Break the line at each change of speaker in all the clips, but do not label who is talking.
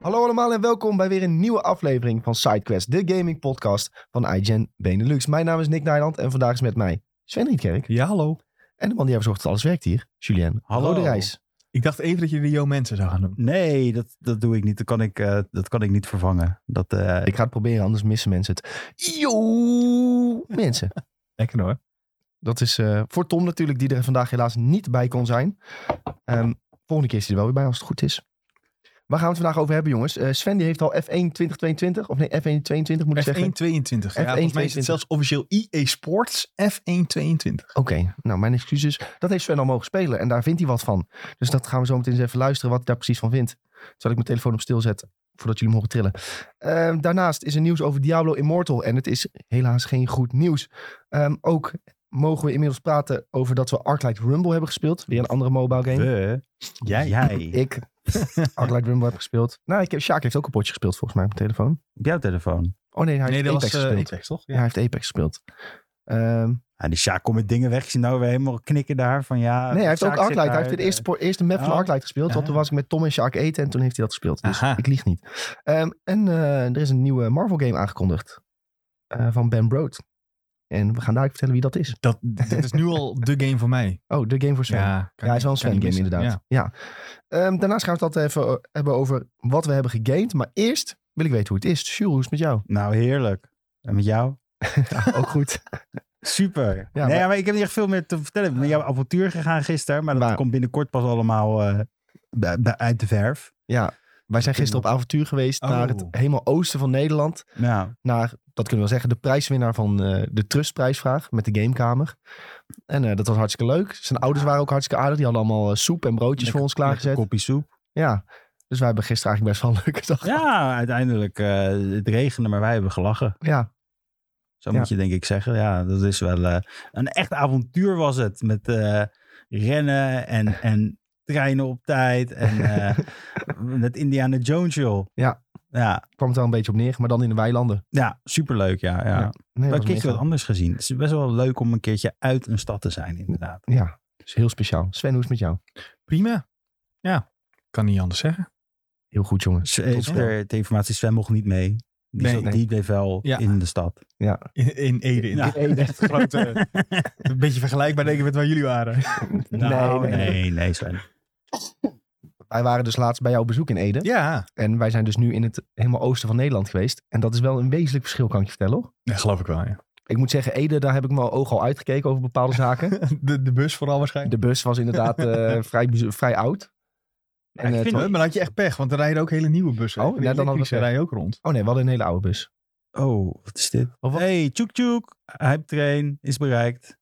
Hallo allemaal en welkom bij weer een nieuwe aflevering van SideQuest, de gaming podcast van iGen Benelux. Mijn naam is Nick Nijland en vandaag is met mij Sven Rietkerk.
Ja, hallo.
En de man die ervoor zorgt dat alles werkt hier, Julien. Hallo,
Hallo.
de reis.
Ik dacht even dat je de Yo Mensen zou gaan doen.
Nee, dat, dat doe ik niet. Dat kan ik, eh, dat kan ik niet vervangen. Dat, eh,
Ik ga het proberen, anders missen mensen het. Yo, mensen.
Lekker hoor.
Dat is eh, voor Tom natuurlijk, die er vandaag helaas niet bij kon zijn. Ehm, volgende keer is hij er wel weer bij, als het goed is. Waar gaan we het vandaag over hebben, jongens? Eh, Sven die heeft al F1 2022, of nee, F1 22 moet ik zeggen.
F1 22. Ja,
F1
volgens mij is
22.
het zelfs officieel EA Sports F1 22.
Oké, nou mijn excuses. Dat heeft Sven al mogen spelen en daar vindt hij wat van. Dus dat gaan we zo meteen eens even luisteren wat hij daar precies van vindt. Terwijl ik mijn telefoon op stil zet, voordat jullie mogen trillen. Ehm, daarnaast is er nieuws over Diablo Immortal en het is helaas geen goed nieuws. Ehm, ook mogen we inmiddels praten over dat we Arclight Rumble hebben gespeeld. Weer een andere mobile game.
we,
Jij?
jij,
Ik Arclight Rumble heb gespeeld. Nou, ik heb, Sjaak heeft ook een potje gespeeld volgens mij op mijn telefoon.
op jouw telefoon.
Oh nee, hij
Nee,
heeft
dat
Apex
was eh,
gespeeld.
Apex, toch?
Ja, hij heeft Apex gespeeld. Ehm,
Ja, die Sjaak komt met dingen weg. Ik zie nou weer helemaal knikken daar. Van, ja,
Nee, hij heeft
Sjaak
ook
zit
Arclight. Hij
daar. eh,
heeft de eerste, po- eerste map van
Oh.
Arclight gespeeld. Want
Ah.
toen was ik met Tom en Sjaak eten en toen heeft hij dat gespeeld. Dus
Aha.
ik lieg niet. Ehm, en eh, er is een nieuwe Marvel game aangekondigd. eh, van Ben Brood. En we gaan dadelijk vertellen wie dat is.
Dat, dit is nu al de game voor mij.
Oh, de game voor Sven. Ja, hij
kan ik-
is wel een
kan ik
Sven game
missen.
inderdaad.
Ja.
Ja. Ehm, daarnaast gaan we het altijd even eh, hebben over wat we hebben gegamed. Maar eerst wil ik weten hoe het is. Sjoerd, hoe is het met jou?
Nou, heerlijk. En met jou?
Ja, ook goed.
Super.
Ja,
nee,
maar-
maar... ik heb niet echt veel meer te vertellen. Ik ben met jouw avontuur gegaan gisteren. Maar dat
Maar-
komt binnenkort pas allemaal eh, bij- bij- uit de verf.
Ja, wij zijn gisteren op avontuur geweest
Oh.
naar het helemaal oosten van Nederland.
Nou,
naar, dat kunnen we wel zeggen, de prijswinnaar van eh, de Trustprijsvraag met de Gamekamer. En eh, dat was hartstikke leuk. Zijn ouders waren ook hartstikke aardig. Die hadden allemaal eh, soep en broodjes voor ons klaargezet.
kopje soep.
Ja, dus wij hebben gisteren eigenlijk best wel een leuke dag.
Ja, uiteindelijk. eh, het regende, maar wij hebben gelachen.
Ja,
Zo
Ja.
moet je denk ik zeggen. Ja, dat is wel eh, een echt avontuur was het. Met eh, rennen en, en treinen op tijd. En eh het Indiana Jones joh.
Ja.
Ja,
kwam het wel een beetje op neer, maar dan in de weilanden.
ja superleuk. Ja, ja.
Ja, Nee,
Wel
was
een keertje wat
mega.
anders gezien. Het is best wel leuk om een keertje uit een stad te zijn inderdaad.
Ja, dus heel speciaal. Sven, hoe is het met jou?
Prima. Ja, kan niet anders zeggen.
Heel goed, jongen.
S- eh,
Tot
Ter ter informatie, Sven mocht niet mee. Die,
Nee.
zat-
Nee.
die bleef wel
Ja.
in de stad.
In, in Ede. In
Ja.
dit- Echt grote, een beetje vergelijkbaar denk ik met waar jullie waren.
Nou,
nee.
nee, nee Sven.
Wij waren dus laatst bij jouw bezoek in Ede.
Ja,
En wij zijn dus nu in het helemaal oosten van Nederland geweest. En dat is wel een wezenlijk verschil, kan ik je vertellen. hoor.
dat geloof ik wel. Ja.
Ik moet zeggen, Ede, daar heb ik mijn oog al uitgekeken over bepaalde zaken.
De, de bus vooral waarschijnlijk.
De bus was inderdaad eh, vrij, bijz- vrij oud. En,
ik
eh, het
vind
Maar dan had je echt pech, want er rijden ook hele nieuwe bussen.
Oh,
Van die
ja, dan hadden we
elektrische
pech.
rijden ook rond.
wa- oh nee, we hadden een hele oude bus.
Oh, wat is dit?
Of wat?
Hey, tjoek tjoek. Hype train is bereikt.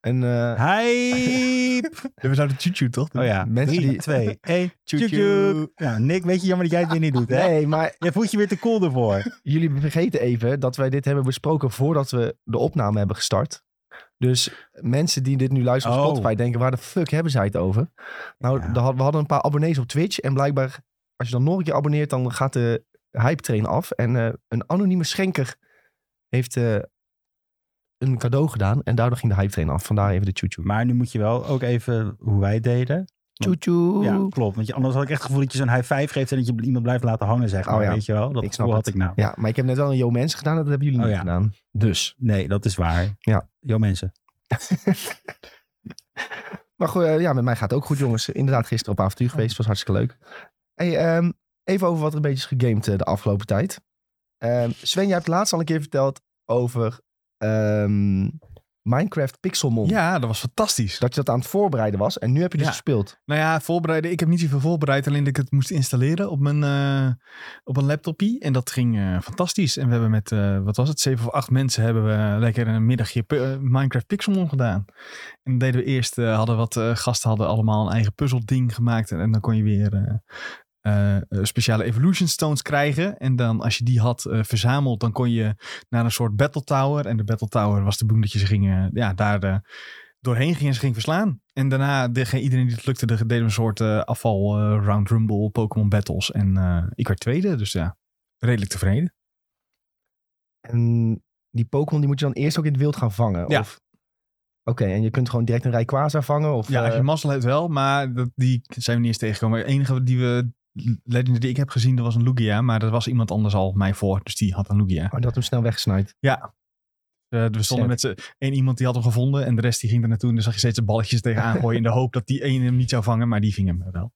En eh,
Hype!
We zouden tutu toch?
Oh ja,
Mensen
drie,
die-
twee, één,
Tjoe,
tjoe
tjoe.
tjoe. Nou, Nick, weet je jammer dat jij het weer niet doet, hè?
nee, maar
Je voelt je weer te cool ervoor.
jullie vergeten even dat wij dit hebben besproken voordat we de opname hebben gestart. Dus mensen die dit nu luisteren op
Oh.
Spotify denken, waar de fuck hebben zij het over? Nou,
Ja.
daar had- we hadden een paar abonnees op Twitch. En blijkbaar, als je dan nog een keer abonneert, dan gaat de hype train af. En eh, een anonieme schenker heeft eh, een cadeau gedaan. En daardoor ging de hype train af. Vandaar even de tjoe
Maar nu moet je wel ook even hoe wij het deden.
Tjoe
Ja, klopt. Want je, anders had ik echt het gevoel dat je zo'n high five geeft en dat je iemand blijft laten hangen, zeg maar.
Oh ja,
Weet je wel? Dat
ik snap
gevoel had
het.
ik nou.
Ja, maar ik heb net wel een Yo Mensen gedaan. Dat hebben jullie
Oh
niet
ja.
gedaan. Dus.
Nee, dat is waar.
Ja.
Jo, mensen.
Maar goed, eh, ja, met mij gaat het ook goed, jongens. Inderdaad, gisteren op avontuur geweest. Was hartstikke leuk. Hey, ehm, even over wat er een beetje is gegamed eh, de afgelopen tijd. Ehm, Sven, jij hebt laatst al een keer verteld over ehm, Minecraft Pixelmon.
Ja, dat was fantastisch.
Dat je dat aan het voorbereiden was. En nu heb je dus
Ja.
gespeeld.
Nou ja, voorbereiden. Ik heb niet zoveel voorbereid, alleen dat ik het moest installeren op mijn, eh, op een laptopie. En dat ging eh, fantastisch. En we hebben met, eh, wat was het, zeven of acht mensen hebben we lekker een middagje pu- eh, Minecraft Pixelmon gedaan. En dat deden we eerst, eh, hadden wat eh, gasten hadden allemaal een eigen puzzelding gemaakt. En, en dan kon je weer eh, eh, eh, speciale Evolution Stones krijgen. En dan als je die had eh, verzameld, dan kon je naar een soort Battle Tower. En de Battle Tower was de boem dat je ze gingen, ja, daar... eh, doorheen ging en ze ging verslaan. En daarna, degene, iedereen die het lukte, de- deden we een soort eh, afval eh, round rumble, Pokémon battles. En eh, ik werd tweede, dus ja, redelijk tevreden.
En die Pokémon die moet je dan eerst ook in het wild gaan vangen.
Ja.
Of... Oké, en je kunt gewoon direct een Rayquaza vangen? Of,
Ja, als
eh,
je mazzel hebt wel, maar dat, die zijn we niet eens tegengekomen. Het enige die we legend die ik heb gezien, dat was een Lugia. Maar dat was iemand anders al mij voor. Dus die had een Lugia.
Maar oh, dat hem snel wegsnijdt.
Ja. Eh, we stonden met z'n één iemand die had hem gevonden en de rest die ging er naartoe. En dan zag je steeds de balletjes tegenaan gooien in de hoop dat die ene hem niet zou vangen, maar die ving hem wel.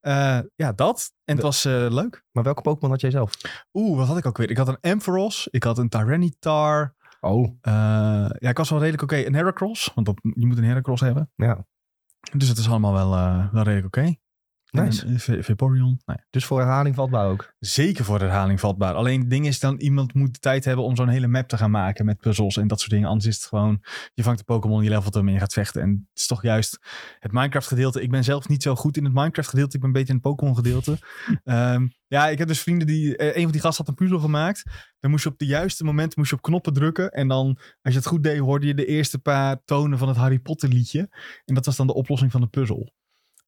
Eh, ja, dat. En het was eh, leuk.
Maar welke Pokémon had jij zelf?
Oeh, wat had ik ook weer? Ik had een Ampharos, ik had een Tyranitar.
Oh.
Eh, ja, ik was wel redelijk oké. Een Heracross, want dat, je moet een Heracross hebben.
Ja.
Dus het is allemaal wel, eh, wel redelijk oké. En
Nice.
een V- Vaporeon. Nou ja,
Dus voor herhaling vatbaar ook.
zeker voor herhaling vatbaar. Alleen het ding is dan, iemand moet de tijd hebben om zo'n hele map te gaan maken met puzzels en dat soort dingen. Anders is het gewoon, je vangt de Pokémon, je levelt hem en je gaat vechten. En het is toch juist het Minecraft gedeelte. Ik ben zelf niet zo goed in het Minecraft gedeelte, ik ben beter in het Pokémon gedeelte. Ehm, ja, ik heb dus vrienden die, eh, een van die gasten had een puzzel gemaakt. Dan moest je op de juiste moment moest je op knoppen drukken. En dan, als je het goed deed, hoorde je de eerste paar tonen van het Harry Potter liedje. En dat was dan de oplossing van de puzzel.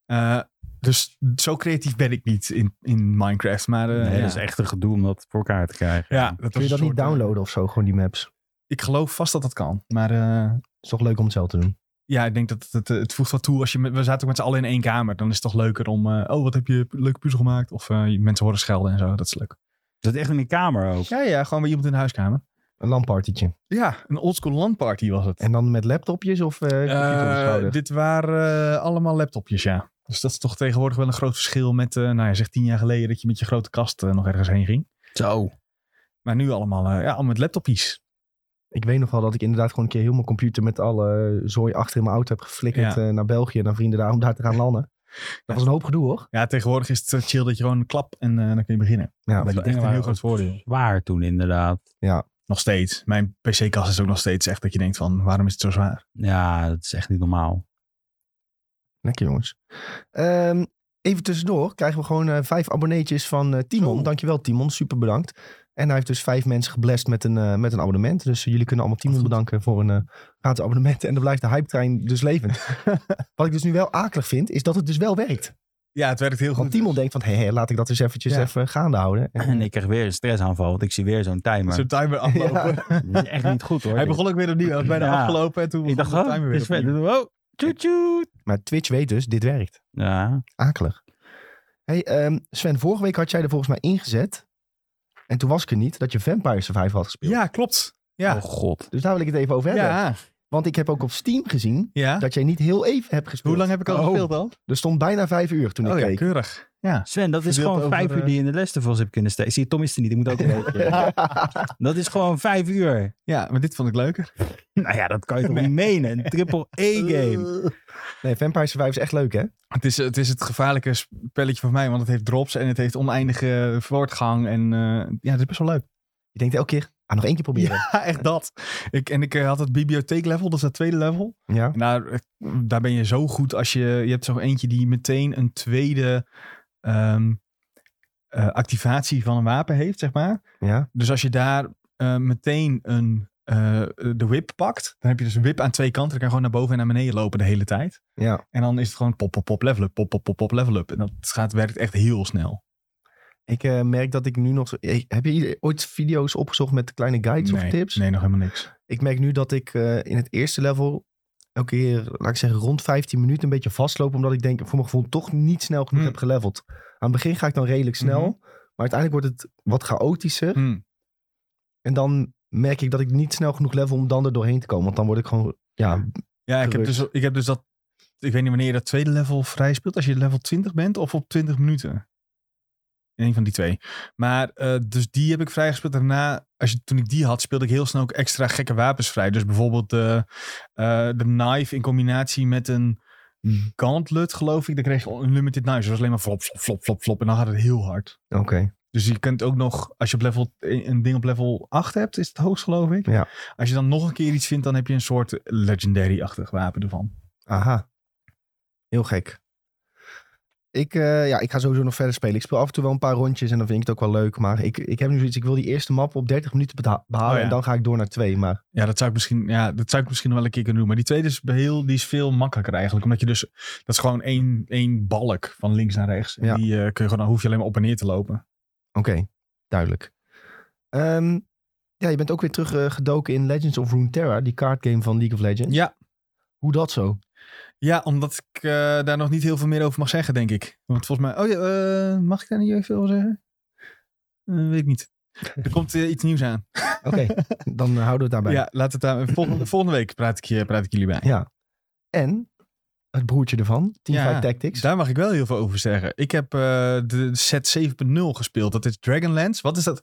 Eh, dus zo creatief ben ik niet in, in Minecraft. Maar eh,
nee,
ja.
dat is echt een gedoe om dat voor elkaar te krijgen.
Ja, dat
Kun je
was
dat
een
niet
soort, eh,
downloaden of zo, gewoon die maps?
Ik geloof vast dat dat kan. Maar eh,
is toch leuk om het zelf te doen.
ja, ik denk dat het, het, het voegt wat toe. Als je met, we zaten ook met z'n allen in één kamer. Dan is het toch leuker om... eh, oh, wat heb je een leuke puzzel gemaakt? Of eh, mensen horen schelden en zo. Dat is leuk.
Dat echt in een kamer ook.
Ja, ja, gewoon bij iemand in de huiskamer.
Een lampartietje.
Ja, een oldschool landparty was het.
En dan met laptopjes of eh computer op de
Eh,
schouder?
dit waren eh, allemaal laptopjes, ja. Dus dat is toch tegenwoordig wel een groot verschil met, eh, nou ja, zeg tien jaar geleden dat je met je grote kast eh, nog ergens heen ging.
Zo.
Maar nu allemaal, eh, ja, allemaal met laptopjes.
Ik weet nog wel dat ik inderdaad gewoon een keer heel mijn computer met alle zooi achter in mijn auto heb geflikkerd eh, naar België en naar vrienden daar om daar te gaan landen. Dat was een hoop gedoe hoor.
Ja, tegenwoordig is het eh, chill dat je gewoon een klap en eh, dan kun je beginnen.
Ja,
dat is echt een heel groot voordeel.
Waar toen inderdaad.
Nog steeds. Mijn PC-kast is ook nog steeds echt dat je denkt van, waarom is het zo zwaar?
Ja, dat is echt niet normaal.
lekker jongens. Ehm, even tussendoor krijgen we gewoon eh, vijf abonneetjes van eh, Timon.
Zo.
Dankjewel Timon, super bedankt. En hij heeft dus vijf mensen geblest met een, eh, met een abonnement. Dus jullie kunnen allemaal Timon
Wat goed.
bedanken voor een eh, gratis abonnement. En dan blijft de hype trein dus levend. Wat ik dus nu wel akelig vind, is dat het dus wel werkt.
Ja, het werkt heel
Want
goed.
Timon denkt van, hé, hé, laat ik dat eens eventjes
Ja.
even gaande houden. En,
En ik krijg weer een stressaanval, want ik zie weer zo'n timer.
Zo'n timer aflopen.
Dat is echt niet goed hoor.
Hij begon ook weer opnieuw. Hij was bijna
Ja.
afgelopen en toen
ik dacht,
begon
oh,
de timer
het
weer
is ver-
opnieuw.
oh, tjoet, tjoet.
maar Twitch weet dus, dit werkt.
Ja,
Akelig. hey, ehm, Sven, vorige week had jij er volgens mij ingezet. En toen was ik er niet, dat je Vampire Survivor had gespeeld.
Ja, klopt. Ja.
oh god.
Dus daar wil ik het even over hebben.
ja,
Want ik heb ook op Steam gezien
ja.
dat jij niet heel even hebt gespeeld.
Hoe lang heb ik al
Oh,
gespeeld al?
Er stond bijna vijf uur toen ik
Oh ja,
keek.
keurig. Ja.
Sven, dat is
Verdeeld
gewoon
over,
vijf uur
eh,
die je in de Lesteros hebt kunnen steken. Zie je, Tom is er niet, ik moet ook weten. dat is gewoon vijf uur.
ja, maar dit vond ik leuker.
Nou ja, dat kan je toch niet menen? Een triple E-game.
Nee, Vampire Survivor is echt leuk, hè?
Het is, het is het gevaarlijke spelletje voor mij, want het heeft drops en het heeft oneindige voortgang. En eh, ja, dat is best wel leuk.
Je denkt elke keer, ah, nog één keer proberen. Ja.
Ja, echt dat. Ik, en ik eh, had het bibliotheeklevel, dat is dat tweede level. Nou, eh, daar ben je zo goed als je... Je hebt zo eentje die meteen een tweede ehm, eh, activatie van een wapen heeft, zeg maar.
Ja.
Dus als je daar eh, meteen een, eh, de whip pakt, dan heb je dus een whip aan twee kanten. Dan kan je gewoon naar boven en naar beneden lopen de hele tijd.
Ja.
En dan is het gewoon pop, pop, pop, level up, pop, pop, pop, pop, level up. En dat gaat, werkt echt heel snel.
Ik eh, merk dat ik nu nog... zo- eh, Heb je ooit video's opgezocht met kleine guides
nee,
of tips?
Nee, nog helemaal niks.
Ik merk nu dat ik eh, in het eerste level elke keer, laat ik zeggen, rond 15 minuten een beetje vastloop. Omdat ik denk, voor mijn gevoel toch niet snel genoeg
Hmm.
heb geleveld. Aan het begin ga ik dan redelijk snel.
Mhm.
Maar uiteindelijk wordt het wat chaotischer.
Hm.
En dan merk ik dat ik niet snel genoeg level om dan er doorheen te komen. Want dan word ik gewoon, ja,
Ja, ik heb,
Gerust.
dus, ik heb dus dat... Ik weet niet wanneer je dat tweede level vrij speelt. Als je level 20 bent of op 20 minuten. In een van die twee. Maar eh, dus die heb ik vrijgespeeld. Daarna, als je, toen ik die had, speelde ik heel snel ook extra gekke wapens vrij. Dus bijvoorbeeld de, eh, de knife in combinatie met een gauntlet, geloof ik. Dan kreeg je unlimited knives. Dus dat was alleen maar flop, flop, flop, flop, flop. En dan gaat het heel hard.
oké.
Dus je kunt ook nog, als je op level, eh, een ding op level 8 hebt, is het hoogst geloof ik.
Ja.
Als je dan nog een keer iets vindt, dan heb je een soort legendary-achtig wapen ervan.
Aha. Heel gek. Ik, eh, ja, ik ga sowieso nog verder spelen. Ik speel af en toe wel een paar rondjes en dan vind ik het ook wel leuk. Maar ik, ik heb nu zoiets, ik wil die eerste map op 30 minuten beha- behalen.
Oh ja.
En dan ga ik door naar twee. Maar
Ja, dat zou ik misschien, ja, dat zou ik misschien wel een keer kunnen doen. Maar die tweede is, heel, die is veel makkelijker eigenlijk. Omdat je dus, dat is gewoon één, één balk van links naar rechts. En
Ja.
die eh, kun je gewoon, dan hoef je alleen maar op en neer te lopen.
oké, duidelijk. Ehm, ja, je bent ook weer terug eh, gedoken in Legends of Runeterra. Die kaartgame van League of Legends.
Ja,
Hoe dat zo?
Ja, omdat ik eh, daar nog niet heel veel meer over mag zeggen, denk ik. Want volgens mij... Oh ja, eh, mag ik daar niet even over zeggen? Eh, weet ik niet. Er komt eh, iets nieuws aan.
Oké, dan eh, houden we het daarbij.
Ja, laat het daar... Volgende, volgende week praat ik, je- praat ik jullie bij.
Ja. En het broertje ervan, Teamfight
Ja,
Tactics.
Daar mag ik wel heel veel over zeggen. Ik heb eh, de set 7.0 gespeeld. Dat is Dragonlance. Wat is dat?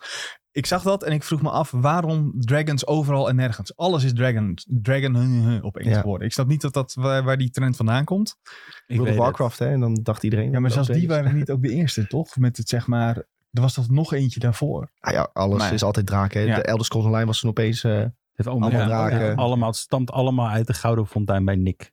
Ik zag dat en ik vroeg me af waarom dragons overal en nergens. Alles is dragon, dragon huh, huh, huh, op één
Ja.
woord. Ik snap niet dat dat waar, waar die trend vandaan komt.
Ik
World
weet
of
het.
Warcraft, hè? En dan dacht iedereen...
Ja, maar
dat
zelfs
het
die
ook is.
waren niet ook de eerste, toch? Met het zeg maar. Er was toch nog eentje daarvoor.
Ah ja, alles
Maar-
is altijd draken. hè.
Ja.
De Elder Scrolls Online was toen opeens... eh,
Het, heeft
Allemaal
allemaal,
draken.
ja, allemaal, het stamt allemaal uit de Gouden Fontein bij Nick.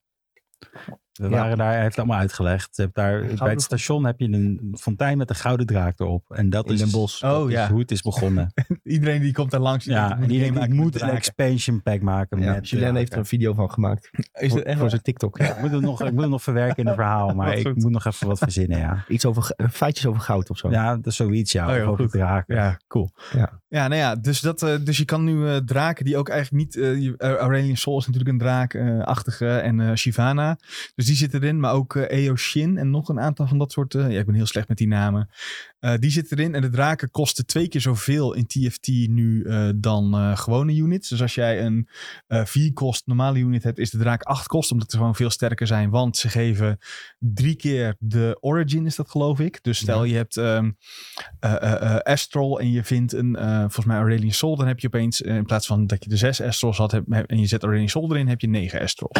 We
Ja.
waren daar, hij heeft het allemaal uitgelegd. Je hebt daar,
Gouden
bij het
Font-
station heb je een fontein met een gouden draak erop. En dat
In
is
Den Bosch.
dat
Oh,
is
ja.
hoe het is begonnen.
Iedereen die komt daar langs. die
ja,
denkt,
en die
ik
denkt, ik
maken met
moet een
draken.
expansion pack maken.
ja,
met
Julien heeft er een
draken.
video van gemaakt.
Is
voor,
het echt
voor
wel-
zijn TikTok.
ik moet, het nog, ik moet het nog verwerken in een verhaal, maar
Wat
ik
goed.
moet nog even wat verzinnen, ja.
Iets over, ge- eh, feitjes over goud of zo.
Ja, dat is zoiets, ja.
Oh, ja,
of over
goed.
draken.
Ja, cool.
Ja.
nou ja, dus, dat, eh, dus je kan nu eh, draken die ook eigenlijk niet... eh, je- eh, Aurelion Sol is natuurlijk een draakachtige en eh, Shyvana. Dus die zitten erin, maar ook eh Eoshin en nog een aantal van dat soort... eh, ja, ik ben heel slecht met die namen. Eh, die zitten erin en de draken kosten twee keer zoveel in TFT nu eh, dan eh, gewone units. Dus als jij een eh vier kost normale unit hebt, is de draak acht kost. Omdat ze gewoon veel sterker zijn, want ze geven drie keer de origin, is dat geloof ik. Dus stel je hebt... ehm, eh, eh, eh, Astral en je vindt een, eh, volgens mij Aurelion Sol, dan heb je opeens, eh, in plaats van dat je de zes Astrals had heb- heb- en je zet Aurelion Sol erin, heb je negen Astral.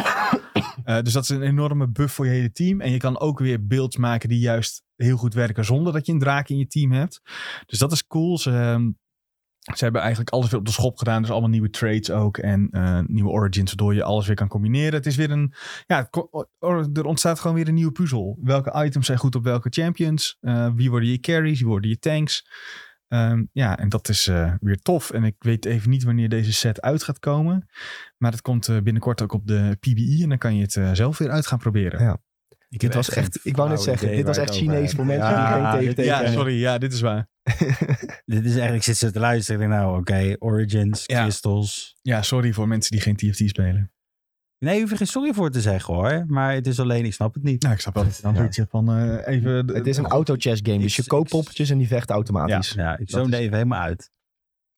Eh, dus dat is een enorme buff voor je hele team. En je kan ook weer beelds maken die juist heel goed werken zonder dat je een draak in je team hebt. Dus dat is cool. Ze, ehm, ze hebben eigenlijk alles weer op de schop gedaan. Dus allemaal nieuwe trades ook en eh, nieuwe origins, waardoor je alles weer kan combineren. Het is weer een, ja, het ko- or- or- er ontstaat gewoon weer een nieuwe puzzel. Welke items zijn goed op welke champions? Eh, wie worden je carries? Wie worden je tanks? Ehm, ja, en dat is eh, weer tof. En ik weet even niet wanneer deze set uit gaat komen. Maar dat komt eh, binnenkort ook op de PBI. En dan kan je het eh, zelf weer uit gaan proberen.
Ja,
Ik
Dit
heb
was echt,
geen
ik wou net
flauw
zeggen,
idee
dit
waar
was
het
echt
over
Chinees
heb.
voor mensen die
Ja,
geen
dit-
TFT
Ja,
kennen.
sorry. Ja, dit is waar. Eh,
Dit is eigenlijk, ik zit ze te luisteren. Ik denk, nou, oké, Origins,
Ja.
Crystals.
Ja, sorry voor mensen die geen TFT spelen.
Nee, je hoeft er geen sorry voor te zeggen hoor. Maar het is alleen, ik snap het niet.
Nou, ik snap wel dat je dan
Ja.
zoiets hebt van eh, even...
Het is een auto-chess game, dus je
Ik-
koopt poppetjes en die vechten automatisch.
Ja, ik
Dat
zoom
is-
er even helemaal uit.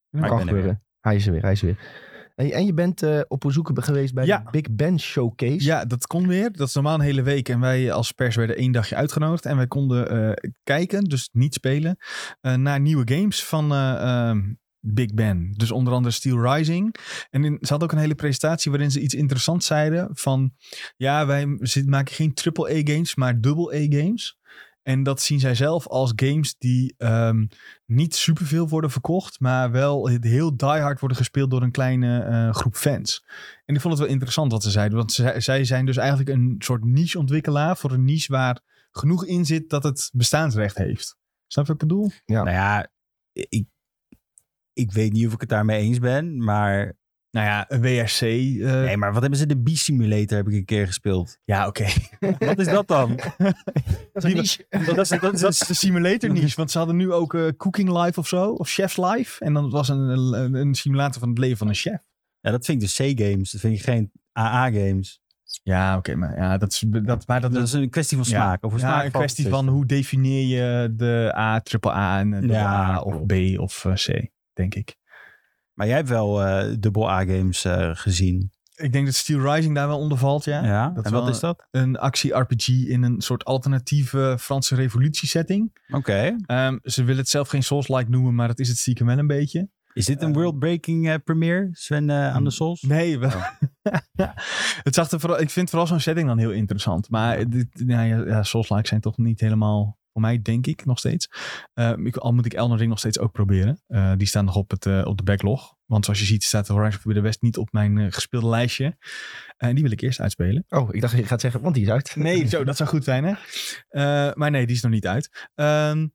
Maar
kan
ik ben er
gebeuren. Hij is er weer, hij is er weer. En, en je bent eh, op bezoek geweest bij
Ja.
de Big Ben Showcase.
Ja, dat kon weer. Dat is normaal een hele week. En wij als pers werden één dagje uitgenodigd. En wij konden eh, kijken, dus niet spelen, eh, naar nieuwe games van eh, ehm, Big Ben. Dus onder andere Steel Rising. En in, ze had ook een hele presentatie waarin ze iets interessants zeiden. Van, ja, wij zit- maken geen triple A-games, maar double A-games. En dat zien zij zelf als games die ehm, niet superveel worden verkocht, maar wel heel diehard worden gespeeld door een kleine eh, groep fans. En ik vond het wel interessant wat ze zeiden. Want zij, zij zijn dus eigenlijk een soort niche-ontwikkelaar voor een niche waar genoeg in zit dat het bestaansrecht heeft. Snap je wat ik bedoel?
Ja.
Nou ja, ik, ik weet niet of ik het daarmee eens ben. Maar,
Nou ja, een WRC. eh,
nee, maar wat hebben ze? De B-simulator heb ik een keer gespeeld.
Ja, oké.
Wat is dat dan?
Dat is een
Die-
niche.
dat is, dat is,
Dat is de simulator niche. Want ze hadden nu ook eh, Cooking Live of zo. Of Chef's Live. En dan was een, een, een simulator van het leven van een chef.
ja, dat vind ik dus C-games. Dat vind ik geen AA-games.
Ja, oké. maar ja, dat is... Dat, maar dat,
Dat is een kwestie van
Ja.
smaak. Of
ja, een kwestie van hoe definieer je de A, triple A en de
Ja,
A of B of eh, C, denk ik.
Maar jij hebt wel eh dubbel A-games eh, gezien.
Ik denk dat Steel Rising daar wel onder valt, ja.
Ja,
dat
en
wel
wat is dat?
Een actie-RPG in een soort alternatieve Franse revolutie-setting.
Oké.
Ehm, ze willen het zelf geen Souls-like noemen, maar dat is het stiekem wel een beetje.
Is dit
Eh,
een world-breaking eh, premiere, Sven eh, aan de Sols?
Nee, wel.
Oh.
het zag er vooral, ik vind vooral zo'n setting dan heel interessant. Maar dit, nou ja, ja, Souls-like zijn toch niet helemaal voor mij, denk ik, nog steeds. Ehm, ik, al moet ik Elden Ring nog steeds ook proberen. Eh, die staan nog op, het, eh, op de backlog. Want zoals je ziet staat Horizon Forbidden West niet op mijn eh, gespeelde lijstje. en die wil ik eerst uitspelen.
Oh, ik dacht je gaat zeggen, want die is uit.
Nee, zo, dat zou goed zijn, hè? Eh, maar nee, die is nog niet uit. Ehm,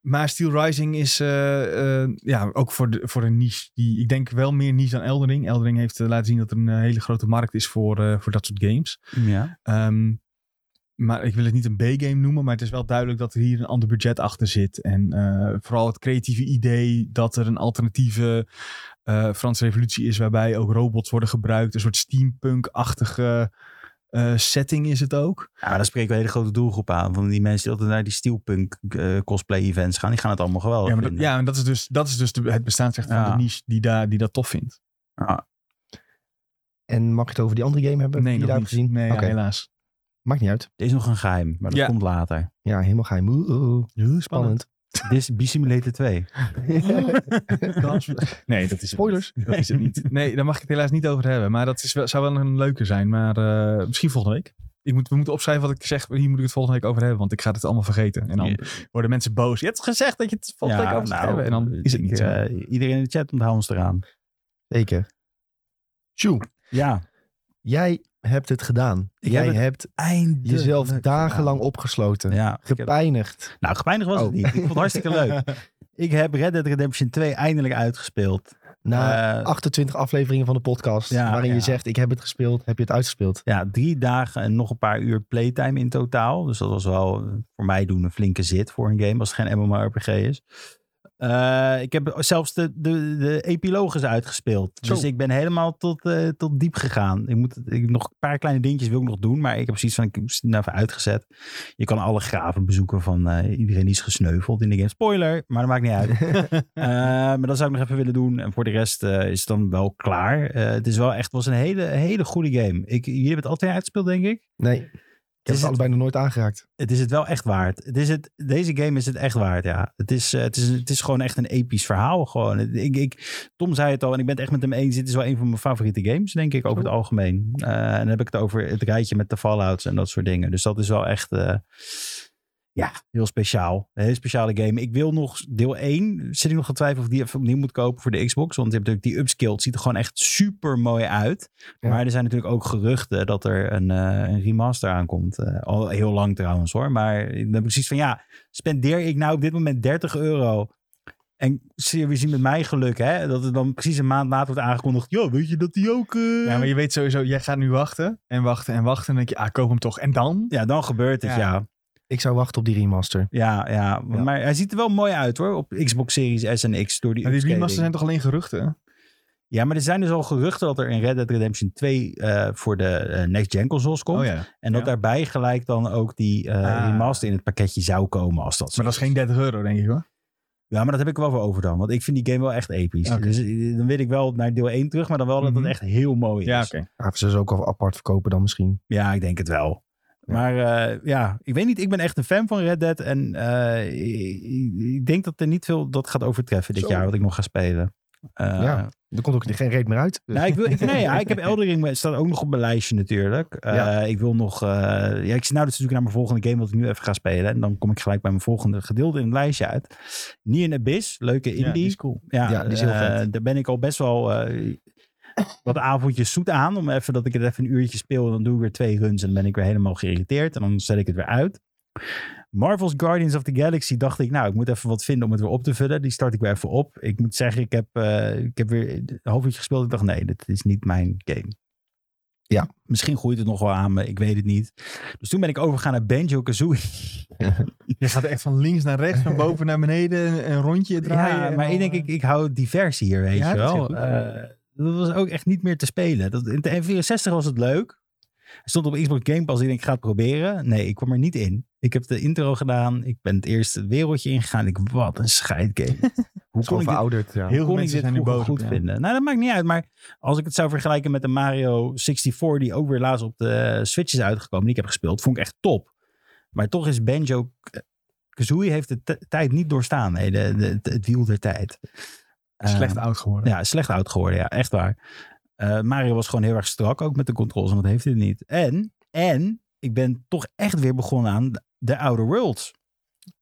maar Steel Rising is eh, eh, ja, ook voor, de, voor een niche. Die, ik denk wel meer niche dan Eldering. Eldering heeft eh, laten zien dat er een eh, hele grote markt is voor, eh, voor dat soort games.
Ja.
Ehm, maar ik wil het niet een B-game noemen, maar het is wel duidelijk dat er hier een ander budget achter zit. En eh, vooral het creatieve idee dat er een alternatieve eh, Franse revolutie is, waarbij ook robots worden gebruikt. Een soort steampunk-achtige eh, setting is het ook.
Ja, maar dan spreken we een hele grote doelgroep aan. Van die mensen die altijd naar die steelpunk eh, cosplay events gaan. Die gaan het allemaal geweldig
Ja, maar dat,
vinden.
ja, en dat is dus, dat is dus de, het bestaansrecht van
Ja.
de niche die, daar, die dat tof vindt.
Ah,
En mag ik het over die andere game hebben?
Nee,
die je
nog
daar
niet.
hebt gezien?
Nee, ja,
Oké,
helaas.
maakt niet uit.
Er is nog een geheim, maar dat
Ja.
komt later.
Ja, helemaal geheim. Oeh, oeh, oeh.
spannend.
Spannend.
Dit is B-Simulator 2.
nee, dat is het
Spoilers.
niet. Dat is het niet. Nee, daar mag ik het helaas niet over hebben. Maar dat is wel, zou wel een leuke zijn. Maar eh, misschien volgende week. Ik moet, we moeten opschrijven wat ik zeg. Hier moet ik het volgende week over hebben. Want ik ga het allemaal vergeten. En dan worden mensen boos. Je hebt gezegd dat je het volgende week over zou hebben. En dan nou, is het
nou, ik,
niet zo.
eh, iedereen in de chat onthoudt ons eraan.
Zeker. Tjoe,
Ja.
jij hebt het gedaan.
Ik
jij
heb het
hebt
Eindelijk.
jezelf
gedaan.
dagenlang opgesloten.
Ja. ik heb-
Gepijnigd.
Nou, gepijnig was het
Oh.
niet. Ik vond het hartstikke leuk. Ik heb Red Dead Redemption 2 eindelijk uitgespeeld.
Na
Eh,
28 afleveringen van de podcast.
Ja,
waarin
ja.
je zegt, ik heb het gespeeld. Heb je het uitgespeeld?
ja, drie dagen en nog een paar uur playtime in totaal. Dus dat was wel eh, voor mij doen een flinke zit voor een game als het geen MMORPG is. Eh, ik heb zelfs de, de, de epiloog eens uitgespeeld.
Zo.
Dus ik ben helemaal tot, eh, tot diep gegaan. Ik moet ik, nog een paar kleine dingetjes wil ik nog doen. Maar ik heb zoiets van, ik heb het nou even uitgezet. Je kan alle graven bezoeken van eh, iedereen die is gesneuveld in de game. Spoiler, maar dat maakt niet uit. Eh, maar dat zou ik nog even willen doen. En voor de rest eh, is het dan wel klaar. Eh, het is wel echt was een hele, hele goede game. Ik, jullie hebben het altijd uitgespeeld, denk ik.
Nee. Ik heb
is
het
het-
allebei nog nooit aangeraakt.
Het is het wel echt waard. Het is het, deze game is het echt waard, ja. Het is, eh, het is, het is gewoon echt een episch verhaal. Gewoon. Het- Ik, ik, Tom zei het al en ik ben het echt met hem eens. Dit is wel een van mijn favoriete games, denk ik, over het algemeen. Eh, en dan heb ik het over het rijtje met de Fallouts en dat soort dingen. Dus dat is wel echt... eh, ja, heel speciaal. Een hele speciale game. Ik wil nog deel 1. Zit ik nog getwijfeld of ik die even opnieuw moet kopen voor de Xbox. Want je hebt natuurlijk die upscaled. Ziet er gewoon echt super mooi uit.
Ja.
Maar er zijn natuurlijk ook geruchten dat er een, eh, een remaster aankomt. Eh, al heel lang trouwens hoor. Maar dan heb ik zoiets van ja, spendeer ik nou op dit moment 30 euro. En zie- we zien met mij geluk hè. Dat het dan precies een maand later wordt aangekondigd. Ja, weet je dat die ook... eh,
Ja, maar je weet sowieso, jij gaat nu wachten en wachten en wachten. En dan denk je, ah, koop hem toch. En dan?
ja, dan gebeurt het
Ja.
ja.
Ik zou wachten op die remaster.
Ja, ja,
Ja.
maar hij ziet er wel mooi uit hoor. Op Xbox Series S en X door die
Maar die
upscaling.
remasters zijn toch alleen geruchten?
Ja, maar er zijn dus al geruchten dat er in Red Dead Redemption 2 eh, voor de eh, next gen consoles komt.
Oh, ja.
En dat
ja.
daarbij gelijk dan ook die eh,
Ah.
remaster in het pakketje zou komen als dat zo
Maar dat is geen 30 euro, denk ik hoor.
Ja, maar dat heb ik er wel voor over dan. Want ik vind die game wel echt episch.
Oké.
Dus eh, dan wil ik wel naar deel 1 terug, maar dan wel dat
Mhm.
het echt heel mooi is.
Ja, oké.
Ja, ze zou ook al apart verkopen dan misschien.
Ja, ik denk het wel.
Ja.
Maar eh, ja, ik weet niet. Ik ben echt een fan van Red Dead. En eh, ik- ik, ik denk dat er niet veel dat gaat overtreffen dit
Zo.
jaar wat ik nog ga spelen. Eh,
Ja. Er komt ook geen reet meer uit. Dus-
Nou, ik, wil, ik, nee, ja, ik heb Eldering staat ook nog op mijn lijstje natuurlijk. Eh,
Ja.
Ik wil nog. eh, ja, ik zit nou dus natuurlijk naar mijn volgende game, wat ik nu even ga spelen. En dan kom ik gelijk bij mijn volgende gedeelte in het lijstje uit. Neon Abyss, leuke indie.
Ja, die is cool.
Ja,
Ja, die is heel
eh,
vet.
Daar ben ik al best wel eh, wat avondjes zoet aan. Om even dat ik het even een uurtje speel. En dan doe ik weer twee runs. En dan ben ik weer helemaal geïrriteerd. En dan zet ik het weer uit. Marvel's Guardians of the Galaxy dacht ik, nou, ik moet even wat vinden om het weer op te vullen. Die start ik weer even op. Ik moet zeggen, ik heb, eh, ik heb weer een half uurtje gespeeld. Ik dacht, nee, dit is niet mijn game.
Ja.
Misschien groeit het nog wel aan me, ik weet het niet. Dus toen ben ik overgegaan naar Banjo-Kazooie.
Je gaat echt van links naar rechts, van boven naar beneden, een, een rondje draaien.
Ja,
en
maar
dan,
ik denk,
eh,
ik, ik hou diversie hier, weet
Ja,
je
dat is heel
wel.
goed.
Eh, dat was ook echt niet meer te spelen. Dat, in de N64 was het leuk. Hij stond op Xbox Game Pass. Ik denk, ik ga het proberen. Nee, ik kwam er niet in. Ik heb de intro gedaan. Ik ben het eerste wereldje ingegaan. Ik, wat een scheidgame. Hoe
Het is
kon ik dit,
verouderd. Ja.
Heel veel
kon ik
mensen
dit
zijn nu
vroeger
boos.
goed
op, ja.
vinden? Nou, dat maakt niet uit. Maar als ik het zou vergelijken met de Mario 64, die ook weer laatst op de Switch is uitgekomen, die ik heb gespeeld, vond ik echt top. Maar toch is Banjo Kazooie heeft de t- tijd niet doorstaan. Nee, de, de, de- het wiel der tijd.
Slecht
Eh,
oud geworden.
ja, slecht oud geworden, ja, echt waar. Eh, Mario was gewoon heel erg strak, ook met de controls, en dat heeft hij niet. En, en, ik ben toch echt weer begonnen aan The Outer Worlds.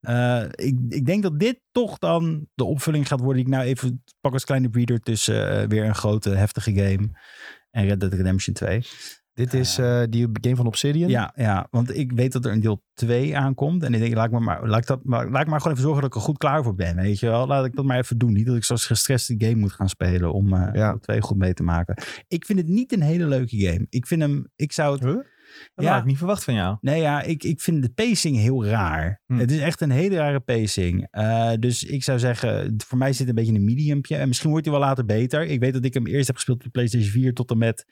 Eh, ik, ik denk dat dit toch dan de opvulling gaat worden. Die ik nou even pak als kleine breeder tussen eh, weer een grote, heftige game en Red Dead Redemption 2.
Dit is eh, die game van Obsidian.
Ja, ja, want ik weet dat er een deel 2 aankomt. En ik denk, laat ik, maar, maar, laat, ik dat, maar, laat ik maar gewoon even zorgen dat ik er goed klaar voor ben. Weet je wel, laat ik dat maar even doen. Niet dat ik zoals gestrest die game moet gaan spelen om eh
Ja.
deel 2 goed mee te maken. Ik vind het niet een hele leuke game. Ik vind hem, ik zou het.
Huh? Dat
Ja.
had ik niet verwacht van jou.
Nee, ja, ik, ik vind de pacing heel raar.
Hm.
Het is echt een hele rare pacing. Eh, dus ik zou zeggen, voor mij zit een beetje een mediumpje. En misschien wordt hij wel later beter. Ik weet dat ik hem eerst heb gespeeld op de PlayStation 4 tot en met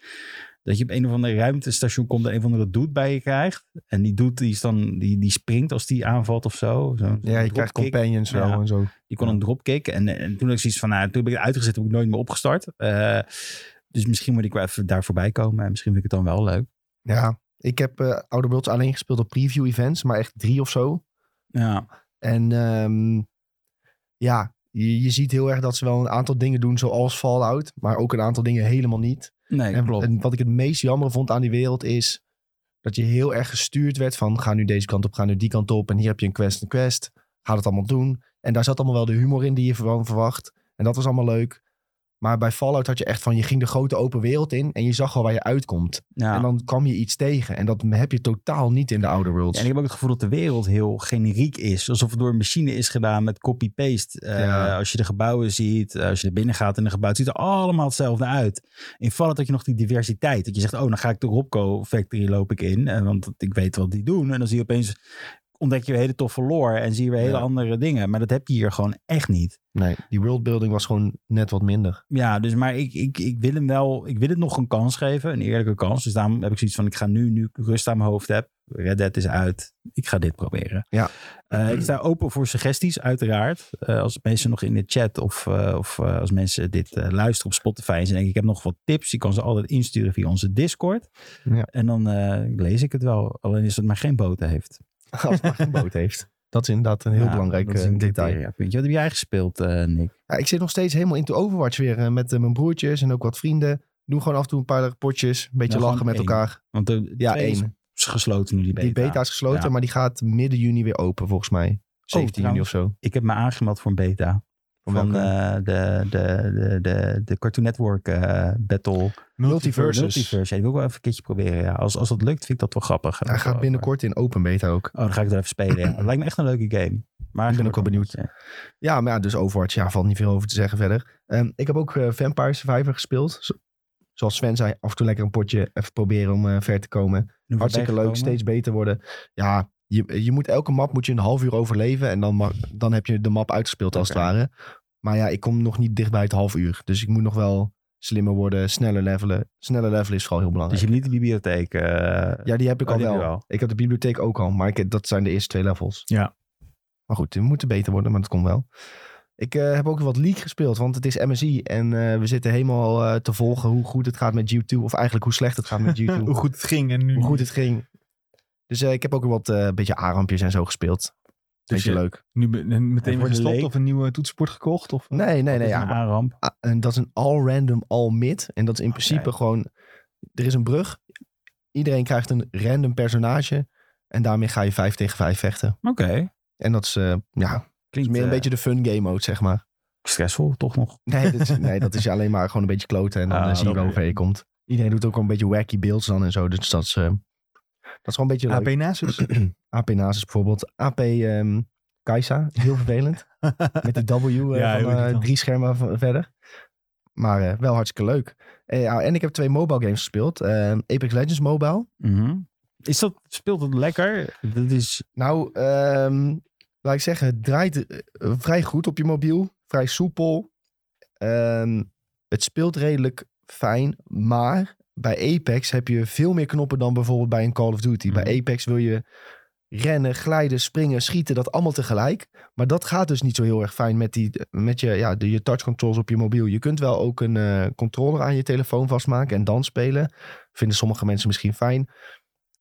Dat je op een of andere ruimtestation komt en een of andere doet bij je krijgt. En die doet, die, is dan, die, die springt als die aanvalt of zo. zo
Ja, je krijgt companions wel
Ja.
en zo.
Je kon een dropkick. En, en toen had ik zoiets van, nou, toen heb ik het uitgezet, heb ik nooit meer opgestart. Eh, dus misschien moet ik wel even daar voorbij komen. En misschien vind ik het dan wel leuk.
Ja, ik heb eh Outer Worlds alleen gespeeld op preview events, maar echt drie of zo.
Ja,
En ehm, ja, je, je ziet heel erg dat ze wel een aantal dingen doen zoals Fallout, maar ook een aantal dingen helemaal niet.
nee,
en,
klopt.
en wat ik het meest jammer vond aan die wereld is dat je heel erg gestuurd werd van ga nu deze kant op, ga nu die kant op en hier heb je een quest, een quest. Ga dat allemaal doen. En daar zat allemaal wel de humor in die je van verwacht. En dat was allemaal leuk. Maar bij Fallout had je echt van, je ging de grote open wereld in en je zag al waar je uitkomt.
Ja.
En dan kwam je iets tegen. En dat heb je totaal niet in de Outer Worlds.
En ik heb ook het gevoel dat de wereld heel generiek is. Alsof het door een machine is gedaan met copy-paste. Eh,
Ja.
Als je de gebouwen ziet, eh, als je er binnen gaat in een gebouw, het ziet er allemaal hetzelfde uit. In Fallout had je nog die diversiteit. Dat je zegt, oh, dan ga ik de Robco Factory loop ik in. eh, Want ik weet wat die doen. En dan zie je opeens, ontdek je weer hele toffe lore en zie je weer hele
Ja.
andere dingen. Maar dat heb je hier gewoon echt niet.
Nee, die worldbuilding was gewoon net wat minder.
Ja, dus maar ik, ik, ik wil hem wel, ik wil het nog een kans geven, een eerlijke kans. Dus daarom heb ik zoiets van, ik ga nu, nu ik rust aan mijn hoofd heb. Red Dead is uit, ik ga dit proberen.
Ja.
Eh, ik sta open voor suggesties, uiteraard. Eh, als mensen nog in de chat of, eh, of eh, als mensen dit eh, luisteren op Spotify en ze denken, ik heb nog wat tips, die kan ze altijd insturen via onze Discord.
Ja.
En dan eh, lees ik het wel, alleen is het maar geen boten heeft.
Als het maar geen boot heeft. Dat is inderdaad een heel
Ja,
belangrijk
dat is
eh,
een
detail.
criteria, vind je. Wat heb jij gespeeld, eh, Nick?
Ja, ik zit nog steeds helemaal into Overwatch weer. eh, met eh, mijn broertjes en ook wat vrienden. Doen gewoon af en toe een paar potjes. Een beetje
Nou,
lachen met
gewoon één.
elkaar.
Want de
Ja,
twee
één.
is gesloten nu, die beta.
Die beta is gesloten,
Ja.
maar die gaat midden juni weer open volgens mij. 17 juni of
trouwens.
zo.
ik heb me aangemeld voor een beta.
Van
Van
welke?
eh, de, de, de, de, de Cartoon Network eh, Battle
Multiversus.
Multiverse. Ja, die wil ik wel even een keertje proberen. Ja. Als, als dat lukt, vind ik dat wel grappig.
Hij gaat binnenkort in open beta ook.
Oh, dan ga ik er even spelen. ja. Dat lijkt me echt een leuke game. Maar
Ik ben ook wel benieuwd. Ja, maar ja, dus Overwatch, ja, valt niet veel over te zeggen verder. Ehm, ik heb ook eh, Vampire Survivor gespeeld. Zo- zoals Sven zei, af en toe lekker een potje even proberen om eh, ver te komen. Hartstikke leuk, steeds beter worden. Ja, je, je moet elke map moet je een half uur overleven en dan, ma- dan heb je de map uitgespeeld als
Oké.
het ware. Maar ja, ik kom nog niet dicht bij het half uur. Dus ik moet nog wel slimmer worden, sneller levelen. Sneller levelen is vooral heel
Dus
belangrijk.
je hebt niet de bibliotheek. eh,
ja, die heb ik
oh,
al
die heb
wel.
je wel.
Ik heb de bibliotheek ook al, maar ik, dat zijn de eerste twee levels.
Ja.
Maar goed, we moeten beter worden, maar dat komt wel. Ik eh, heb ook wat League gespeeld, want het is MSI. En eh, we zitten helemaal eh, te volgen hoe goed het gaat met G2. Of eigenlijk hoe slecht het gaat met G2
Hoe goed het ging en nu.
hoe goed het ging. Dus eh, ik heb ook wat eh, beetje aanrampjes en zo gespeeld.
Dus
beetje
je-
leuk.
Nu be- en meteen
voor
weer
de
gestopt
leek?
of een nieuwe toetsenbord gekocht? Of, eh?
Nee, nee, nee.
Dat is nou?
Ja.
dus een aanramp.
Ah, en dat is een all-random, all-mid. En dat is in principe
Oké.
gewoon... Er is een brug. Iedereen krijgt een random personage. En daarmee ga je vijf tegen vijf vechten.
Oké.
En dat is, eh, ja, dat is
Klinkt
meer een
eh,
beetje de fun game mode, zeg maar.
stressvol, toch nog?
Nee, dat is, nee, dat is alleen maar gewoon een beetje kloten. En dan
Ah,
eh, zie je
dat-
wel hoe ver je komt. Iedereen doet ook wel een beetje wacky beelds dan en zo. Dus dat is, eh, dat is gewoon een beetje leuk.
AP Nasus.
AP Nasus bijvoorbeeld. AP ehm Kaisa, heel vervelend. Met die W eh,
Ja, heel
van eh,
irritant.
drie schermen v- verder. Maar eh, wel hartstikke leuk. Eh, ja, en ik heb twee mobile games gespeeld. Eh, Apex Legends Mobile.
Mhm. Is dat, speelt het lekker? Dat is,
Nou, ehm laat ik zeggen, het draait eh, eh, vrij goed op je mobiel. Vrij soepel. Ehm, het speelt redelijk fijn. Maar bij Apex heb je veel meer knoppen dan bijvoorbeeld bij een Call of Duty. Bij
Mhm.
Apex wil je rennen, glijden, springen, schieten. Dat allemaal tegelijk. Maar dat gaat dus niet zo heel erg fijn met, die, met je, ja, de, je touch controls op je mobiel. Je kunt wel ook een eh, controller aan je telefoon vastmaken en dan spelen. Vinden sommige mensen misschien fijn.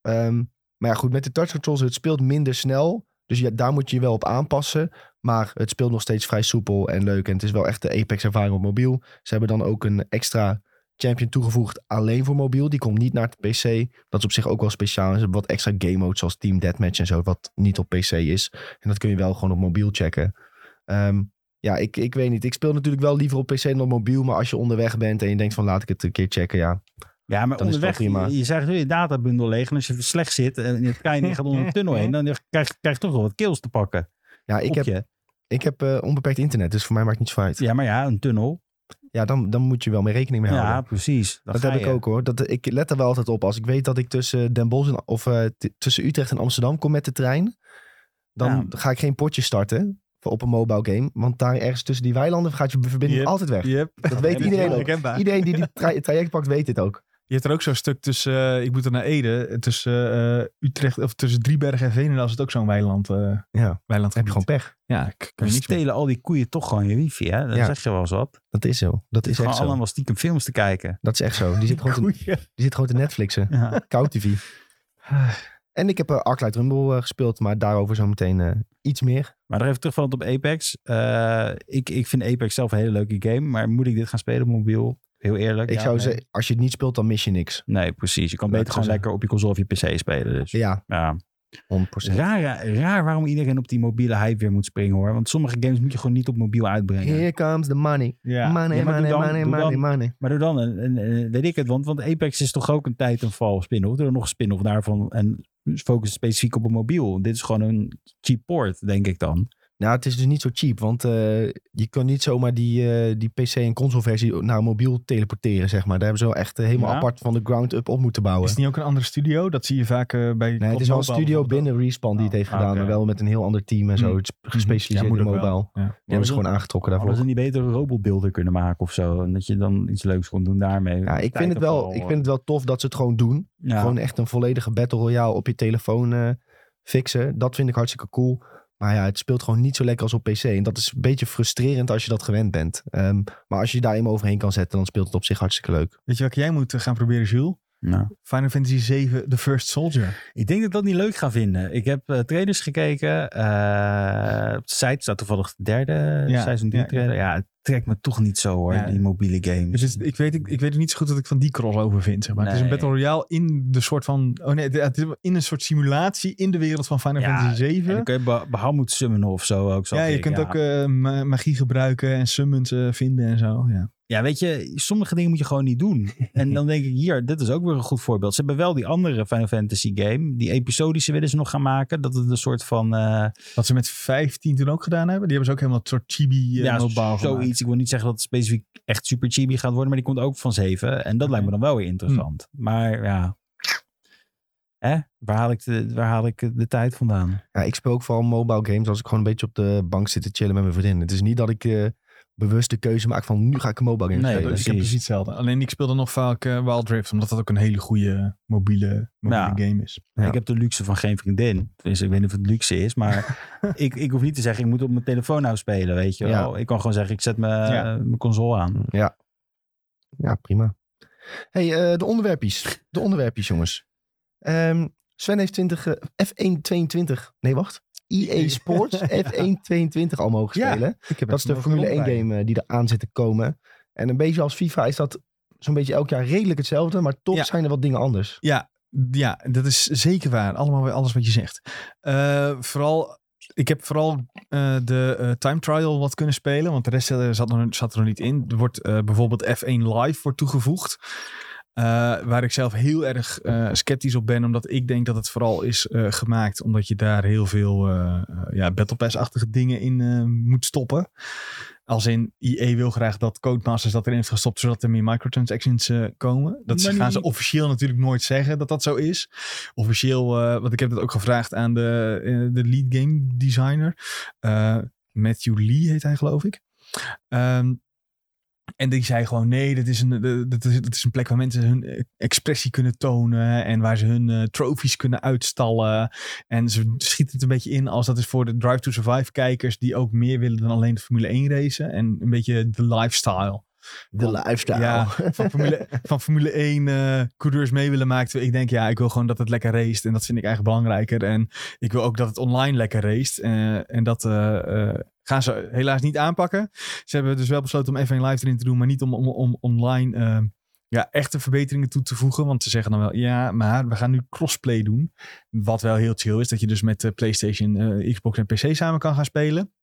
Ehm, maar ja, goed, met de touch controls, het speelt minder snel. Dus ja, daar moet je je wel op aanpassen. Maar het speelt nog steeds vrij soepel en leuk. En het is wel echt de Apex-ervaring op mobiel. Ze hebben dan ook een extra champion toegevoegd alleen voor mobiel. Die komt niet naar de PC. Dat is op zich ook wel speciaal. En ze hebben wat extra game modes zoals Team Deathmatch en zo. Wat niet op PC is. En dat kun je wel gewoon op mobiel checken. Ehm, ja, ik, ik weet niet. Ik speel natuurlijk wel liever op PC dan op mobiel. Maar als je onderweg bent en je denkt van laat ik het een keer checken. Ja,
Ja, maar
Dan is het wel
onderweg, je,
prima.
je zegt nu je databundel leeg. En als je slecht zit eh, en in het trein je gaat onder een tunnel heen, dan krijg je krijg je toch wel wat kills te pakken.
ja ik
op
heb,
je.
ik heb eh, onbeperkt internet. Dus voor mij maakt niets uit.
Ja, maar ja, een tunnel.
Ja, dan, dan moet je wel mee rekening mee
Ja,
houden.
precies. Dan
Dat
ga
heb ik
je.
ook hoor. Dat, ik let er wel altijd op. Als ik weet dat ik tussen Den Bosch en, of eh, t- tussen Utrecht en Amsterdam kom met de trein, dan ga ik geen potje starten voor- op een mobile game. Want daar ergens tussen die weilanden gaat je verbinding
Yep.
altijd weg.
Yep.
Dat weet iedereen ook.
Herkenbaar.
Iedereen die die tra- traject pakt, weet dit ook.
Je hebt er ook zo'n stuk tussen, eh, ik moet er naar Ede, tussen eh, Utrecht, of tussen Driebergen en Veenendaal is het ook zo'n weiland, eh
Ja,
weiland
heb je gewoon pech.
Ja, k- kan
We
je niks mee.
stelen al die koeien toch gewoon je wifi, hè? Dat
Ja.
zeg je wel eens wat.
Dat is zo. Dat is
gewoon
echt zo.
allemaal stiekem films te kijken.
Dat is echt zo. Die zit gewoon te,
Koeien.
die zit gewoon te Netflixen.
Ja.
Koud TV. En ik heb eh Arclight Rumble eh, gespeeld, maar daarover zo meteen eh, iets meer.
Maar nog even terugvallend op Apex. Eh, ik, ik vind Apex zelf een hele leuke game. Maar moet ik dit gaan spelen op mobiel? Heel eerlijk.
Ik
ja,
zou
nee.
zeggen, als je het niet speelt, dan mis je niks.
Nee, precies. Je kan
Laat
beter
ik zo
gewoon lekker op je console of je PC spelen. Dus.
Ja,
Ja.
100%.
Raar, raar, raar waarom iedereen op die mobiele hype weer moet springen hoor. Want sommige games moet je gewoon niet op mobiel uitbrengen.
Here comes the money.
Ja.
Money,
Ja, maar doe
money,
dan-
money,
doe
money,
dan-
money.
Maar doe dan een, een- een- weet ik het, want, want Apex is toch ook een tijd een val spin-off. Doe er nog een spin-off daarvan en focus specifiek op een mobiel. Dit is gewoon een cheap port, denk ik dan.
Nou, het is dus niet zo cheap, want eh, je kan niet zomaar die, eh, die PC- en consoleversie naar een mobiel teleporteren, zeg maar. Daar hebben ze wel echt eh, helemaal
Ja.
apart van de ground up op moeten bouwen.
Is het niet ook een andere studio? Dat zie je vaak eh, bij...
nee, het is wel een studio binnen Respawn die het heeft
Ah,
gedaan,
oké.
maar wel met een heel ander team en zo.
Mhm.
Het is gespecialiseerd
Ja,
in
moet ook wel.
mobile.
Ja.
Die hebben ze gewoon aangetrokken daarvoor.
Hadden ze niet beter een robotbeelden kunnen maken of zo? En dat je dan iets leuks kon doen daarmee.
Ja, ik, vind het wel, ik vind het wel tof dat ze het gewoon doen.
Ja.
Gewoon echt een volledige Battle Royale op je telefoon eh, fixen. Dat vind ik hartstikke cool. Maar ja, het speelt gewoon niet zo lekker als op PC. En dat is een beetje frustrerend als je dat gewend bent. Ehm, maar als je je daar eenmaal overheen kan zetten, dan speelt het op zich hartstikke leuk.
Weet je welke jij moet eh, gaan proberen, Jules?
Ja.
Final Fantasy 7 The First Soldier.
Ik denk dat ik dat niet leuk ga vinden. Ik heb eh, trailers gekeken. eh, op de site staat toevallig de derde
Ja,
seizoen 3
ja,
trailer. Ja, het trekt me toch niet zo hoor,
Ja.
die mobiele games.
Dus het- ik, weet, ik, ik weet niet zo goed wat ik van die crossover vind. Zeg maar. Het is een
Nee.
Battle Royale in de soort van... Oh nee, het is in een soort simulatie in de wereld van Final
Ja,
Fantasy 7.
En dan kun je Ba- Bahamut summonen of zo ook. zag
Ja, je
ik,
kunt ook eh, ma- magie gebruiken en summons eh, vinden en zo. Ja.
Ja, weet je, sommige dingen moet je gewoon niet doen. en dan denk ik, hier, dit is ook weer een goed voorbeeld. Ze hebben wel die andere Final Fantasy game. Die episodische willen ze nog gaan maken. Dat het een soort van... eh,
Wat ze met 15 toen ook gedaan hebben. Die hebben ze ook helemaal een soort chibi eh,
ja,
mobile
zoiets.
gemaakt.
Ik wil niet zeggen dat het specifiek echt super chibi gaat worden, maar die komt ook van 7. En dat lijkt me dan wel weer interessant. Maar ja. Hè? Waar haal ik de, waar haal ik de tijd vandaan?
Ja, ik speel ook vooral mobile games als ik gewoon een beetje op de bank zit te chillen met mijn vriendin. Het is niet dat ik eh, bewust de keuze maak van nu ga ik een mobile game
Nee, dus
spelen.
Ja, dus
precies.
ik heb precies hetzelfde. Alleen ik speelde nog vaak eh, Wild Rift, omdat dat ook een hele goede mobiele, mobiele
Ja.
game is.
Ja.
Ik heb de luxe van geen vriendin. Dus ik weet niet of het luxe is, maar ik, ik hoef niet te zeggen, ik moet op mijn telefoon nou spelen, weet je wel. Ik kan gewoon zeggen, ik zet mijn, eh,
Ja.
mijn console aan.
Ja, prima. hey, eh, de onderwerpjes. De onderwerpjes, jongens. Ehm, Sven heeft 20, eh, F1 22. Nee, wacht. EA Sports F1 22 al mogen
Ja,
spelen.
Ik heb
dat is de Formule 1 game eh, die eraan zit te komen. En een beetje als FIFA is dat zo'n beetje elk jaar redelijk hetzelfde. Maar toch
Ja.
zijn er wat dingen anders.
Ja, dat is zeker waar. Allemaal weer alles wat je zegt. Eh, vooral, ik heb vooral eh, de eh, time trial wat kunnen spelen, want de rest eh, zat, er, zat er nog niet in. Er wordt eh, bijvoorbeeld F1 Live wordt toegevoegd. eh, waar ik zelf heel erg eh, sceptisch op ben, omdat ik denk dat het vooral is eh, gemaakt omdat je daar heel veel eh eh, ja, Battle Pass-achtige dingen in eh, moet stoppen. Als in IE wil graag dat Codemasters dat erin heeft gestopt, zodat er meer microtransactions eh, komen. Dat
Maar
gaan
niet-
ze officieel natuurlijk nooit zeggen dat dat zo is. Officieel, eh, want ik heb dat ook gevraagd aan de, eh, de lead game designer. Eh, Matthew Lee heet hij, geloof ik. Ehm, en die zei gewoon: nee, dat is, een, dat, dat is, dat is een plek waar mensen hun eh, expressie kunnen tonen. En waar ze hun eh trofies kunnen uitstallen. En ze schieten het een beetje in als dat is voor de Drive to Survive kijkers. die ook meer willen dan alleen de Formule 1 racen. En een beetje de lifestyle.
De
Want-
lifestyle.
Ja, van Formule, van Formule 1 eh, coureurs mee willen maken. Terwijl Ik denk, ja, ik wil gewoon dat het lekker race. En dat vind ik eigenlijk belangrijker. En ik wil ook dat het online lekker race. en dat eh, eh, gaan ze helaas niet aanpakken. Ze hebben dus wel besloten om F1 Live erin te doen, maar niet om, om, om online eh, ja, echte verbeteringen toe te voegen. Want ze zeggen dan wel, ja, maar we gaan nu crossplay doen. Wat wel heel chill is, dat je dus met eh, PlayStation, eh, Xbox en PC samen kan gaan spelen.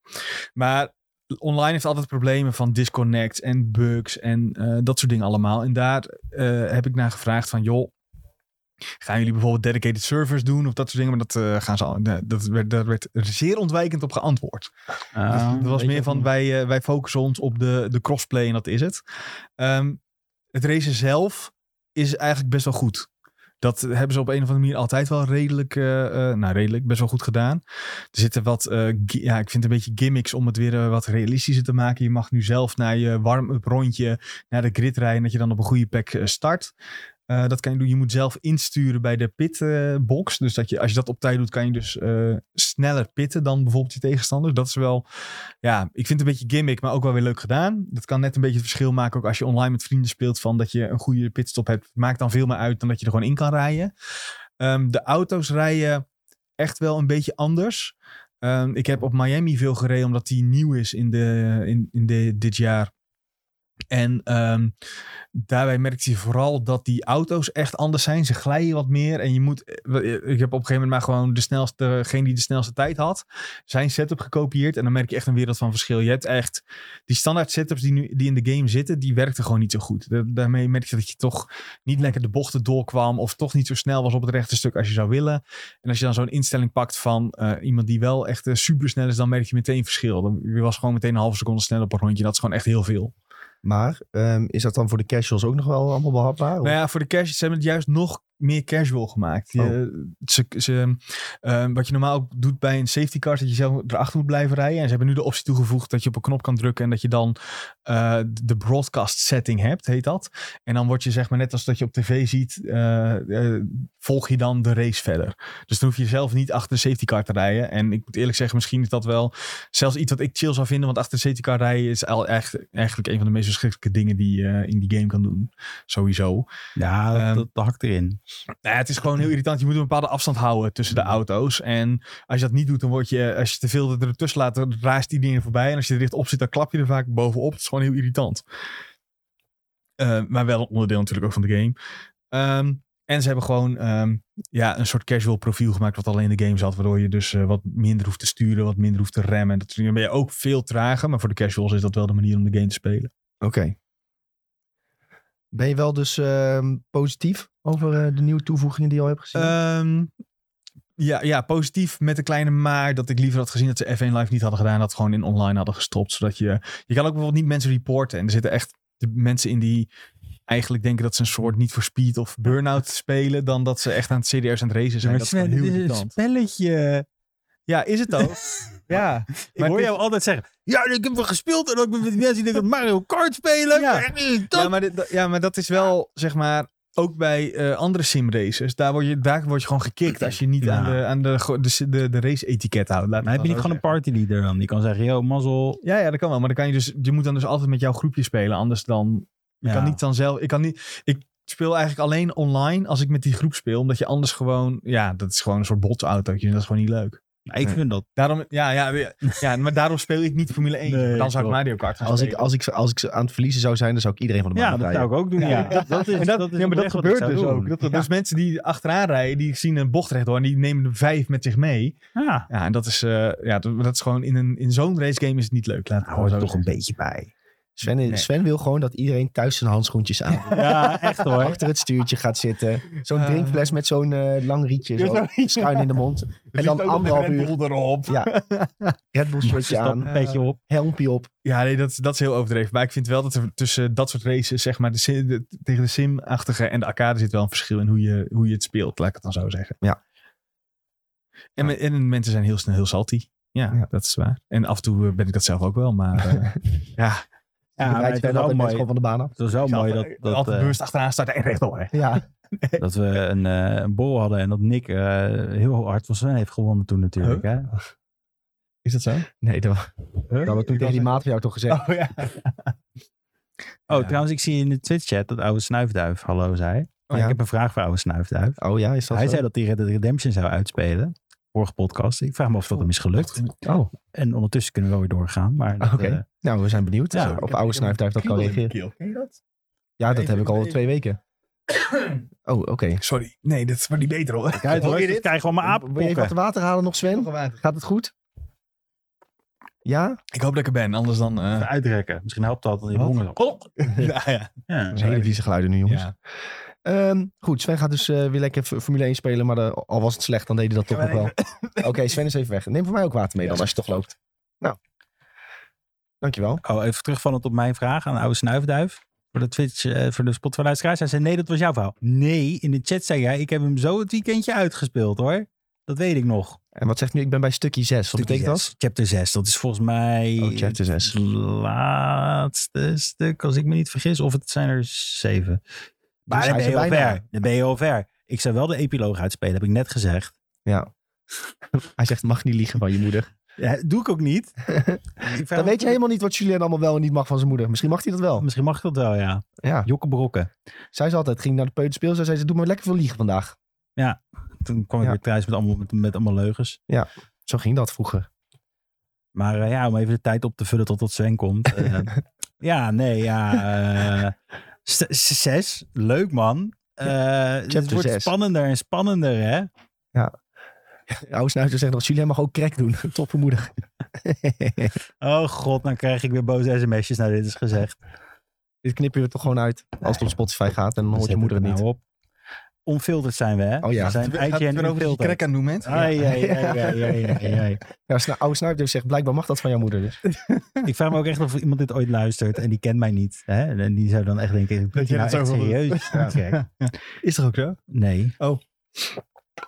Maar online heeft altijd problemen van disconnect en bugs en eh, dat soort dingen allemaal. En daar eh, heb ik naar gevraagd van, joh, gaan jullie bijvoorbeeld dedicated servers doen of dat soort dingen? Maar dat, eh, gaan ze al, nee, dat werd, daar werd zeer ontwijkend op geantwoord.
Ah,
Dus dat was
weet je
meer van,
ook
wij, eh, wij focussen ons op de, de crossplay en dat is het. Ehm, het racen zelf is eigenlijk best wel goed. Dat hebben ze op een of andere manier altijd wel redelijk, eh, eh, nou redelijk, best wel goed gedaan. Er zitten wat, eh, gi- ja, ik vind een beetje gimmicks om het weer eh, wat realistischer te maken. Je mag nu zelf naar je warm-up rondje, naar de grid rijden, dat je dan op een goede plek eh, start. Eh, dat kan je doen. Je moet zelf insturen bij de pitbox. dus dat je, als je dat op tijd doet, kan je dus eh, sneller pitten dan bijvoorbeeld je tegenstanders. Dat is wel, ja, ik vind het een beetje gimmick, maar ook wel weer leuk gedaan. Dat kan net een beetje het verschil maken, ook als je online met vrienden speelt, van dat je een goede pitstop hebt. Maakt dan veel meer uit dan dat je er gewoon in kan rijden. Ehm, de auto's rijden echt wel een beetje anders. Ehm, ik heb op Miami veel gereden, omdat die nieuw is in, de, in, in de, dit jaar. En ehm, daarbij merkte je vooral dat die auto's echt anders zijn. Ze glijden wat meer. En je moet. eh, Ik heb op een gegeven moment maar gewoon de snelste. Degene die de snelste tijd had. Zijn setup gekopieerd. En dan merk je echt een wereld van verschil. Je hebt echt. Die standaard setups die, nu, die in de game zitten. Die werkten gewoon niet zo goed. Da- daarmee merk je dat je toch niet lekker de bochten doorkwam. Of toch niet zo snel was op het rechte stuk als je zou willen. En als je dan zo'n instelling pakt van eh, iemand die wel echt super supersnel is. Dan merk je meteen verschil. Dan, je was gewoon meteen een halve seconde sneller op een rondje. Dat is gewoon echt heel veel.
Maar ehm, is dat dan voor de casuals ook nog wel allemaal behapbaar?
Nou ja, voor de casuals hebben het juist nog meer casual gemaakt. Je- ze, ze, eh, wat je normaal ook doet bij een safety car, is dat je zelf erachter moet blijven rijden. En ze hebben nu de optie toegevoegd dat je op een knop kan drukken en dat je dan eh, de broadcast setting hebt, heet dat. En dan word je zeg maar net als dat je op tv ziet, eh, eh, volg je dan de race verder. Dus dan hoef je zelf niet achter de safety car te rijden. En ik moet eerlijk zeggen, misschien is dat wel zelfs iets wat ik chill zou vinden, want achter de safety car rijden is al echt, eigenlijk een van de meest verschrikkelijke dingen die je eh, in die game kan doen. Sowieso.
Ja, dat,
Ehm,
dat, dat hakt erin.
Nou ja, het is gewoon heel irritant. Je moet een bepaalde afstand houden tussen de auto's. En als je dat niet doet, dan word je, als je te veel er tussen laat, dan raast die dingen voorbij. En als je er dichtop zit, dan klap je er vaak bovenop. Het is gewoon heel irritant. Eh, maar wel een onderdeel natuurlijk ook van de game. Ehm, en ze hebben gewoon ehm, ja, een soort casual profiel gemaakt wat alleen in de game zat. Waardoor je dus eh, wat minder hoeft te sturen, wat minder hoeft te remmen. En Dat, soort dingen. dan ben je ook veel trager. Maar voor de casuals is dat wel de manier om de game te spelen.
Oké. Ben je wel dus ehm, positief over eh, de nieuwe toevoegingen die je al hebt gezien?
Ehm, ja, ja, positief met een kleine maar dat ik liever had gezien dat ze F1 Live niet hadden gedaan. Dat gewoon in online hadden gestopt. Zodat je. Je kan ook bijvoorbeeld niet mensen reporten. En er zitten echt de mensen in die eigenlijk denken dat ze een soort niet voor speed of burn-out spelen. Dan dat ze echt aan het serieus aan het racen zijn. dat is gewoon heel irritant.
spelletje.
Ja, is het ook? ja.
Ik hoor jou altijd zeggen, ja, ik heb wel gespeeld en ook met die mensen die denken dat Mario Kart spelen.
Ja.
Ja, dat.
Ja maar, dit- dat- ja, maar dat is wel, zeg maar, ook bij eh, andere simraces. Daar word, je, daar word je gewoon gekikt als je niet
Ja.
aan de, aan de, go- de, de, de race-etiket houdt. Laat
maar heb je niet gewoon een partyleader dan? Die kan zeggen, yo, mazzel.
Ja, ja, dat kan wel. Maar dan kan je dus, je moet dan dus altijd met jouw groepje spelen. Anders dan, je
Ja.
kan niet dan zelf, ik kan niet, ik speel eigenlijk alleen online als ik met die groep speel. Omdat je anders gewoon, ja, dat is gewoon een soort botsautootje. En dat is gewoon niet leuk.
Nou, ik
Nee.
vind dat.
Daarom, ja, ja, ja, ja, maar daarom speel ik niet Formule 1.
Nee,
dan zou ik
klopt.
Mario Kart gaan
als, ik,
spelen.
als, ik, als ik ze aan het verliezen zou zijn, dan zou ik iedereen van de baan
Ja, dat
rijden.
zou ik ook doen. Ja.
Ja.
Dat is,
En dat,
is
ja, maar dat
oprecht wat ik
gebeurt
zou
dus
doen.
ook. Dat, Dus mensen die achteraan rijden, die zien een bocht rechtdoor en die nemen er vijf met zich mee.
Ja,
Ja, en dat is, eh, ja, dat, dat is gewoon in, een, in zo'n racegame is het niet leuk. Laat het
daar
gewoon
hoort
zo
er Nou, toch een
zeggen.
beetje bij.
Sven,
Nee.
Sven wil gewoon dat iedereen thuis zijn handschoentjes aan doet.
Ja, echt hoor.
Achter het stuurtje gaat zitten. Zo'n
Eh.
drinkfles met zo'n eh, lang rietje.
Ja,
Zo,
zo'n rietje.
schuin in de mond.
Er
En
zit
dan
ook nog een
anderhalf
Red
uur.
Bull erop.
Ja. Red Bull shirtje
Stap
aan.
een beetje op.
Helmpje op.
Ja, nee, dat, dat is heel overdreven. Maar ik vind wel dat er tussen dat soort races, zeg maar, de, sim- de- tegen de sim-achtige en de arcade zit wel een verschil in hoe je, hoe je het speelt, laat ik het dan zo zeggen.
Ja.
En, me- en mensen zijn heel snel heel salty. Ja,
Ja.
dat is waar. En af en toe eh, ben ik dat zelf ook wel, maar eh, ja.
Ja,
Ja, maar
rijdt
het was
Sven altijd
wel
mensen
mooi.
gewoon van de baan af.
Het was wel Oh, mooi dat,
Altijd-
dat,
altijd
eh,
bewust achteraan starten en rechtdoor. Hè.
Ja,
dat we een, eh, een bol hadden en dat Nick eh, heel hard van Sven heeft gewonnen toen natuurlijk. Hè?
Is dat zo?
nee, dat, was- dat
Ik
had ik toen tegen die maat van jou toch gezegd.
Oh ja.
Oh,
Ja.
trouwens, ik zie in de Twitch-chat dat Oude Snuifduif hallo zei. Maar
Oh, ja.
Oh, Ik heb een vraag voor Oude Snuifduif.
Oh ja, is dat
Hij
zo?
zei dat hij Red Dead Redemption zou uitspelen. Vorige podcast. Ik vraag me af dat hem is gelukt.
Oh,
En ondertussen kunnen we wel weer doorgaan. Maar dat,
Oké.
eh,
nou, we zijn benieuwd
Ja,
of oude snuifduif dat kan reageren.
Ken je dat?
Ja, dat
Even-
heb ik al
even-
twee weken. Oh, oké.
Sorry. Nee, dat wordt niet beter hoor.
kijk, hoor,
Hoor je
ik
dit?
krijg gewoon mijn
Wil je even wat
apenpokken.
water halen nog, Sven?
Ik
Gaat het goed? Ja?
hoop dat ik er ben, anders dan... eh,
Even uitrekken. Misschien helpt dat. Dan je
Wat?
honger. Oh,
ja, ja.
ja.
Dat zijn hele vieze geluiden nu, jongens.
Ja.
Ehm, goed, Sven gaat dus eh, weer lekker F- Formule 1 spelen. Maar de- al was het slecht, dan deed hij dat toch nog wel. Oké, Sven is even weg. Neem voor mij ook water mee dan, als je toch loopt. Nou. Dankjewel.
Oh, even terugvallend op mijn vraag aan de oude snuifduif. Voor de Twitch, eh, voor de Spotify-luisteraars. Hij zei, nee, dat was jouw verhaal. Nee, in de chat zei jij, ik heb hem zo het weekendje uitgespeeld hoor. Dat weet ik nog.
En wat zegt nu? Ik ben bij stukje 6. Wat
Stukje
betekent
zes. Chapter 6. Dat is volgens mij
dat? Oh, chapter 6.
het laatste stuk, als ik me niet vergis. Of het zijn er zeven. Maar
Dus
dan
hij is
ben je al
er bijna.
ver. Dan ben je al ver. Ik zou wel de epiloog uitspelen, heb ik net gezegd.
Ja. Hij zegt, mag niet liegen van je moeder.
Ja, doe ik ook niet. Ik vraag
Dan
me-
weet je helemaal niet wat Julien allemaal wel en niet mag van zijn moeder. Misschien mag hij dat wel.
Misschien mag ik dat wel, ja.
Ja.
Jokke brokken.
Zij ze altijd, ging naar de peuterspeelzaal. Zij zei, ze, doe maar lekker veel liegen vandaag.
Toen kwam ik
Ja.
weer thuis met allemaal, met, met allemaal leugens.
Zo ging dat vroeger.
Maar eh, ja, om even de tijd op te vullen totdat Sven komt. eh, ja, nee, ja. eh, s- s- zes. Leuk, man. Eh, het
Chapter
wordt
zes.
spannender en spannender, hè?
Oude snuiter zegt nog, Julien mag ook crack doen. Topvermoedig.
Oh god, dan krijg ik weer boze sms'jes. Nou, dit is gezegd.
Dit knippen we toch gewoon uit als het op Spotify gaat. En dan hoort je
Zet
moeder het
het
niet.
nou op. Onfilterd zijn we, hè?
Oh ja.
We zijn
Gaat
IGN
het weer over die
onfilterd.
crack aan doen, mensen?
Ai, ai, ai, ai, ai, ai, ai.
Ja, snu- oude snuiter zegt, blijkbaar mag dat van jouw moeder dus.
Ik vraag me ook echt of iemand dit ooit luistert en die kent mij niet. Hè? En die zou dan echt denken, ik
Dat
je
je
nou
dat
echt
zo wil doen.
serieus. Nou, Kijk,
Ja, ja. Is toch ook zo?
Nee.
Oh.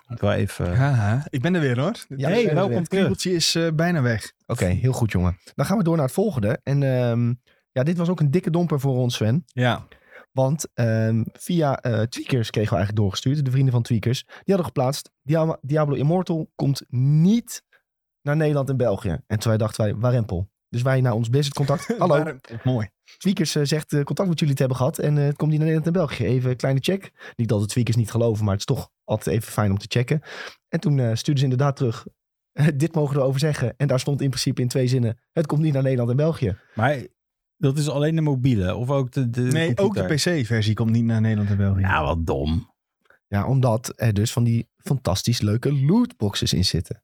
Ik wil even...
Ja, ik ben er weer hoor. Het
Ja,
hey,
dat is
welkom terug.
kriebeltje is eh, bijna weg.
Oké, heel goed jongen. Dan gaan we door naar het volgende. En ehm, ja, dit was ook een dikke domper voor ons Sven.
Ja.
Want ehm, via eh, Tweakers kregen we eigenlijk doorgestuurd. De vrienden van Tweakers. Die hadden geplaatst. Dia- Diablo Immortal komt niet naar Nederland en België. En toen wij dachten wij, warempel. Dus wij naar ons Blizzard contact. Hallo,
Maar, mooi.
Tweakers eh, zegt eh, contact met jullie te hebben gehad. En eh, het komt niet naar Nederland en België. Even een kleine check. Niet dat de Tweakers niet geloven, maar het is toch altijd even fijn om te checken. En toen eh, stuurden ze inderdaad terug. Dit mogen we erover zeggen. En daar stond in principe in twee zinnen. Het komt niet naar Nederland en België.
Maar dat is alleen de mobiele of ook de, de
Nee, ook de PC-versie komt niet naar Nederland en België.
Ja, wat dom.
Ja, omdat er dus van die fantastisch leuke lootboxes in zitten.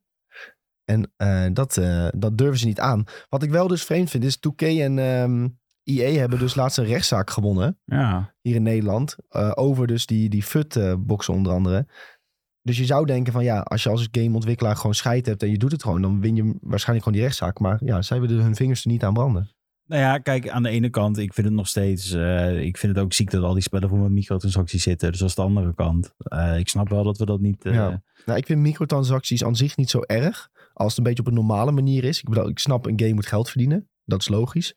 En eh, dat, eh, dat durven ze niet aan. Wat ik wel dus vreemd vind is 2K en ehm EA hebben dus laatst een rechtszaak gewonnen
Ja.
hier in Nederland. eh, over dus die, die FUT-boxen onder andere. Dus je zou denken van ja, als je als gameontwikkelaar gewoon scheid hebt en je doet het gewoon, dan win je waarschijnlijk gewoon die rechtszaak. Maar ja, zij willen hun vingers er niet aan branden.
Nou ja, kijk, aan de ene kant, ik vind het nog steeds... eh, ik vind het ook ziek dat al die spellen voor mijn microtransacties zitten. Dus dat is de andere kant. Eh, ik snap wel dat we dat niet... eh,
Ja. Nou, ik vind microtransacties aan zich niet zo erg. Als het een beetje op een normale manier is. Ik bedoel, ik snap een game moet geld verdienen. Dat is logisch.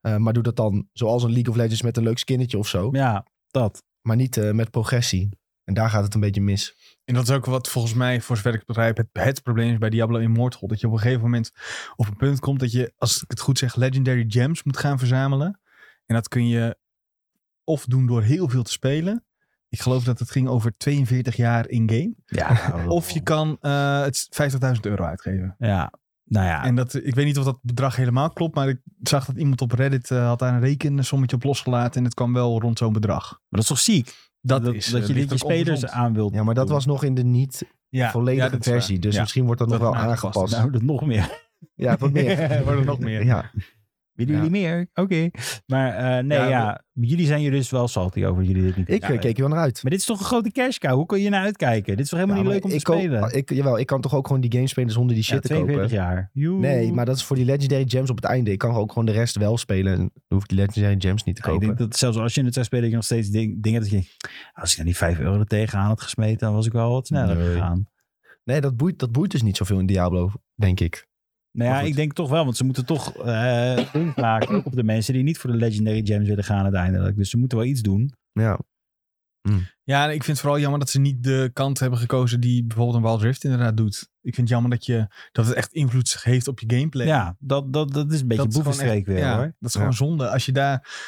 Eh, maar doe dat dan zoals een League of Legends met een leuk skinnetje of zo.
ja, dat.
Maar niet eh, met progressie. En daar gaat het een beetje mis.
En dat is ook wat volgens mij, voor zover ik het begrijp, het, het probleem is bij Diablo Immortal. Dat je op een gegeven moment op een punt komt dat je, als ik het goed zeg, Legendary Gems moet gaan verzamelen. En dat kun je of doen door heel veel te spelen. Ik geloof dat het ging over 42 jaar in-game.
Ja,
Of je kan eh, het 50.000 euro uitgeven.
Ja, nou ja.
En dat, ik weet niet of dat bedrag helemaal klopt, maar ik zag dat iemand op Reddit eh, had daar een rekensommetje op losgelaten en het kwam wel rond zo'n bedrag.
Maar dat is toch ziek?
Dat,
Dat,
is,
dat je
eh,
dit
ligt
je
ook
spelers
ongezond.
aan wilt
Ja, maar dat
doen.
was nog in de niet
ja,
volledige
ja, dat is waar.
versie. Dus
Ja.
misschien wordt dat,
Dat
nog wel
is aangepast.
aangepast.
Nou, dat nog meer.
Ja, wat meer.
Wordt er nog meer.
Ja.
Willen
Ja.
jullie meer? Oké. Maar eh, nee,
Ja,
ja, Jullie zijn hier dus wel salty over dat jullie dit niet
Ik eh,
Ja,
keek er wel naar uit.
Maar dit is toch een grote cash cow? Hoe kun je naar uitkijken? Dit is toch helemaal
Ja,
niet
maar
leuk om te
ik koop- ah,
spelen?
ik, jawel, ik kan toch ook gewoon die games spelen zonder die
Ja,
shit te kopen.
42 jaar. Joe.
Nee, maar dat is voor die Legendary Gems op het einde. Ik kan ook gewoon de rest wel spelen. En dan hoef ik die Legendary Gems niet te
Ja, ik
kopen.
denk dat zelfs als je het zou spelen, dat je nog steeds ding- dingen dat je... denkt, Als ik nou die 5 euro er tegenaan had gesmeten, dan was ik wel wat sneller
Nee.
gegaan.
Nee, dat boeit, dat boeit dus niet zoveel in Diablo, denk ik.
Nou
Maar
ja,
goed.
ik denk toch wel, want ze moeten toch eh punt maken ook op de mensen die niet voor de Legendary Gems willen gaan uiteindelijk. Dus ze moeten wel iets doen.
Ja,
Ja, en ik vind het vooral jammer dat ze niet de kant hebben gekozen die bijvoorbeeld een Wild Rift inderdaad doet. Ik vind het jammer dat, je, dat het echt invloed heeft op je gameplay.
Ja, dat, dat, dat is een beetje
dat is gewoon
boevenstreek
echt-
weer
ja,
hoor.
Dat is
Ja.
gewoon zonde. Als je daar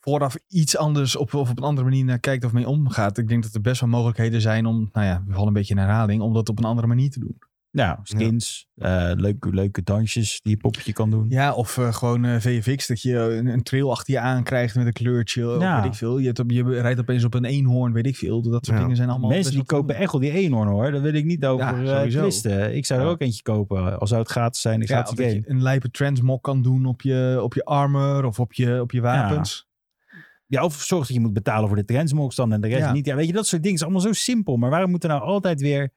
vooraf iets anders op, of op een andere manier naar kijkt of mee omgaat. Ik denk dat er best wel mogelijkheden zijn om, nou ja, we vallen een beetje in herhaling, om dat op een andere manier te doen.
Ja, skins, eh, leuke, leuke dansjes die je poppetje kan doen.
Ja, of eh, gewoon eh, VFX, dat je een, een trail achter je aan krijgt met een kleurtje, of
Ja.
weet ik veel. Je, hebt op- je rijdt opeens op een eenhoorn, weet ik veel. Dat soort
Ja.
dingen zijn allemaal...
Mensen die
best wel
kopen echt wel die eenhoorn hoor. Daar wil ik niet over
Ja,
eh,
sowieso.
twisten. Ik zou er
Ja.
ook eentje kopen. Al zou het gratis zijn,
Ja,
ik zou
of
het
dat
game.
je een lijpe transmog kan doen op je, op je armor of op je, op je wapens.
Ja, of zorg dat je moet betalen voor de trendsmogs dan en de rest
Ja.
niet. Ja, weet je, dat soort dingen is allemaal zo simpel. Maar waarom moeten we nou altijd weer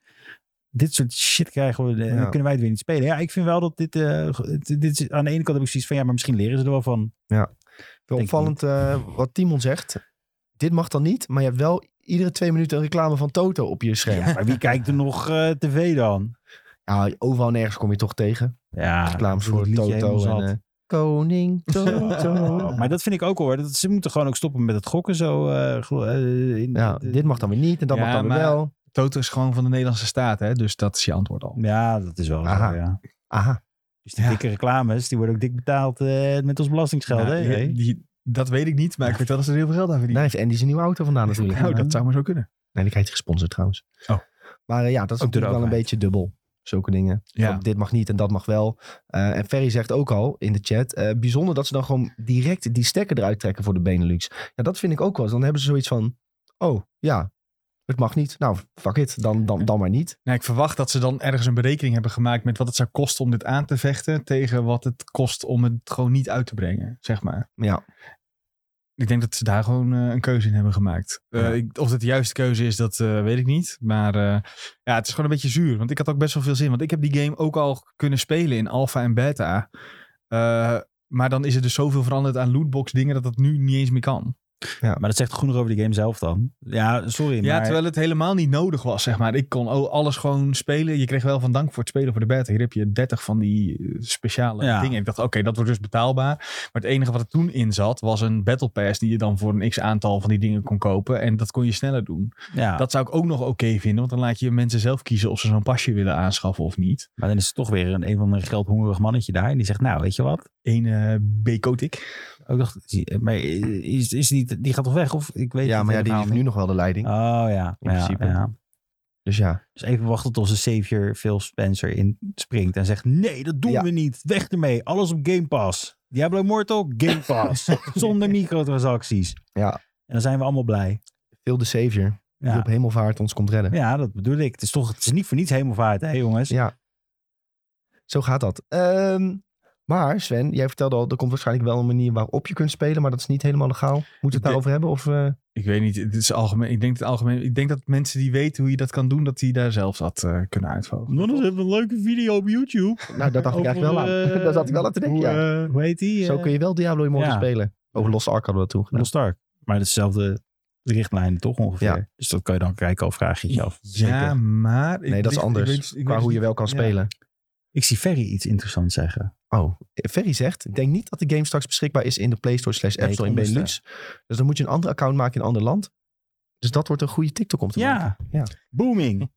dit soort shit krijgen? We,
Ja.
Dan kunnen wij het weer niet spelen. Ja, ik vind wel dat dit, eh, g- dit- dit is, aan de ene kant heb ik zoiets van, ja, maar misschien leren ze er wel van.
Wel
Denk
opvallend eh, wat Timon zegt. Dit mag dan niet, maar je hebt wel iedere twee minuten een reclame van Toto op je scherm.
Ja, maar wie kijkt er nog eh, tv dan?
Ja, overal nergens kom je toch tegen.
Ja,
Reclames
ik bedoel,
voor
het liedje
Toto. En,
helemaal zat.
eh, Koning Toto.
Oh, maar dat vind ik ook hoor. Dat, ze moeten gewoon ook stoppen met het gokken zo. eh, glo- eh, in-
Ja,
eh,
dit mag dan weer niet en dat
Ja,
mag dan weer
maar-
wel.
Toto is gewoon van de Nederlandse staat, hè? Dus dat is je antwoord al.
ja, dat is wel
Aha.
zo, ja.
Aha.
Dus die
Ja.
dikke reclames, die worden ook dik betaald eh, met ons belastingsgeld,
Nou,
hè?
die- die- dat weet ik niet, maar ik weet wel dat ze er heel veel geld aan
Daar
verdienen.
heeft Andy zijn nieuwe auto vandaan natuurlijk.
nou, dat zou maar zo kunnen.
Nee, die krijgt hij gesponsord trouwens.
Oh.
Maar eh, ja, dat is
Ook door de
natuurlijk wel een
overheid.
beetje dubbel. Zulke dingen.
Ja.
Van, dit mag niet en dat mag wel. Eh, en Ferry zegt ook al in de chat. eh, bijzonder dat ze dan gewoon direct die stekker eruit trekken voor de Benelux. Ja, dat vind ik ook wel. Dan hebben ze zoiets van. Oh ja, het mag niet. Nou, fuck it. Dan, dan, dan maar niet.
Nou, ik verwacht dat ze dan ergens een berekening hebben gemaakt met wat het zou kosten om dit aan te vechten tegen wat het kost om het gewoon niet uit te brengen, zeg maar.
Maar ja,
Ik denk dat ze daar gewoon eh, een keuze in hebben gemaakt. Eh,
Ja.
ik- of dat de juiste keuze is, dat eh, weet ik niet. Maar eh, ja, het is gewoon een beetje zuur. Want ik had ook best wel veel zin. Want ik heb die game ook al kunnen spelen in alpha en beta. Eh, maar dan is er dus zoveel veranderd aan lootbox dingen dat dat nu niet eens meer kan.
Maar dat zegt genoeg over de game zelf dan. Ja, sorry,
Ja,
maar...
terwijl het helemaal niet nodig was, zeg maar. Ik kon o- alles gewoon spelen. Je kreeg wel van dank voor het spelen voor de beta. Hier heb je 30 van die eh, speciale
Ja.
dingen. Ik dacht, oké, dat wordt dus betaalbaar. Maar het enige wat er toen in zat, was een battle pass... die je dan voor een x-aantal van die dingen kon kopen. En dat kon je sneller doen.
ja,
Dat zou ik ook nog oké vinden. Want dan laat je mensen zelf kiezen of ze zo'n pasje willen aanschaffen of niet.
maar dan is het toch weer een, een van een geldhongerig mannetje daar. En die zegt, nou, weet je wat?
Eén eh B-Kotik.
Ook dacht, maar is, is die, die gaat toch weg? Of ik weet
ja
het
maar ja, die
helemaal
heeft nu nog wel de leiding.
niet. Oh ja,
In
ja,
principe.
ja.
Dus ja.
Dus even wachten tot onze savior Phil Spencer in springt en zegt... Nee, dat doen
Ja.
we niet. Weg ermee. Alles op Game Pass. Diablo Immortal, Game Pass. Zonder microtransacties.
Ja.
En dan zijn we allemaal blij.
Veel de savior. Die op
Ja,
hemelvaart ons komt redden.
ja dat bedoel ik. Het is, toch, het is niet voor niets hemelvaart, hè jongens?
Ja. Zo gaat dat. Ehm, maar Sven, jij vertelde al, er komt waarschijnlijk wel een manier waarop je kunt spelen, maar dat is niet helemaal legaal. Moeten we het
Ik-
daarover hebben? Of, eh,
Ik weet niet, het is algemeen. Ik denk, het algemeen, ik denk dat mensen die weten hoe je dat kan doen... dat die daar zelf dat eh, kunnen uitvogelen.
hebben een leuke video op YouTube. eh,
Nou, daar dacht ik eigenlijk wel aan. daar zat ik wel aan te denken,
Hoe,
ja.
eh, hoe heet die?
Zo
Eh,
kun je wel Diablo Immortal
ja.
spelen. Over Lost Ark hadden we dat toen gedaan.
Lost Ark. Maar dat is dezelfde richtlijn toch ongeveer.
Ja.
Dus dat kan je dan kijken al vraag je het je af.
Ja, maar... ik
Nee, dat is
weet- ik
anders.
weet- ik
qua
weet-
hoe je wel kan
ja.
spelen.
Ik zie Ferry iets interessants zeggen.
Oh, Ferry zegt, ik denk niet dat de game straks beschikbaar is in de Play Store slash App
Nee, eh.
Store in
ik
Benelux. Dus dan moet je een ander account maken in een ander land. Dus dat wordt een goede TikTok om te maken. Ja.
Booming.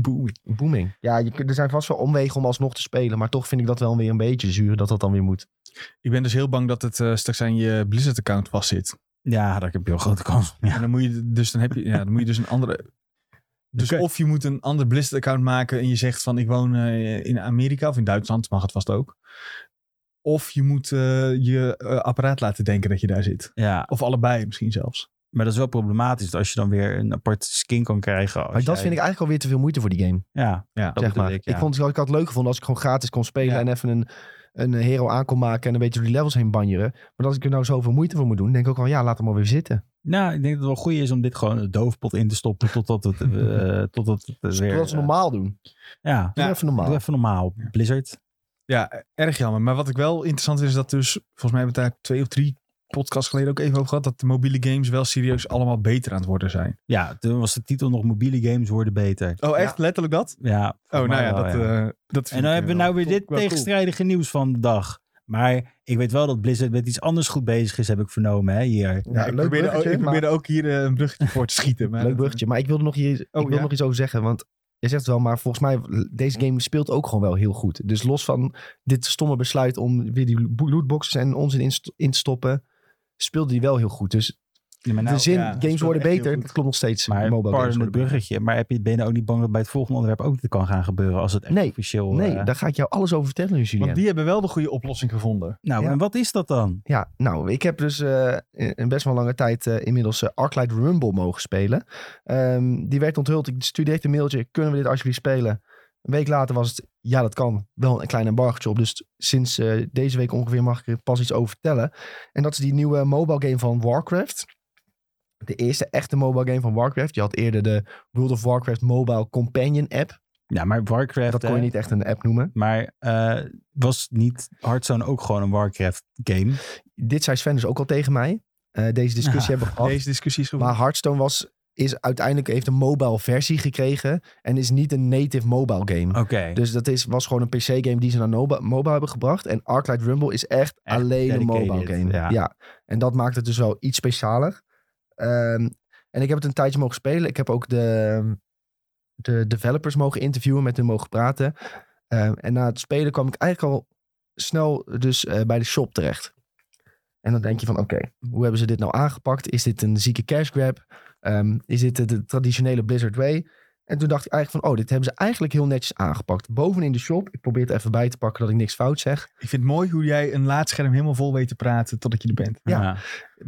Boei.
Booming. Ja, je, kunt- er zijn vast wel omwegen om alsnog te spelen. Maar toch vind ik dat wel weer een beetje zuur dat dat dan weer moet.
Ik ben dus heel bang dat het eh, straks aan je Blizzard-account vastzit.
Ja, daar heb je wel grote kans op.
En
Ja.
dan moet je dus, dan heb je, ja, dan moet je dus een andere... Dus
Oké.
of je moet een ander Blizzard-account maken en je zegt van ik woon eh, in Amerika of in Duitsland, mag het vast ook. Of je moet eh, je eh, apparaat laten denken dat je daar zit.
ja,
Of allebei misschien zelfs.
maar dat is wel problematisch als je dan weer een apart skin kan krijgen. als
Maar dat
jij-
vind ik eigenlijk alweer te veel moeite voor die game.
Ja,
Ja.
dat
zeg
bedoel
maar. Ik,
Ik, ja.
vond het, ik had het leuk gevonden als ik gewoon gratis kon spelen
Ja.
en even een, een hero aan kon maken en een beetje door die levels heen banjeren. Maar als ik er nou zoveel moeite voor moet doen, denk ik ook wel, ja, laat hem maar weer zitten.
Nou, ik denk dat het wel goed is om dit gewoon een doofpot in te stoppen totdat het, eh, totdat het eh, weer...
Zodat ze normaal doen.
eh, ja,
Doe
Ja.
even
doe
normaal.
even normaal. Blizzard.
ja, erg jammer. Maar wat ik wel interessant vind is dat dus, volgens mij hebben we het daar twee of drie podcasts geleden ook even over gehad, dat de mobiele games wel serieus allemaal beter aan het worden zijn.
Ja, toen was de titel nog mobiele games worden beter.
Oh,
echt?
echt? Letterlijk dat?
Ja,
Oh,
volgens
nou
mij
ja,
wel,
dat, eh, dat
En dan hebben we nou weer dit tegenstrijdige nieuws van de dag. Maar ik weet wel dat Blizzard met iets anders goed bezig is, heb ik vernomen hè, hier.
Ja,
Ja,
leuk
ik, probeerde, ook,
bruggetje,
ik
maar,
probeerde ook hier eh, een bruggetje voor te schieten. Maar
leuk
dat, eh,
bruggetje. Maar ik wilde nog, hier, ik
Oh,
wilde
ja.
nog iets over zeggen, want je zegt het wel, maar volgens mij, deze game speelt ook gewoon wel heel goed. Dus los van dit stomme besluit om weer die lo- lootboxes en onzin in, st- in te stoppen, speelde die wel heel goed. Dus
Ja, maar
de
nou-
zin,
ja,
games
speelt
worden
echt heel
beter,
goed.
dat klopt nog steeds.
maar
Mobile games
pardon het
worden beter.
bruggetje. Maar heb je, ben je nou ook niet bang dat bij het volgende onderwerp ook dit kan gaan gebeuren als het echt
Nee,
officieel... eh,
Nee, daar ga ik jou alles over vertellen nu, Julien.
Want die hebben wel de goede oplossing gevonden.
Nou,
Ja.
en wat is dat dan?
Ja, nou, ik heb dus eh, een best wel lange tijd eh, inmiddels eh, Arclight Rumble mogen spelen. Ehm, die werd onthuld. Ik stuurde direct een mailtje. Kunnen we dit alsjeblieft spelen? Een week later was het, ja dat kan, wel een klein embargoetje op. Dus sinds eh, deze week ongeveer mag ik er pas iets over vertellen. En dat is die nieuwe mobile game van Warcraft. De eerste echte mobile game van Warcraft. Je had eerder de World of Warcraft Mobile Companion app.
Ja, maar Warcraft...
Dat kon je
hè,
niet echt een app noemen.
Maar eh, was niet Hearthstone ook gewoon een Warcraft game?
Dit zei Sven dus ook al tegen mij. eh, deze discussie
Ja,
hebben we gehad.
Deze discussies
Maar Hearthstone was is uiteindelijk heeft een mobile versie gekregen en is niet een native mobile game.
Oké.
Dus dat is, was gewoon een PC-game die ze naar noba- mobile hebben gebracht. En Arclight Rumble is echt,
Echt
alleen een
dedicated,
mobile game.
ja.
Ja. En dat maakt het dus wel iets specialer. Ehm, en ik heb het een tijdje mogen spelen. Ik heb ook de, de developers mogen interviewen, met hen mogen praten. Ehm, en na het spelen kwam ik eigenlijk al snel dus eh, bij de shop terecht. En dan denk je van, oké, hoe hebben ze dit nou aangepakt? Is dit een zieke cash grab? Ehm, is dit de, de traditionele Blizzard way? En toen dacht ik eigenlijk van, oh, dit hebben ze eigenlijk heel netjes aangepakt. Bovenin de shop, ik probeer het even bij te pakken dat ik niks fout zeg.
Ik vind het mooi hoe jij een laadscherm helemaal vol weet te praten totdat je er bent.
ja.
Ja.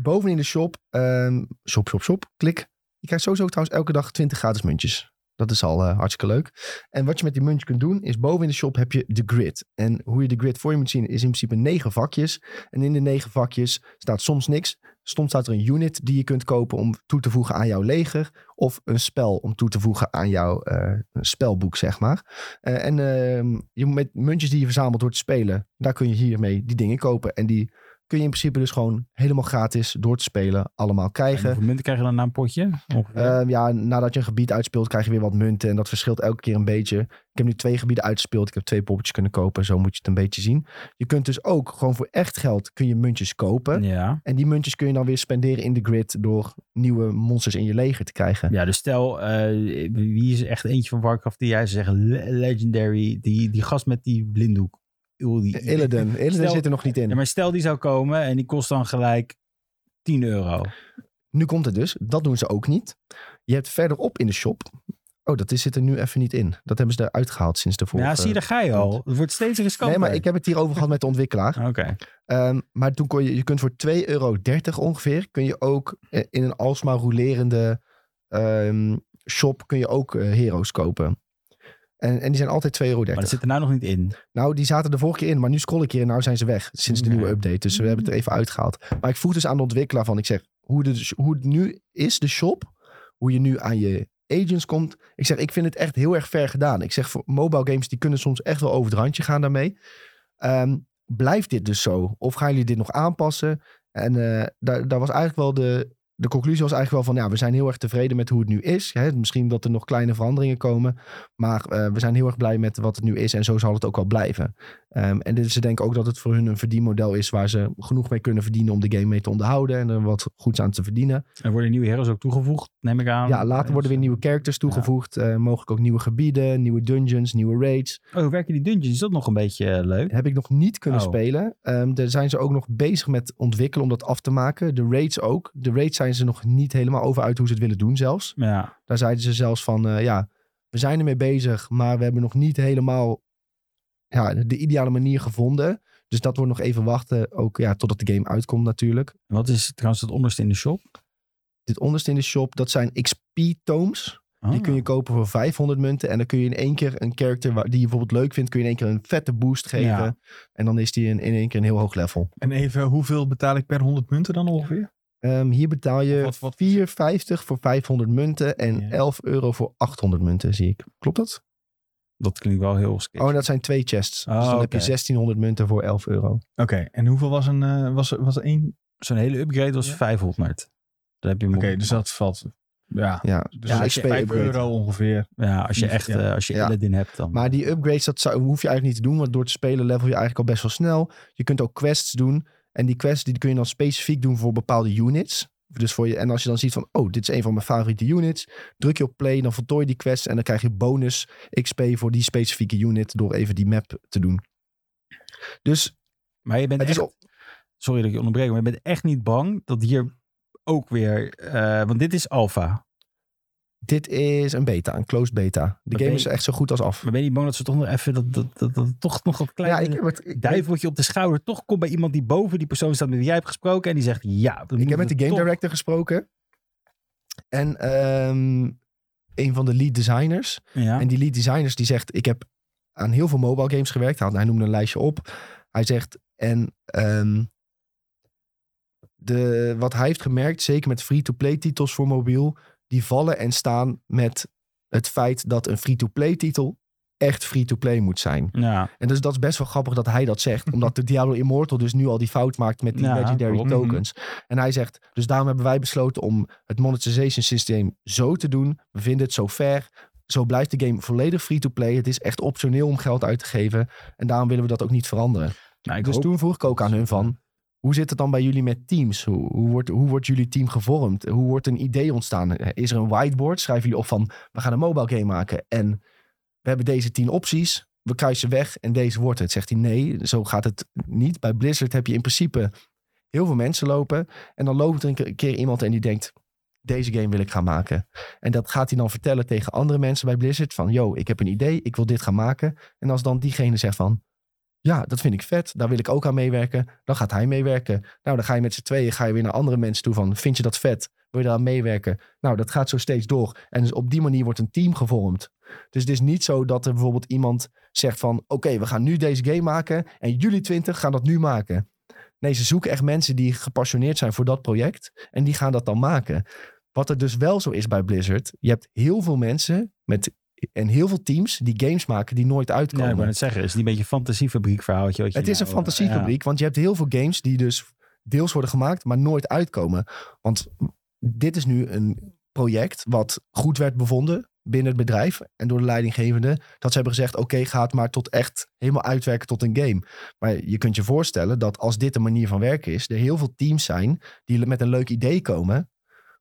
Bovenin de shop, ehm, shop, shop, shop, klik. Je krijgt sowieso trouwens elke dag 20 gratis muntjes. Dat is al eh, hartstikke leuk. En wat je met die muntje kunt doen, is bovenin de shop heb je de grid. En hoe je de grid voor je moet zien, is in principe negen vakjes. En in de negen vakjes staat soms niks. Soms staat er een unit die je kunt kopen om toe te voegen aan jouw leger. Of een spel om toe te voegen aan jouw eh, spelboek, zeg maar. Eh, en ehm, je, moet met muntjes die je verzamelt door te spelen, daar kun je hiermee die dingen kopen. En die kun je in principe dus gewoon helemaal gratis door te spelen allemaal
En
krijgen.
hoeveel munten krijg je dan na een potje? Ongeveer?
Ehm, ja, nadat je een gebied uitspeelt, krijg je weer wat munten. En dat verschilt elke keer een beetje. Ik heb nu twee gebieden uitgespeeld. Ik heb twee poppetjes kunnen kopen. Zo moet je het een beetje zien. Je kunt dus ook gewoon voor echt geld kun je muntjes kopen.
ja.
En die muntjes kun je dan weer spenderen in de grid door nieuwe monsters in je leger te krijgen.
ja, dus stel, eh, wie is echt eentje van Warcraft die jij zegt, le- legendary, die, die gast met die blinddoek. Oeh, die-
Eh, Illidan. Illidan
Stel-
zit er nog niet in.
Ja, maar stel die zou komen en die kost dan gelijk 10 euro.
Nu komt het dus. Dat doen ze ook niet. Je hebt verderop in de shop. Oh, dat is, zit er nu even niet in. Dat hebben ze eruit gehaald sinds de vorige.
ja, zie je, daar ga je al. Het wordt steeds riskanter.
Nee, maar ik heb het hierover gehad met de ontwikkelaar.
Oké.
Ehm, maar toen kon je, je kunt voor 2,30 euro ongeveer, kun je ook eh, in een alsmaar rolerende ehm, shop, kun je ook eh, heroes kopen. En, en die zijn altijd 2,30 euro.
Maar dat zit er nou nog niet in.
Nou, die zaten de vorige keer in, maar nu scroll ik hier en nou zijn ze weg. Sinds de
Ja.
nieuwe update. Dus we hebben het er even uitgehaald. Maar ik vroeg dus aan de ontwikkelaar van, ik zeg, hoe, de, hoe het nu is, de shop, hoe je nu aan je agents komt. Ik zeg, ik vind het echt heel erg ver gedaan. Ik zeg, voor mobile games, die kunnen soms echt wel over het randje gaan daarmee. Ehm, blijft dit dus zo? Of gaan jullie dit nog aanpassen? En eh, daar, daar was eigenlijk wel de... De conclusie was eigenlijk wel van, ja, we zijn heel erg tevreden met hoe het nu is. Hè? Misschien dat er nog kleine veranderingen komen. Maar eh, we zijn heel erg blij met wat het nu is. En zo zal het ook wel blijven. Ehm, en dus ze denken ook dat het voor hun een verdienmodel is waar ze genoeg mee kunnen verdienen om de game mee te onderhouden en er wat goeds aan te verdienen.
Er worden nieuwe heroes ook toegevoegd, neem ik aan.
ja, later worden weer nieuwe characters toegevoegd, eh, mogelijk ook nieuwe gebieden, nieuwe dungeons, nieuwe raids.
Oh, hoe werken die dungeons? Is dat nog een beetje eh, leuk?
Heb ik nog niet kunnen
Oh.
spelen. Ehm, daar zijn ze ook nog bezig met ontwikkelen om dat af te maken. De raids ook. De raids zijn ze nog niet helemaal over uit hoe ze het willen doen zelfs.
Ja.
Daar zeiden ze zelfs van, eh, ja, we zijn ermee bezig, maar we hebben nog niet helemaal ja, de ideale manier gevonden. Dus dat wordt nog even wachten, ook ja, totdat de game uitkomt natuurlijk.
En Wat is trouwens het onderste in de shop?
Dit onderste in de shop, dat zijn XP-tomes. Die
Ah.
kun je kopen voor 500 munten. En dan kun je in één keer een character waar- die je bijvoorbeeld leuk vindt, kun je in één keer een vette boost geven.
Ja.
En dan is die in, in één keer een heel hoog level.
En even, hoeveel betaal ik per 100 munten dan ongeveer?
Ehm, hier betaal je
Of wat- wat-
4,50 voor 500 munten en
Ja.
11 euro voor 800 munten, zie ik. Klopt dat?
Dat klinkt wel heel sketchy.
Oh, dat zijn twee chests.
Oh,
dus dan heb
oké.
je 1600 munten voor 11 euro.
Oké, en hoeveel was een, eh, was, was er één?
Zo'n hele upgrade was
Ja.
500. Dan heb je hem
Oké,
op-
dus dat valt. Ja,
Ja,
dus
ja,
dat
ik
is
speel
5
upgrade.
euro ongeveer.
Ja, als je echt,
Ja.
eh, als je
Ja.
Aladdin hebt dan.
Maar die upgrades, dat zou, hoef je eigenlijk niet te doen. Want door te spelen level je eigenlijk al best wel snel. Je kunt ook quests doen. En die quests die kun je dan specifiek doen voor bepaalde units. Dus voor je, en als je dan ziet van, oh, dit is een van mijn favoriete units. Druk je op play, dan voltooi je die quest. En dan krijg je bonus XP voor die specifieke unit. Door even die map te doen. Dus
maar je bent
het
echt,
is op.
sorry dat ik je onderbreek, maar je bent echt niet bang dat hier ook weer, eh, want dit is alfa.
dit is een beta, een closed beta. De
Oké.
game is echt zo goed als af.
Maar ben je niet bang dat ze toch nog even, dat, dat, dat, dat toch nog dat
Ja,
kleine
ik, wat, ik,
duiveltje op de schouder toch komt bij iemand die boven die persoon staat met wie jij hebt gesproken en die zegt ja.
Ik heb met de game
direct.
director gesproken. En ehm, een van de lead designers.
Ja.
En die lead designers die zegt, ik heb aan heel veel mobile games gewerkt. Hij had- Hij noemde een lijstje op. Hij zegt, en ehm, de, wat hij heeft gemerkt, zeker met free-to-play titels voor mobiel, die vallen en staan met het feit dat een free-to-play titel echt free-to-play moet zijn.
Ja,
En dus dat is best wel grappig dat hij dat zegt. omdat de Diablo Immortal dus nu al die fout maakt met die
Ja,
legendary
klopt.
tokens. En hij zegt, dus daarom hebben wij besloten om het monetization systeem zo te doen. We vinden het zo fair. Zo blijft de game volledig free-to-play. Het is echt optioneel om geld uit te geven. En daarom willen we dat ook niet veranderen.
nou, ik
dus
hoop-
toen vroeg ik ook aan hun van... Hoe zit het dan bij jullie met teams? Hoe, hoe, wordt, hoe wordt jullie team gevormd? Hoe wordt een idee ontstaan? Is er een whiteboard? Schrijven jullie op van... We gaan een mobile game maken en we hebben deze tien opties. We kruisen weg en deze wordt het. Zegt hij nee, zo gaat het niet. Bij Blizzard heb je in principe heel veel mensen lopen. En dan loopt er een ke- een keer iemand en die denkt... Deze game wil ik gaan maken. En dat gaat hij dan vertellen tegen andere mensen bij Blizzard. Van, yo, ik heb een idee. Ik wil dit gaan maken. En als dan diegene zegt van... Ja, dat vind ik vet. Daar wil ik ook aan meewerken. Dan gaat hij meewerken. Nou, dan ga je met z'n tweeën ga je weer naar andere mensen toe van... Vind je dat vet? Wil je daar aan meewerken? Nou, dat gaat zo steeds door. En dus op die manier wordt een team gevormd. Dus het is niet zo dat er bijvoorbeeld iemand zegt van... Oké, we gaan nu deze game maken. En jullie twintig gaan dat nu maken. Nee, ze zoeken echt mensen die gepassioneerd zijn voor dat project. En die gaan dat dan maken. Wat er dus wel zo is bij Blizzard... Je hebt heel veel mensen met... En heel veel teams die games maken die nooit uitkomen.
Ja, ik wou net zeggen, is die een beetje fantasiefabriek verhaaltje? wat je
Het is een
nou,
fantasiefabriek, want je hebt heel veel games die dus deels worden gemaakt, maar nooit uitkomen. Want dit is nu een project wat goed werd bevonden binnen het bedrijf en door de leidinggevende. Dat ze hebben gezegd, oké, ga het maar tot echt helemaal uitwerken tot een game. Maar je kunt je voorstellen dat als dit een manier van werken is, er heel veel teams zijn die met een leuk idee komen,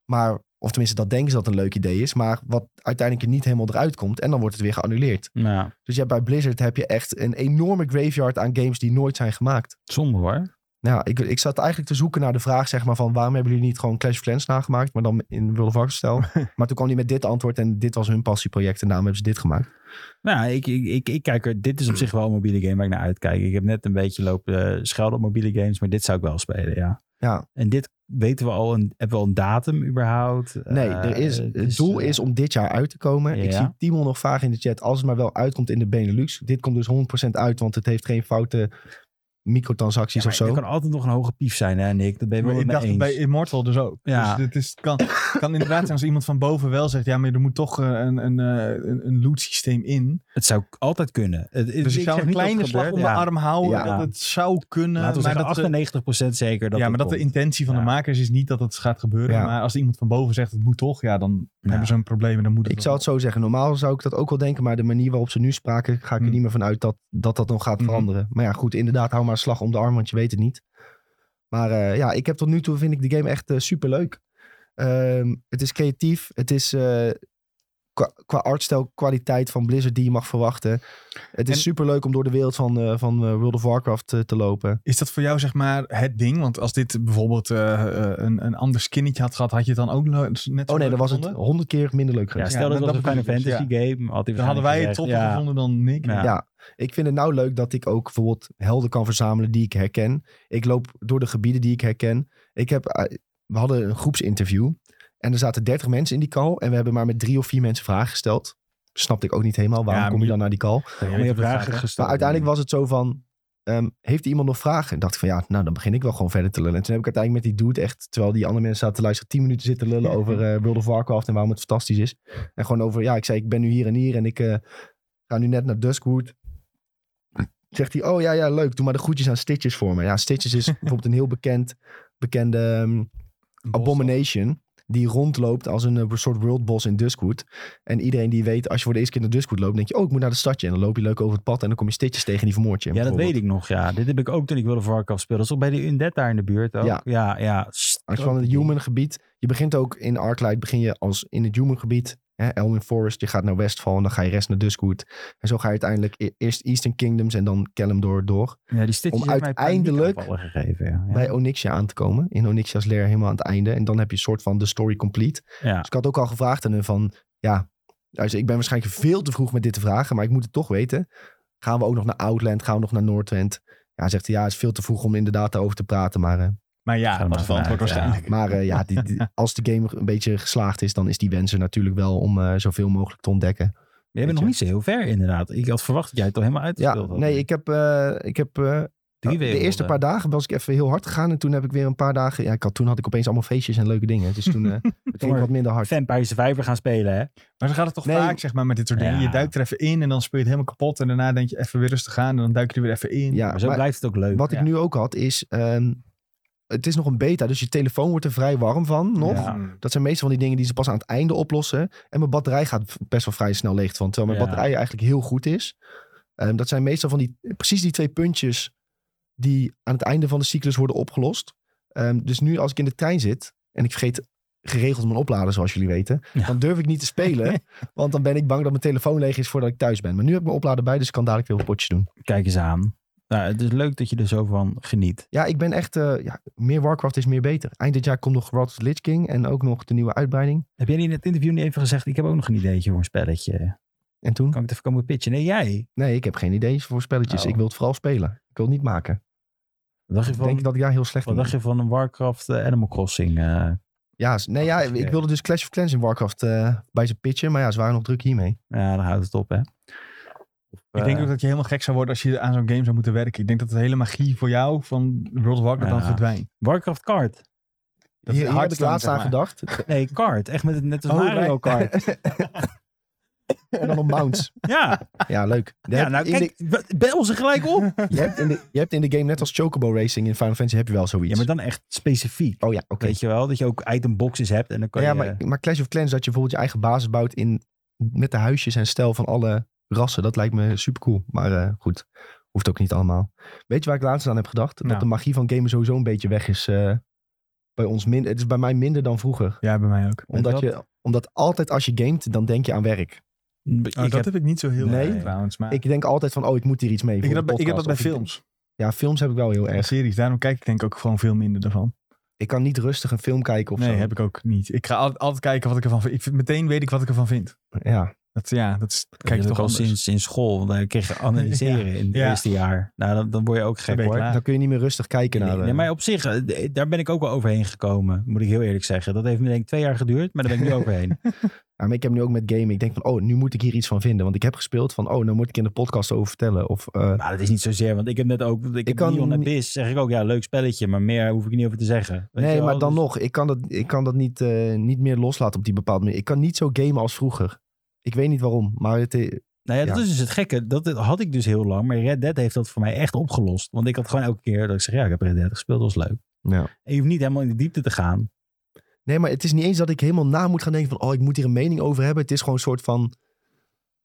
maar... Of tenminste, dat denken ze dat het een leuk idee is, maar wat uiteindelijk er niet helemaal eruit komt. En dan wordt het weer geannuleerd.
Ja, nou,
Dus ja, bij Blizzard heb je echt een enorme graveyard aan games die nooit zijn gemaakt.
zonde hoor.
Nou, ik, ik zat eigenlijk te zoeken naar de vraag, zeg maar, van waarom hebben jullie niet gewoon Clash of Clans nagemaakt, maar dan in World of Warcraft stijl. maar toen kwam hij met dit antwoord en dit was hun passieproject en daarom hebben ze dit gemaakt.
Nou, ik, ik, ik, ik kijk er, dit is op zich wel een mobiele game waar ik naar uitkijk. Ik heb net een beetje lopen eh, schelden op mobiele games, maar dit zou ik wel spelen, ja.
Ja,
En dit weten we al, een, hebben we al een datum überhaupt?
nee,
Eh,
er is, het
dus,
doel
eh,
is om dit jaar uit te komen. Ik
ja.
zie Timon nog vragen in de chat, als het maar wel uitkomt in de Benelux. Dit komt dus 100% uit, want het heeft geen foute microtransacties
ja, maar
of zo.
Er kan altijd nog een hoge pief zijn, hè Nick? Dat ben je
Maar
wel
ik
mee
dacht
eens.
bij Immortal dus ook.
Ja.
Dus het is, kan, kan inderdaad zijn als iemand van boven wel zegt... ja, maar er moet toch eh, een, een, eh, een, een loot systeem in.
Het zou k- altijd kunnen. Het, het-
Dus ik, zou een
zeg niet dat het
kleine slag
gebeurt,
om de
ja.
arm houden
Ja.
dat het zou kunnen.
Laten we
maar
zeggen,
dat ze-
98% zeker dat
ja, maar
het
dat de
komt.
intentie van
eh, Ja.
de makers is niet dat het gaat gebeuren.
Ja.
Maar als iemand van boven zegt het moet toch, ja, dan
Ja.
hebben ze een probleem en dan moet het
Ik zou het zo zeggen. Normaal zou ik dat ook wel denken. Maar de manier waarop ze nu spraken, ga ik er
Hmm.
niet meer van uit dat dat, dat nog gaat
Mhm.
veranderen. Maar ja, goed, inderdaad, hou maar een slag om de arm, want je weet het niet. Maar eh, ja, ik heb tot nu toe vind ik de game echt super superleuk. Ehm, het is creatief. Het is eh, qua, qua artstijl kwaliteit van Blizzard die je mag verwachten. Het is
En-
superleuk om door de wereld van, eh, van eh, World of Warcraft eh, te lopen.
Is dat voor jou zeg maar het ding? Want als dit bijvoorbeeld eh, eh, een, een ander skinnetje had gehad, had je het dan ook le- net zo
Oh nee,
leuk
dan was het
gevonden?
honderd keer minder leuk
Ja,
geweest.
stel
Ja,
dat
dat-
het was een
dat
Final
bedoel ik dus,
Fantasy game. had hij
Dan hadden wij het
waarschijnlijk
topper
gezegd, ja.
gevonden dan Nick.
Ja.
Ja, ik vind het nou leuk dat ik ook bijvoorbeeld helden kan verzamelen die ik herken. Ik loop door de gebieden die ik herken. Ik heb, eh, we hadden een groepsinterview en er zaten 30 mensen in die call. En we hebben maar met drie of vier mensen vragen gesteld. Snapte ik ook niet helemaal. Waarom
Ja,
kom je
maar-
dan naar die call?
Ja,
weet
je
je wat
vragen
vaak, hè?
gesteld.
Maar uiteindelijk was het zo van... ehm, heeft iemand nog vragen? En dacht ik van ja, nou dan begin ik wel gewoon verder te lullen. En toen heb ik uiteindelijk met die dude echt, terwijl die andere mensen zaten te luisteren, 10 minuten zitten lullen over eh, World of Warcraft en waarom het fantastisch is. En gewoon over, ja, ik zei ik ben nu hier en hier en ik eh, ga nu net naar Duskwood. Zegt hij, oh ja, ja, leuk, doe maar de groetjes aan Stitches voor me. Ja, Stitches is bijvoorbeeld een heel bekend, bekende ehm,
Een bos
Abomination. Die rondloopt als een eh, soort worldboss in Duskwood. En iedereen die weet, als je voor de eerste keer naar Duskwood loopt, denk je, oh, ik moet naar de stadje. En dan loop je leuk over het pad en dan kom je stitjes tegen die vermoord je.
Ja, dat weet ik nog. Ja, dit heb ik ook toen ik World of Warcraft speelde. Dat is ook bij de Undead daar in de buurt ook.
Ja.
Ja, ja.
Als je van het human gebied, je begint ook in Arclight, begin je als in het human gebied. Hè, Elwyn Forest, je gaat naar Westfall en dan ga je rest naar Duskwood. En zo ga je uiteindelijk e- eerst Eastern Kingdoms en dan Kalimdor door.
Ja, die stitches
Om
heeft mij
uiteindelijk
paniekaanvallen gegeven. Ja, ja.
Bij Onyxia aan te komen, in Onyxia's lair helemaal aan het einde. En dan heb je een soort van de story complete.
ja.
Dus ik had ook al gevraagd aan hun van, ja, luister, ik ben waarschijnlijk veel te vroeg met dit te vragen, maar ik moet het toch weten. Gaan we ook nog naar Outland? Gaan we nog naar Noordwend? Ja, zegt hij, ja, het is veel te vroeg om inderdaad daarover te praten. Maar, eh,
Maar
Ga
ja,
er
dat
maar
was het antwoord
vanuit, ja.
waarschijnlijk.
maar eh, ja, die, die- als de game een beetje geslaagd is, dan is die wens er natuurlijk wel om eh, zoveel mogelijk te ontdekken.
Jij bent nog niet zo heel ver inderdaad. Ik had verwacht dat jij het al helemaal
Ja,
uitgespeeld had.
nee, ik heb, eh, ik heb eh,
Drie
de
werelden.
eerste paar dagen was ik even heel hard gegaan. En toen heb ik weer een paar dagen... Ja, ik had, toen had ik opeens allemaal feestjes en leuke dingen. Dus toen eh, het ging
Maar-
wat minder hard.
Vampire Survivor gaan spelen, hè?
Maar zo gaat het toch
Nee.
vaak, zeg maar, met dit soort dingen.
Ja.
Je duikt er even in en dan speel je het helemaal kapot. En daarna denk je even weer rustig aan. En dan duik je er weer even in.
Ja,
Maar zo
maar-
blijft het ook leuk.
Wat ik
Ja.
nu ook had is, ehm, het is nog een beta, dus je telefoon wordt er vrij warm van nog.
Ja.
Dat zijn meestal van die dingen die ze pas aan het einde oplossen. En mijn batterij gaat best wel vrij snel leeg van, terwijl mijn
Ja.
batterij eigenlijk heel goed is. Ehm, dat zijn meestal van die, precies die twee puntjes die aan het einde van de cyclus worden opgelost. Ehm, dus nu als ik in de trein zit en ik vergeet geregeld mijn opladen, zoals jullie weten,
Ja.
dan durf ik niet te spelen, want dan ben ik bang dat mijn telefoon leeg is voordat ik thuis ben. Maar nu heb ik mijn oplader bij, dus ik kan dadelijk weer een potje doen.
Kijk eens aan. Nou, het is leuk dat je er zo van geniet.
Ja, ik ben echt... eh, ja, meer Warcraft is meer beter. Eind dit jaar komt nog Wrath of the Lich King en ook nog de nieuwe uitbreiding.
Heb jij niet in het interview niet even gezegd, ik heb ook nog een ideetje voor een spelletje.
En toen?
Kan ik het even komen pitchen? Nee, jij.
Nee, ik heb geen idee voor spelletjes.
Oh.
Ik wil het vooral spelen. Ik wil het niet maken.
Wat dacht je
Ik
van,
denk dat ik daar heel slecht
wat
in
dacht
ben.
je van een Warcraft eh, Animal Crossing? eh?
Ja, s- nee, ja,
Ach, oké.
ik wilde dus Clash of Clans in Warcraft eh, bij ze pitchen. Maar ja, ze waren nog druk hiermee.
ja, dan houdt het op, hè? Of, eh,
Ik denk ook dat je helemaal gek zou worden als je aan zo'n game zou moeten werken. Ik denk dat de hele magie voor jou van World of Warcraft dan
Ja.
verdwijnt.
Warcraft Kart.
Dat
Hier,
is
hier heb ik
Hearthstone,
laatst
zeg
aan
maar.
gedacht.
Nee, kart. Echt met het net als
Oh,
Mario
wij-
Kart.
en dan op mounts.
Ja,
Ja, leuk. Je
ja
hebt
nou
in
kijk, be- bel ze gelijk op.
de- je, hebt in de, je hebt in de game net als Chocobo Racing in Final Fantasy heb je wel zoiets.
Ja, maar dan echt specifiek.
Oh ja, oké.
Weet je wel, dat je ook itemboxes hebt en dan kan
ja,
je... eh,
maar, maar Clash of Clans, dat je bijvoorbeeld je eigen basis bouwt in, met de huisjes en stijl van alle rassen. Dat lijkt me super cool. Maar eh, goed, hoeft ook niet allemaal. Weet je waar ik laatst aan heb gedacht? Dat
Nou.
de magie van gamen sowieso een beetje weg is. eh, bij ons min het is bij mij minder dan vroeger.
Ja, bij mij ook.
Omdat,
wat?
je, omdat altijd als je gamet, dan denk je aan werk.
Mm, ik
Oh, dat heb,
heb-
ik niet zo heel
Nee.
erg trouwens. Maar
Ik denk altijd van, oh, ik moet hier iets mee.
ik,
voor
heb
de
dat, bij- ik heb dat bij
podcast. Of
films
Ja, films heb ik wel heel
en
erg.
eh, series. Daarom kijk ik denk ook gewoon veel minder daarvan.
Ik kan niet rustig een film kijken of
nee,
zo.
heb ik ook niet. Ik ga altijd, altijd kijken wat ik ervan vind. Ik vind- Meteen weet ik wat ik ervan vind.
Ja,
Dat, ja, dat is,
dat
kijk je
heb
toch
ik al
anders.
sinds, sinds school. want Dan kreeg je analyseren in het
Ja.
eerste jaar. Nou, dan, dan word je ook gek
ben je
hoor.
klaar.
dan kun je niet meer rustig kijken naar...
Nee,
eh,
nee, maar op zich, eh, d- daar ben ik ook wel overheen gekomen. Moet ik heel eerlijk zeggen. Dat heeft me denk ik twee jaar geduurd, maar daar ben ik nu overheen.
Ja, maar ik heb nu ook met gamen. Ik denk van, oh, nu moet ik hier iets van vinden. Want ik heb gespeeld van, oh, nou moet ik in de podcast over vertellen. Of, eh,
Maar dat is niet zozeer, want ik heb net ook... Ik, heb
kan
Neon
niet-
Abyss, zeg ik ook. Ja, leuk spelletje, maar meer hoef ik niet over te zeggen. Weet je
nee,
wel,
maar dan
dus-
nog. Ik kan dat, ik kan dat niet, eh, niet meer loslaten op die bepaalde manier. Ik kan niet zo gamen als vroeger. Ik weet niet waarom, maar het, eh,
Nou ja, dat
Ja.
is dus het gekke. Dat had ik dus heel lang. Maar Red Dead heeft dat voor mij echt opgelost. Want ik had gewoon elke keer dat ik zeg... Ja, ik heb Red Dead gespeeld, dat was leuk.
Ja.
En je hoeft niet helemaal in de diepte te gaan.
nee, maar het is niet eens dat ik helemaal na moet gaan denken van, oh, ik moet hier een mening over hebben. Het is gewoon een soort van...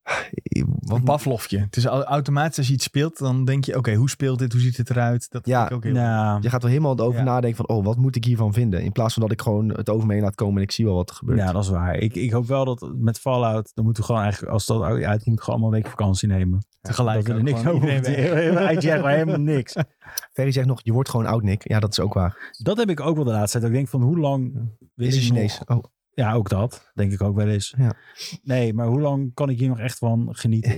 eh, Wat,
Een pavlovje. Het is au- automatisch als je iets speelt, dan denk je... Oké, hoe speelt dit? Hoe ziet het eruit? Dat
Ja,
vind ik ook heel
Nou,
je gaat er helemaal over
Ja.
nadenken van, oh, wat moet ik hiervan vinden? In plaats van dat ik gewoon het over me heen laat komen en ik zie wel wat er gebeurt.
ja, dat is waar. Ik, ik hoop wel dat met Fallout... Dan moeten we gewoon eigenlijk... Als dat uit moet, moeten we gewoon allemaal een week vakantie nemen.
tegelijk.
dat we er
ook
niks
gewoon
over
iedereen
moeten.
weg.
Uitjagen, maar helemaal niks.
Ferry zegt nog, je wordt gewoon oud, Nick. Ja, dat is ook waar.
Dat heb ik ook wel de laatste tijd. Dat ik denk van hoe lang... wil
Is een
ik nog-
Chinees. Oh,
Ja, ook dat. Denk ik ook wel eens.
Ja.
Nee, maar hoe lang kan ik hier nog echt van genieten?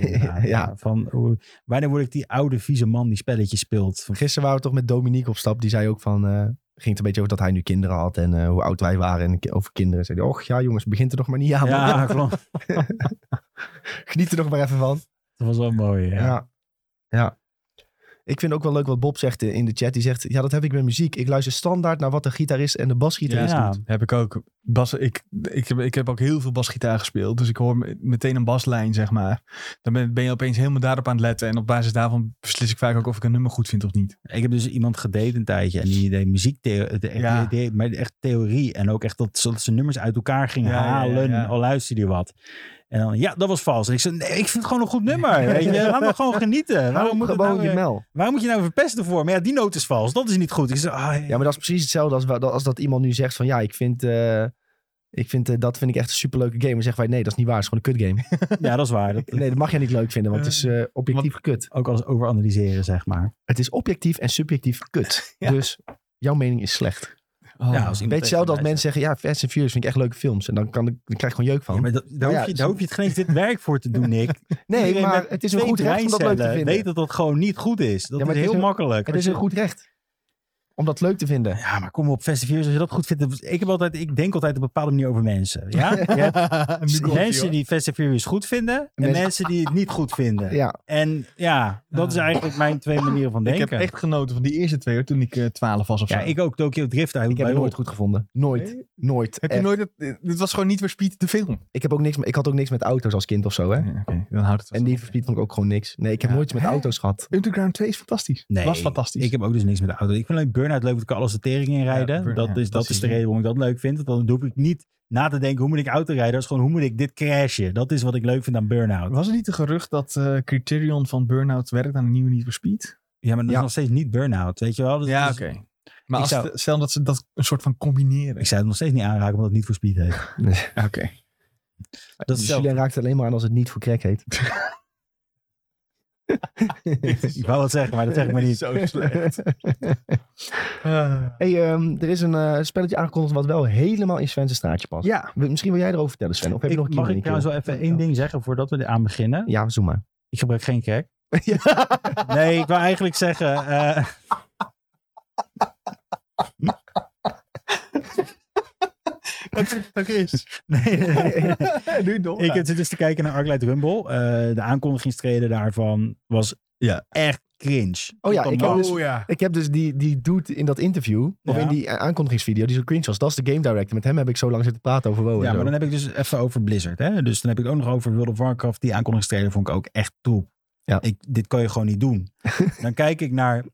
inderdaad?
Ja.
Van, hoe, wanneer word ik die oude vieze man die spelletjes speelt? Van,
Gisteren waren we toch met Dominique op stap. Die zei ook van... eh, ging het een beetje over dat hij nu kinderen had en eh, hoe oud wij waren en ki- over kinderen. Zei hij, och ja jongens, begint er nog maar niet aan. Ah, man.
ja, klopt.
Geniet er nog maar even van.
Dat was wel mooi. Ja.
Ja. ja. Ik vind ook wel leuk wat Bob zegt eh, in de chat. Die zegt, ja dat heb ik met muziek. Ik luister standaard naar wat de gitarist en de basgitarist
Ja.
doet.
Heb ik ook. Bas, ik, ik, heb, ik heb ook heel veel basgitaar gespeeld. Dus ik hoor me- meteen een baslijn, zeg maar. Dan ben, ben je opeens helemaal daarop aan het letten. En op basis daarvan beslis ik vaak ook of ik een nummer goed vind of niet.
Ik heb dus iemand gedate een tijdje en die deed muziektheorie,
Ja.
maar echt theorie. En ook echt dat, ze- dat ze nummers uit elkaar gingen
Ja, ja, ja,
halen,
ja.
al luisterde hij wat. En dan, ja, dat was vals. En ik zei, nee, ik vind het gewoon een goed nummer. Weet je, laat me gewoon genieten.
Hou
Waarom moet, het
gewoon
nou,
je
weer-
mel.
waarom moet je nou verpesten voor? Maar ja, die noot is vals. Dat is niet goed. Ik zei, ah,
Ja, maar dat is precies hetzelfde als, wa- als dat iemand nu zegt van... Ja, ik vind, eh, ik vind eh, dat vind ik echt een superleuke game. En zeggen wij, nee dat is niet waar. Het is gewoon een kutgame.
ja, dat is waar. Dat,
Nee, dat mag jij niet leuk vinden, want het is eh, objectief kut.
ook als overanalyseren, zeg maar.
Het is objectief en subjectief kut.
Ja.
Dus jouw mening is slecht.
Oh.
Ja, als
Weet
iemand
je zelf dat
tegen
mensen zeggen, ja, Fast and Furious vind ik echt leuke films. En dan, kan ik, dan krijg ik gewoon jeuk
mij
van.
zegt- Ja, maar dat, daar,
Ja,
hoef je, daar
zo-
hoef je het geen eens dit werk voor te doen, Nick.
nee,
Iedereen
maar
met
het is een
twee
goed recht om dat leuk te
breicellen
vinden.
weet dat dat gewoon niet goed is. Dat
Ja, maar het
is heel
is een-
makkelijk.
Het
Want
is een
je-
goed recht. om dat leuk te vinden.
Ja, maar kom op, Festivus, als je dat goed vindt. Ik, heb altijd, ik denk altijd op een bepaalde manier over mensen. Ja? Je hebt
Nu komt-ie,
mensen
hoor.
die Fast and Furious goed vinden en
Mensen-
mensen, die het niet goed vinden.
Ja,
En ja, dat is
Ah.
eigenlijk mijn twee manieren
Ik
van denken.
heb echt genoten van die eerste twee hoor, toen ik eh, 12 was of
ja,
zo.
ik ook Tokyo Drift uit.
ik heb het nooit goed gevonden. Nooit.
Nee?
Nooit.
Heb je
eh.
Echt.
nooit... het- eh, Dit was gewoon niet weer Speed de film.
Ik, heb ook niks, met- ik had ook niks met auto's als kind of zo, hè?
Oké, dan houdt het
En die verspied vond ik ook gewoon niks. Nee, ik heb
Ja.
nooit iets met
Hè?
auto's gehad.
Underground 2 is fantastisch.
Nee,
was fantastisch.
Ik heb ook dus niks met de auto. Ik vind alleen Burnout leuk, want ik kan alles de tering in rijden.
Ja, Burn-
dat,
ja,
is, dat
dat
is
is-
de reden waarom ik dat leuk vind. Want dan hoef ik niet na te denken hoe moet ik auto rijden. Dat is gewoon hoe moet ik dit crashen. Dat is wat ik leuk vind aan Burnout.
Was er niet een gerucht dat eh, Criterion van Burnout werkt aan een nieuwe Need for Speed?
Ja, maar dat
Ja.
is nog steeds niet Burnout, weet je wel. Dat is-
Maar
Ik
als
zou-
het- stel dat ze dat een soort van combineren.
Ik zou het nog steeds niet aanraken, omdat het niet voor speed heet.
Oké.
Dat is
Julien Dus raakt het alleen maar aan als het niet voor crack heet.
Ik wou wat zeggen, maar dat zeg ik maar niet.
Zo slecht. Ah.
hey, ehm, er is een eh, spelletje aangekondigd wat wel helemaal in Sven's straatje past.
ja.
Wil- Misschien wil jij erover vertellen, Sven. Of heb je
Ik-
nog een
mag
keer
ik trouwens wel even één ding zeggen voordat we aan beginnen?
Ja, zoem maar.
Ik gebruik geen crack. Nee, ik wil eigenlijk zeggen. eh,
Dat is.
nee, nee.
nu door.
ik zit dus te kijken naar Arclight Rumble. Eh, de aankondigingstreden daarvan was
Ja.
echt cringe.
Oh ja, ik heb, dus,
Oh ja.
ik heb dus die, die dude in dat interview, of
Ja.
in die eh, aankondigingsvideo, die zo cringe was. Dat is de game director. Met hem heb ik zo lang zitten praten over WoW. en
Ja,
zo.
maar dan heb ik dus even over Blizzard. Hè? Dus dan heb ik ook nog over World of Warcraft. Die aankondigingstrailer vond ik ook echt troep.
Ja.
Ik, dit kan je gewoon niet doen. dan kijk ik naar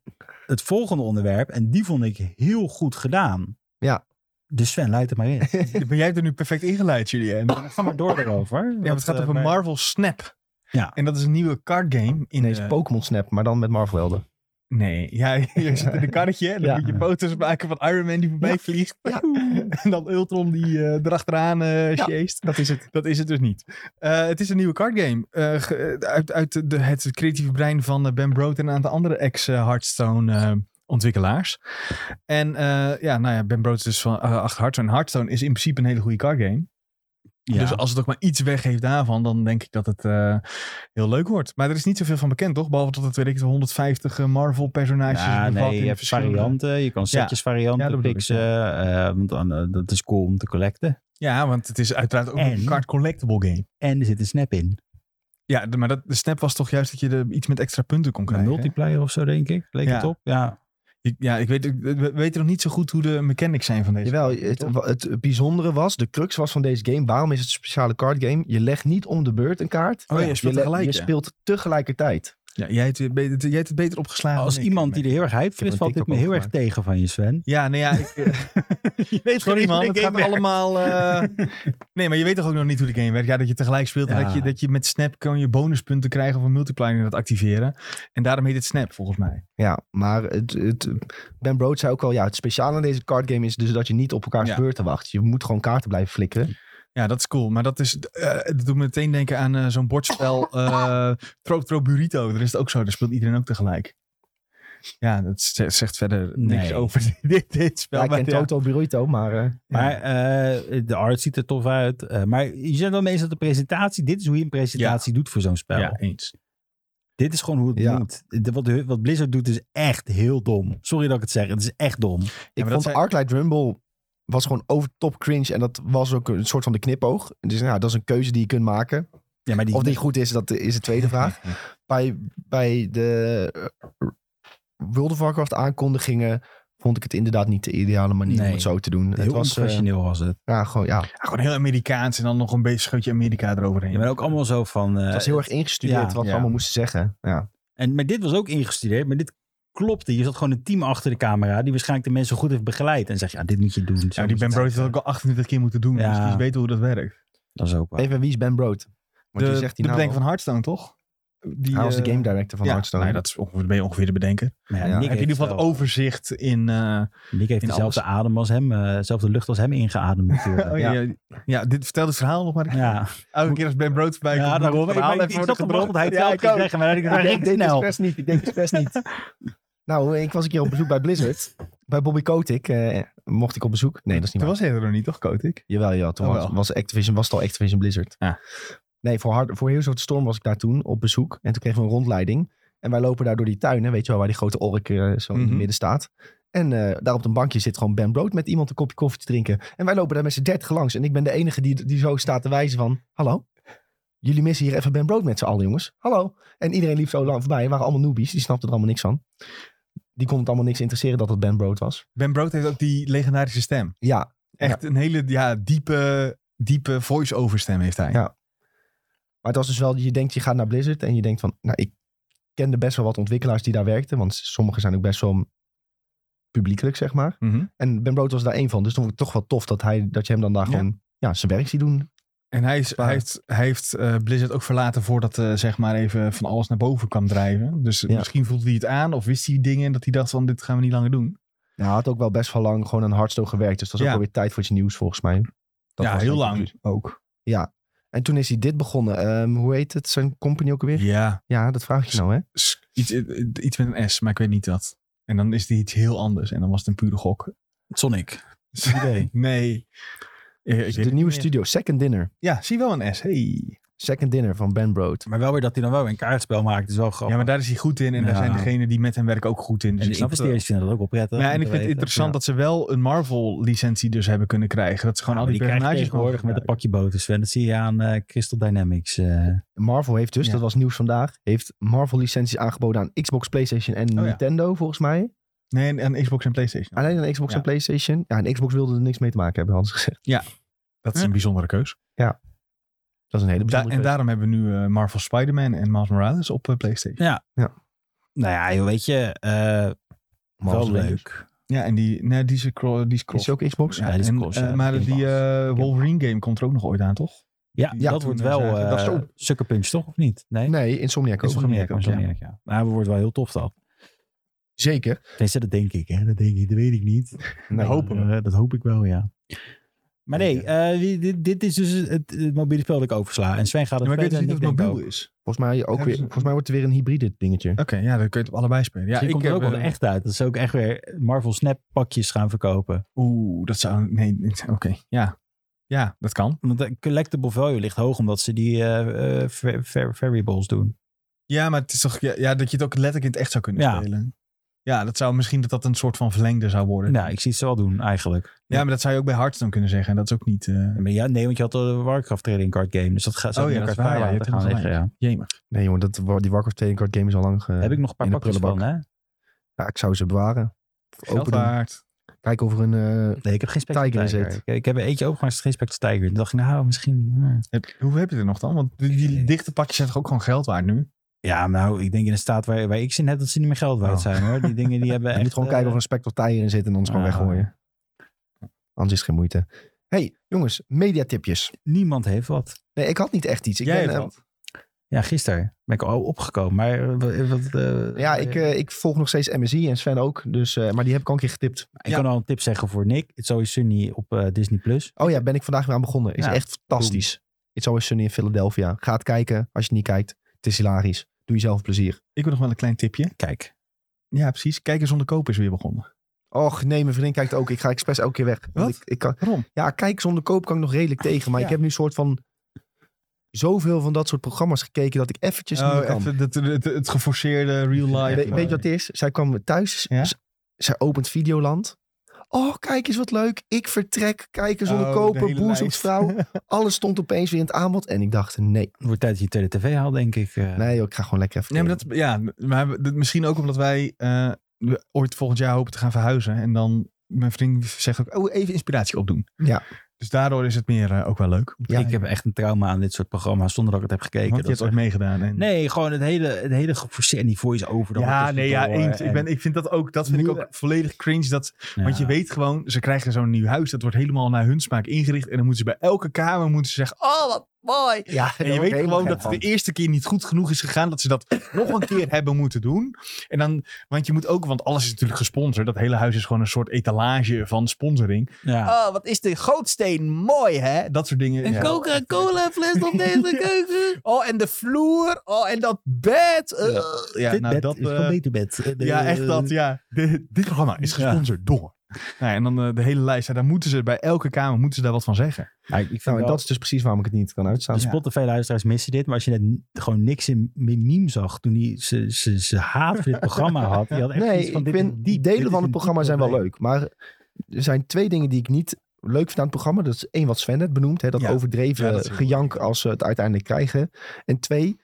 het volgende onderwerp. En die vond ik heel goed gedaan.
Ja.
Dus Sven, leid het maar in.
Maar jij hebt er nu perfect ingeleid, Julien. Ja,
Ga maar door eh, daarover.
Oh, eh, maar het gaat over Marvel Snap.
Ja.
En dat is een nieuwe card game. In
Nee,
de-
is Pokémon Snap, maar dan met Marvel Helden.
Nee, ja, je zit in een karretje en dan
Ja.
moet je foto's maken van Iron Man die voorbij
Ja.
vliegt.
Ja.
En dan Ultron die eh erachteraan eh
Ja.
sjeest.
Dat is het.
Dat is het dus niet. Eh, het is een nieuwe card game. Eh, ge- uit uit de, het creatieve brein van eh, Ben Brood en een aantal andere ex-Hearthstone eh, ontwikkelaars. En eh, ja, nou ja, Ben Brood is dus van eh, achter Hearthstone. Hearthstone is in principe een hele goede card game.
Ja.
Dus als het ook maar iets weggeeft daarvan, dan denk ik dat het eh, heel leuk wordt. Maar er is niet zoveel van bekend, toch? Behalve dat het, weet ik, de 150 Marvel-personages
Ja,
bevat
Nou, nee,
in
je hebt
verschillende-
varianten. Je kan setjes varianten
Ja, dat bedoel ik,
fixen. eh, want dan, eh, dat is cool om te collecten.
Ja, want het is uiteraard ook een
En?
card collectible game.
En er zit een snap in.
Ja, de- maar dat, de snap was toch juist dat je er iets met extra punten kon
Een
krijgen? hè?
multiplayer of zo, denk ik. Leek
Ja.
het op? Ja.
Ik- ja, ik weet, ik- we weten nog niet zo goed hoe de mechanics zijn van deze.
Jawel, het, wa- het bijzondere was, de crux was van deze game. Waarom is het een speciale card game? Je legt niet om de beurt een kaart.
Oh ja, je speelt
le-
tegelijk,
Je
ja.
speelt tegelijkertijd.
Ja, jij, hebt, het beter- jij hebt het beter opgeslagen.
Als
dan ik.
iemand die er heel erg hype voor
heb
is,
een
valt dit me
TikTok
heel erg tegen van je, Sven.
Ja, nee, ja. Ik,
Je weet
sorry man, het gaat
allemaal.
allemaal... eh, nee, maar je weet toch ook nog niet hoe de game werkt? Ja, dat je tegelijk speelt en
Ja.
dat je, dat je met Snap kan je bonuspunten krijgen of een multiplier dat activeren. En daarom heet het Snap, volgens mij.
Ja, maar het, het, Ben Brood zei ook al, ja, het speciale aan deze card game is dus dat je niet op elkaars
Ja.
beurten wacht. Je moet gewoon kaarten blijven flikkeren.
Ja, dat is cool. Maar dat, is, eh, dat doet me meteen denken aan eh, zo'n bordspel eh Tro Tro Burrito. Daar is het ook zo, daar speelt iedereen ook tegelijk. Ja, dat z- zegt verder niks
Nee.
over dit, dit spel.
Ja, ik
maar
ken
ja.
Toto Burrito, maar eh,
Maar eh, de art ziet er tof uit. Eh, maar je zegt wel meestal de presentatie. Dit is hoe je een presentatie doet voor zo'n spel.
Ja, eens.
Dit is gewoon hoe het
Ja.
moet. De- wat, wat Blizzard doet is echt heel dom. Sorry dat ik het zeg. Het is echt dom.
ik
maar dat
vond
zijn-
Arclight Rumble was gewoon over top cringe en dat was ook een soort van de knipoog. Dus nou, dat is een keuze die je kunt maken.
Ja, maar die,
Of die goed is, dat is de tweede vraag. Bij, bij de eh, World of Warcraft aankondigingen vond ik het inderdaad niet de ideale manier om
Nee.
het zo te doen.
heel
het was eh,
professioneel was het.
ja, gewoon, ja,
Ja, Gewoon heel Amerikaans en dan nog een beetje scheutje Amerika eroverheen.
Ja, maar ook allemaal zo van... eh,
het was heel erg ingestudeerd
ja,
wat we
ja.
allemaal moesten zeggen. Ja.
En, maar dit was ook ingestudeerd, maar dit klopte. Je zat gewoon een team achter de camera die waarschijnlijk de mensen goed heeft begeleid. En zegt, ja, dit moet je doen. Zo
Ja, die
moet
Ben
het
Brody had
zijn.
dat ook al 28 keer moeten doen.
Ja.
Dus die weten hoe dat werkt.
Dat is ook waar.
Even, wie is Ben Brood? Want
de
je zegt
de
die naam
bedenker
al.
van Hearthstone, toch? Die,
Hij was de
eh,
game director van
ja,
Hearthstone.
nee, dat is ongeveer, ben je ongeveer de bedenker.
Maar ja,
Ja,
Nick
Heb je in ieder
heeft
geval het
wel-
overzicht in... eh,
Nick heeft
in
dezelfde adem als hem, eh, dezelfde lucht als hem ingeademd natuurlijk.
oh, ja. Ja, dit vertelt het verhaal nog maar.
Ja,
Elke keer als Ben Brood voorbij komt,
ja
moet
daarom.
het
Ik,
verhaal
ik, ik
even worden
snapte
gebracht.
wel dat hij het
Ja,
zelf
ik
ging
ook.
zeggen, maar dat ik
Ik
dacht,
denk
ik
dit
snel.
expres niet. Ik denk het expres niet. Nou, ik was een keer op bezoek bij Blizzard. Bij Bobby Kotick eh, mocht ik op bezoek. Nee, dat is niet
Toen
waar.
was hij er nog niet, toch, Kotik?
Jawel, ja. Toen
Oh,
was,
wel.
was, Activision, was het al Activision Blizzard.
Ja.
Nee, voor, hard, voor Heroes of the Storm was ik daar toen op bezoek. En toen kregen we een rondleiding. En wij lopen daar door die tuin. Hè, weet je wel, waar die grote ork eh, zo in
Mhm.
het midden staat. En eh, daar op een bankje zit gewoon Ben Brood met iemand een kopje koffie te drinken. En wij lopen daar met z'n dertig langs. En ik ben de enige die, die zo staat te wijzen van... Hallo? Jullie missen hier even Ben Brood met z'n allen, jongens. Hallo? En iedereen liep zo lang voorbij. Er waren allemaal newbies. Die snapten er allemaal niks van. Die kon het allemaal niks interesseren dat het Ben Brood was.
Ben Brood heeft ook die legendarische stem.
Ja,
Echt een hele ja, diepe, diepe voice-over stem heeft hij.
Ja. Maar het was dus wel, je denkt, je gaat naar Blizzard en je denkt van, nou, ik kende best wel wat ontwikkelaars die daar werkten, want sommigen zijn ook best wel publiekelijk, zeg maar.
Mhm.
En Ben Brood was daar één van, dus dan vond ik het toch wel tof dat, hij, dat je hem dan daar
Ja.
gewoon ja, zijn werk ziet doen.
En hij, is, hij heeft, hij heeft eh, Blizzard ook verlaten voordat eh, zeg maar even van alles naar boven kwam drijven. Dus
Ja.
misschien voelde hij het aan of wist hij dingen dat hij dacht van dit gaan we niet langer doen.
Ja, hij had ook wel best wel lang gewoon aan Hearthstone gewerkt, dus dat was
Ja.
ook alweer tijd voor iets nieuws volgens mij. Dat
ja,
was
heel
zijn
lang
conclusie.
ook.
En toen is hij dit begonnen. Ehm, hoe heet het, zijn company ook alweer? Ja,
Ja,
dat vraag ik je nou, hè?
s- iets, eh, iets met een S, maar ik weet niet dat. En dan is hij iets heel anders en dan was het een pure gok.
Sonic.
idee.
nee. Eh, ik weet
De
het
nieuwe
niet meer.
studio, Second Dinner.
Ja, zie wel een S. Hey.
Second Dinner van Ben Brood.
Maar wel weer dat hij dan wel weer een kaartspel maakt. Is wel grappig.
Ja, maar daar is hij goed in en daar
Ja.
zijn degenen die met hem werken ook goed in. Dus
en
ik
de
snap het wel.
investeerders vinden dat ook wel prettig.
Maar ja,
om
en ik
te
vind het
weten.
interessant
Ja.
dat ze wel een Marvel-licentie dus hebben kunnen krijgen. Dat ze gewoon
Ja,
al die,
maar krijg je
personages
tegenwoordig
mogen
met een
gebruiken.
pakje boter, Sven. Dat zie je aan eh, Crystal Dynamics. eh,
Marvel heeft dus,
Ja.
dat was nieuws vandaag, heeft Marvel licenties aangeboden aan Xbox, PlayStation en
ja.
Nintendo volgens mij.
Nee, en, en Xbox en PlayStation.
Alleen aan Xbox
Ja.
en PlayStation. Ja, en Xbox wilde er niks mee te maken hebben, hadden ze gezegd.
Dat is
Ja.
een bijzondere keus.
Dat is een hele
Da-
bijzondere
en
keuze.
daarom hebben we nu eh, Marvel Spider-Man en Miles Morales op eh, PlayStation.
nou ja, joh, weet je, eh wel
Marvel
leuk.
Rangers.
Ja, en die, nee, die is, eh, cro- die is cross.
Is ook Xbox?
Ja,
Ja, die is
en,
cross,
eh,
ja,
maar
Game
die
Pass.
eh, Wolverine game komt er ook nog ooit aan, toch?
Ja,
Ja,
dat
toen,
wordt
eh,
wel
zagen- dat is
eh
op.
Sucker Punch, toch? Of niet? Nee?
Nee, Insomniac ook.
Insomniac,
ook, ja.
Insomniac, ja. Nou, dat wordt wel heel tof dat.
Zeker.
Tenminste, dat denk ik, hè. Dat denk ik, dat weet ik niet.
Nee.
Maar, eh, dat hoop ik wel, ja. Maar nee,
Zeker.
eh, die- dit, dit is dus het, het mobiele spel dat ik oversla. En Sven gaat
Ja,
het
maar ik weet dus
spelen
niet of
en
het
ik denk
mobiel
ook.
is.
Volgens mij, ook
Hebben
weer,
ze-
volgens mij wordt het weer een hybride dingetje.
Oké, ja, dan kun je het op allebei spelen. Ja,
Misschien komt
ik
er ook
heb,
wel
eh,
echt uit. Dat ze ook echt weer Marvel Snap pakjes gaan verkopen.
Oeh, dat zou... Nee, niet- oké. Ja. ja, dat kan.
Want de collectible value ligt hoog omdat ze die eh, eh, va- va- variables doen.
Ja, maar het is toch... Ja, ja, dat je het ook letterlijk in het echt zou kunnen
Ja.
spelen. Ja, dat zou misschien dat dat een soort van verlengde zou worden.
Nou, ik zie het zo wel doen eigenlijk.
Ja, maar dat zou je ook bij Hearthstone kunnen zeggen. En dat is ook niet... eh
Maar ja, nee, want je had de Warcraft trading card game. Dus dat gaat zo
Oh ja, dat is waar, ja, je hebt
gaan
helemaal
liggen. Ja.
Jemig.
Nee jongen, dat, wa- die Warcraft 2 card game is al lang... ge-
Heb ik nog een paar
in de
pakjes van,
prullenbak.
hè?
Ja, ik zou ze bewaren. Of Open
Geld
doen.
waard.
Kijk over een... eh,
Nee, ik heb geen Spectre
Tiger
Tiger.
is het.
Ik, ik heb een eentje opengemaakt, er zat geen Spectre Tiger. Toen dacht ik, nou, misschien... hmm.
Heb- hoe heb je er nog dan? Want die, die
Eh.
dichte pakjes zijn toch ook gewoon geld waard nu?
Ja, nou, ik denk in de staat waar, waar ik zin heb dat ze niet meer geld waard
Oh.
zijn, hoor. Die dingen die hebben
je
echt...
moet gewoon
eh,
kijken of er een spectrotaier in zit en anders gewoon
ah.
weggooien. Anders is het geen moeite. hey, jongens, mediatipjes.
Niemand heeft wat.
Nee, ik had niet echt iets. Ik
Jij
ben,
hebt
eh,
wat.
Ja, gisteren ben ik al opgekomen, maar... eh, wat- wat, eh,
Oh,
Ja, ik, eh, ik volg nog steeds MSI en Sven ook. Dus, eh, maar die heb ik al een keer getipt.
Ik kan al een tip zeggen voor Nick. Het is sowieso Sunny op eh, Disney+. Plus.
Oh ja, ben ik vandaag weer aan begonnen. Is
Ja,
echt fantastisch. It's always sunny in Philadelphia. Ga het kijken als je niet kijkt. Het is hilarisch. Doe jezelf plezier.
Ik wil nog wel een klein tipje.
Kijk.
Ja, precies. Kijken zonder kopen is weer begonnen.
Och nee, mijn vriendin kijkt ook. Ik ga expres elke keer weg. Want
Wat?
Ik, ik kan,
Waarom?
ja, kijk zonder koop kan ik nog redelijk tegen. Maar
Ja.
ik heb nu een soort van... Zoveel van dat soort programma's gekeken dat ik eventjes niet meer kan.
Oh, even het, het, het geforceerde real life. eh.
We- weet je wat het is? Zij kwam thuis.
Ja?
z- Zij opent Videoland. Oh, kijk eens wat leuk. Ik vertrek. Kijken zonder
Oh, de
kopen.
hele
Boer zoekt
lijst.
vrouw. Alles stond opeens weer in het aanbod. En ik dacht, nee.
Het wordt tijd dat je tweede tv haalt, denk ik. eh.
Nee, joh, ik ga gewoon lekker even
Ja, maar
kijken.
dat, ja, maar we- dat- misschien ook omdat wij eh, we ooit volgend jaar hopen te gaan verhuizen. En dan, mijn vriend zegt ook, oh, even inspiratie opdoen.
Ja.
Dus daardoor is het meer eh, ook wel leuk.
Ja.
Ik heb echt een trauma aan dit soort programma's, zonder dat ik het heb gekeken.
Want je
Dat
hebt
is
ook meegedaan.
Mm.
En...
Nee, gewoon het hele, het hele geforceerd en die voice-over. dan
Ja,
wat
dus
nee, ja,
tussendoor
eh,
eens. Ik,
dus en-
ben, ik vind dat ook, dat vind ik ook volledig cringe. Dat,
ja.
Want je weet gewoon, ze krijgen zo'n nieuw huis. Dat wordt helemaal naar hun smaak ingericht. En dan moeten ze bij elke kamer moeten ze zeggen, oh wat mooi.
Ja,
En je weet gewoon dat het de eerste keer niet goed genoeg is gegaan. Dat ze dat nog een keer hebben moeten doen. En dan, want je moet ook, want alles is natuurlijk gesponsord. Dat hele huis is gewoon een soort etalage van sponsoring.
Ja.
Oh, wat is de gootsteen mooi, hè? Dat soort dingen. Ja.
Coca-Cola fles op deze keuken.
Oh, en de vloer. Oh, en dat bed. Eh,
Ja.
ja,
Dit
nou,
bed
dat,
is
eh,
van beter bed. Eh, de-
ja, echt dat. Ja. Dit- dit programma is gesponsord door. Nou, ja, en dan eh, de hele lijst. Ja, daar moeten ze bij elke kamer moeten ze daar wat van zeggen.
Ja, ik vind
Nou, en
wel-
dat is dus precies waarom ik het niet kan uitstaan.
De Spotify-luisteraars missen dit, maar als je net n- gewoon niks in Mimiem zag toen hij ze, ze, ze haat voor dit programma had. Die had echt
Nee,
iets van,
ik
dit
vind,
is
die
diep, dit
delen
is
van
een
het programma
diep
zijn wel
probleem.
leuk. Maar er zijn twee dingen die ik niet leuk vind aan het programma. Dat is één wat Sven net benoemd. Hè, dat
Ja.
overdreven
Ja, dat is heel
gejank als ze het uiteindelijk krijgen. En twee,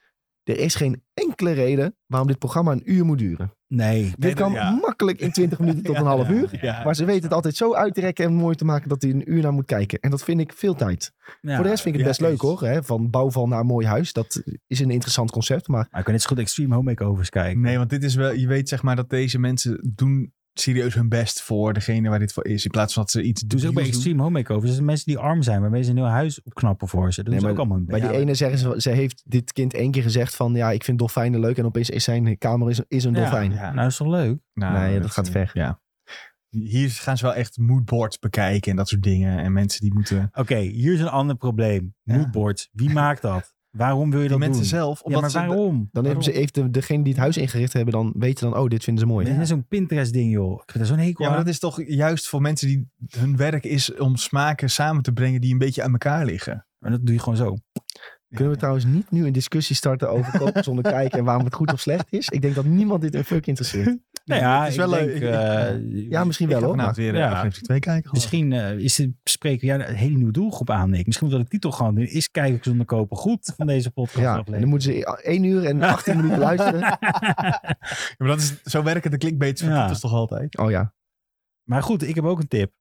er is geen enkele reden waarom dit programma een uur moet duren.
Nee,
dit kan
ja.
makkelijk in 20 minuten tot
Ja,
een half
ja,
uur.
ja.
Maar ze weten het altijd zo uit te rekken en mooi te maken dat hij een uur naar moet kijken. En dat vind ik veel tijd.
Ja,
Voor de rest vind ik het
ja,
best leuk
eens.
hoor. Hè? Van bouwval naar mooi huis. Dat is een interessant concept. Maar
Maar ik kan net zo goed Extreme Home Makeovers kijken.
Nee, want dit is wel, je weet zeg maar dat deze mensen doen serieus hun best voor degene waar dit voor is. In plaats van dat ze iets
Doen ze ook bij
debiels doen.
Extreme Home Makeovers. Dat zijn mensen die arm zijn, waarmee ze een heel huis opknappen voor ze. Dat
Nee,
doen ze
maar
ook allemaal hun
Bij
best.
die ene zeggen ze, ze heeft dit kind één keer gezegd van ja, ik vind dolfijnen leuk. En opeens is zijn kamer is, is een
Ja,
dolfijn.
ja.
Nou, dat is toch leuk?
Nou,
Nee, dat gaat
eh,
ver.
Ja. Hier gaan ze wel echt moodboards bekijken en dat soort dingen. En mensen die moeten...
Oké, hier is een ander probleem.
Ja.
Moodboard. Wie maakt dat? Waarom wil je
Die
dat
mensen
doen?
zelf.
ja,
Omdat
maar
ze-
waarom?
Dan hebben ze, heeft de- degene die het huis ingericht hebben, dan weten dan, oh, dit vinden ze mooi.
Dit is zo'n Pinterest-ding, joh. Ik vind daar zo'n hekel
Ja, maar
aan.
dat is toch juist voor mensen die hun werk is om smaken samen te brengen die een beetje aan elkaar liggen.
Maar dat doe je gewoon zo.
Kunnen we trouwens niet nu een discussie starten over kopen zonder kijken en waarom het goed of slecht is? Ik denk dat niemand dit een fuck interesseert.
Nou
Ja,
ja,
het is
ik
wel
denk...
leuk. Ik-
eh,
Ja, misschien
Ik
wel
ga
hoor.
vanavond
maar-
weer eh,
Ja.
ja. aflevering 2 kijken. gewoon.
Misschien eh, is het, spreken we ja, een hele nieuwe doelgroep aan, Nick. Misschien moet dat de titel gewoon doen. Is kijken zonder kopen goed van deze podcast
Ja, en dan moeten ze 1 uur en 18 minuten luisteren.
Ja, maar dat is, zo werken de clickbaits van
Ja.
titels toch altijd?
Oh ja.
Maar goed, ik heb ook een tip.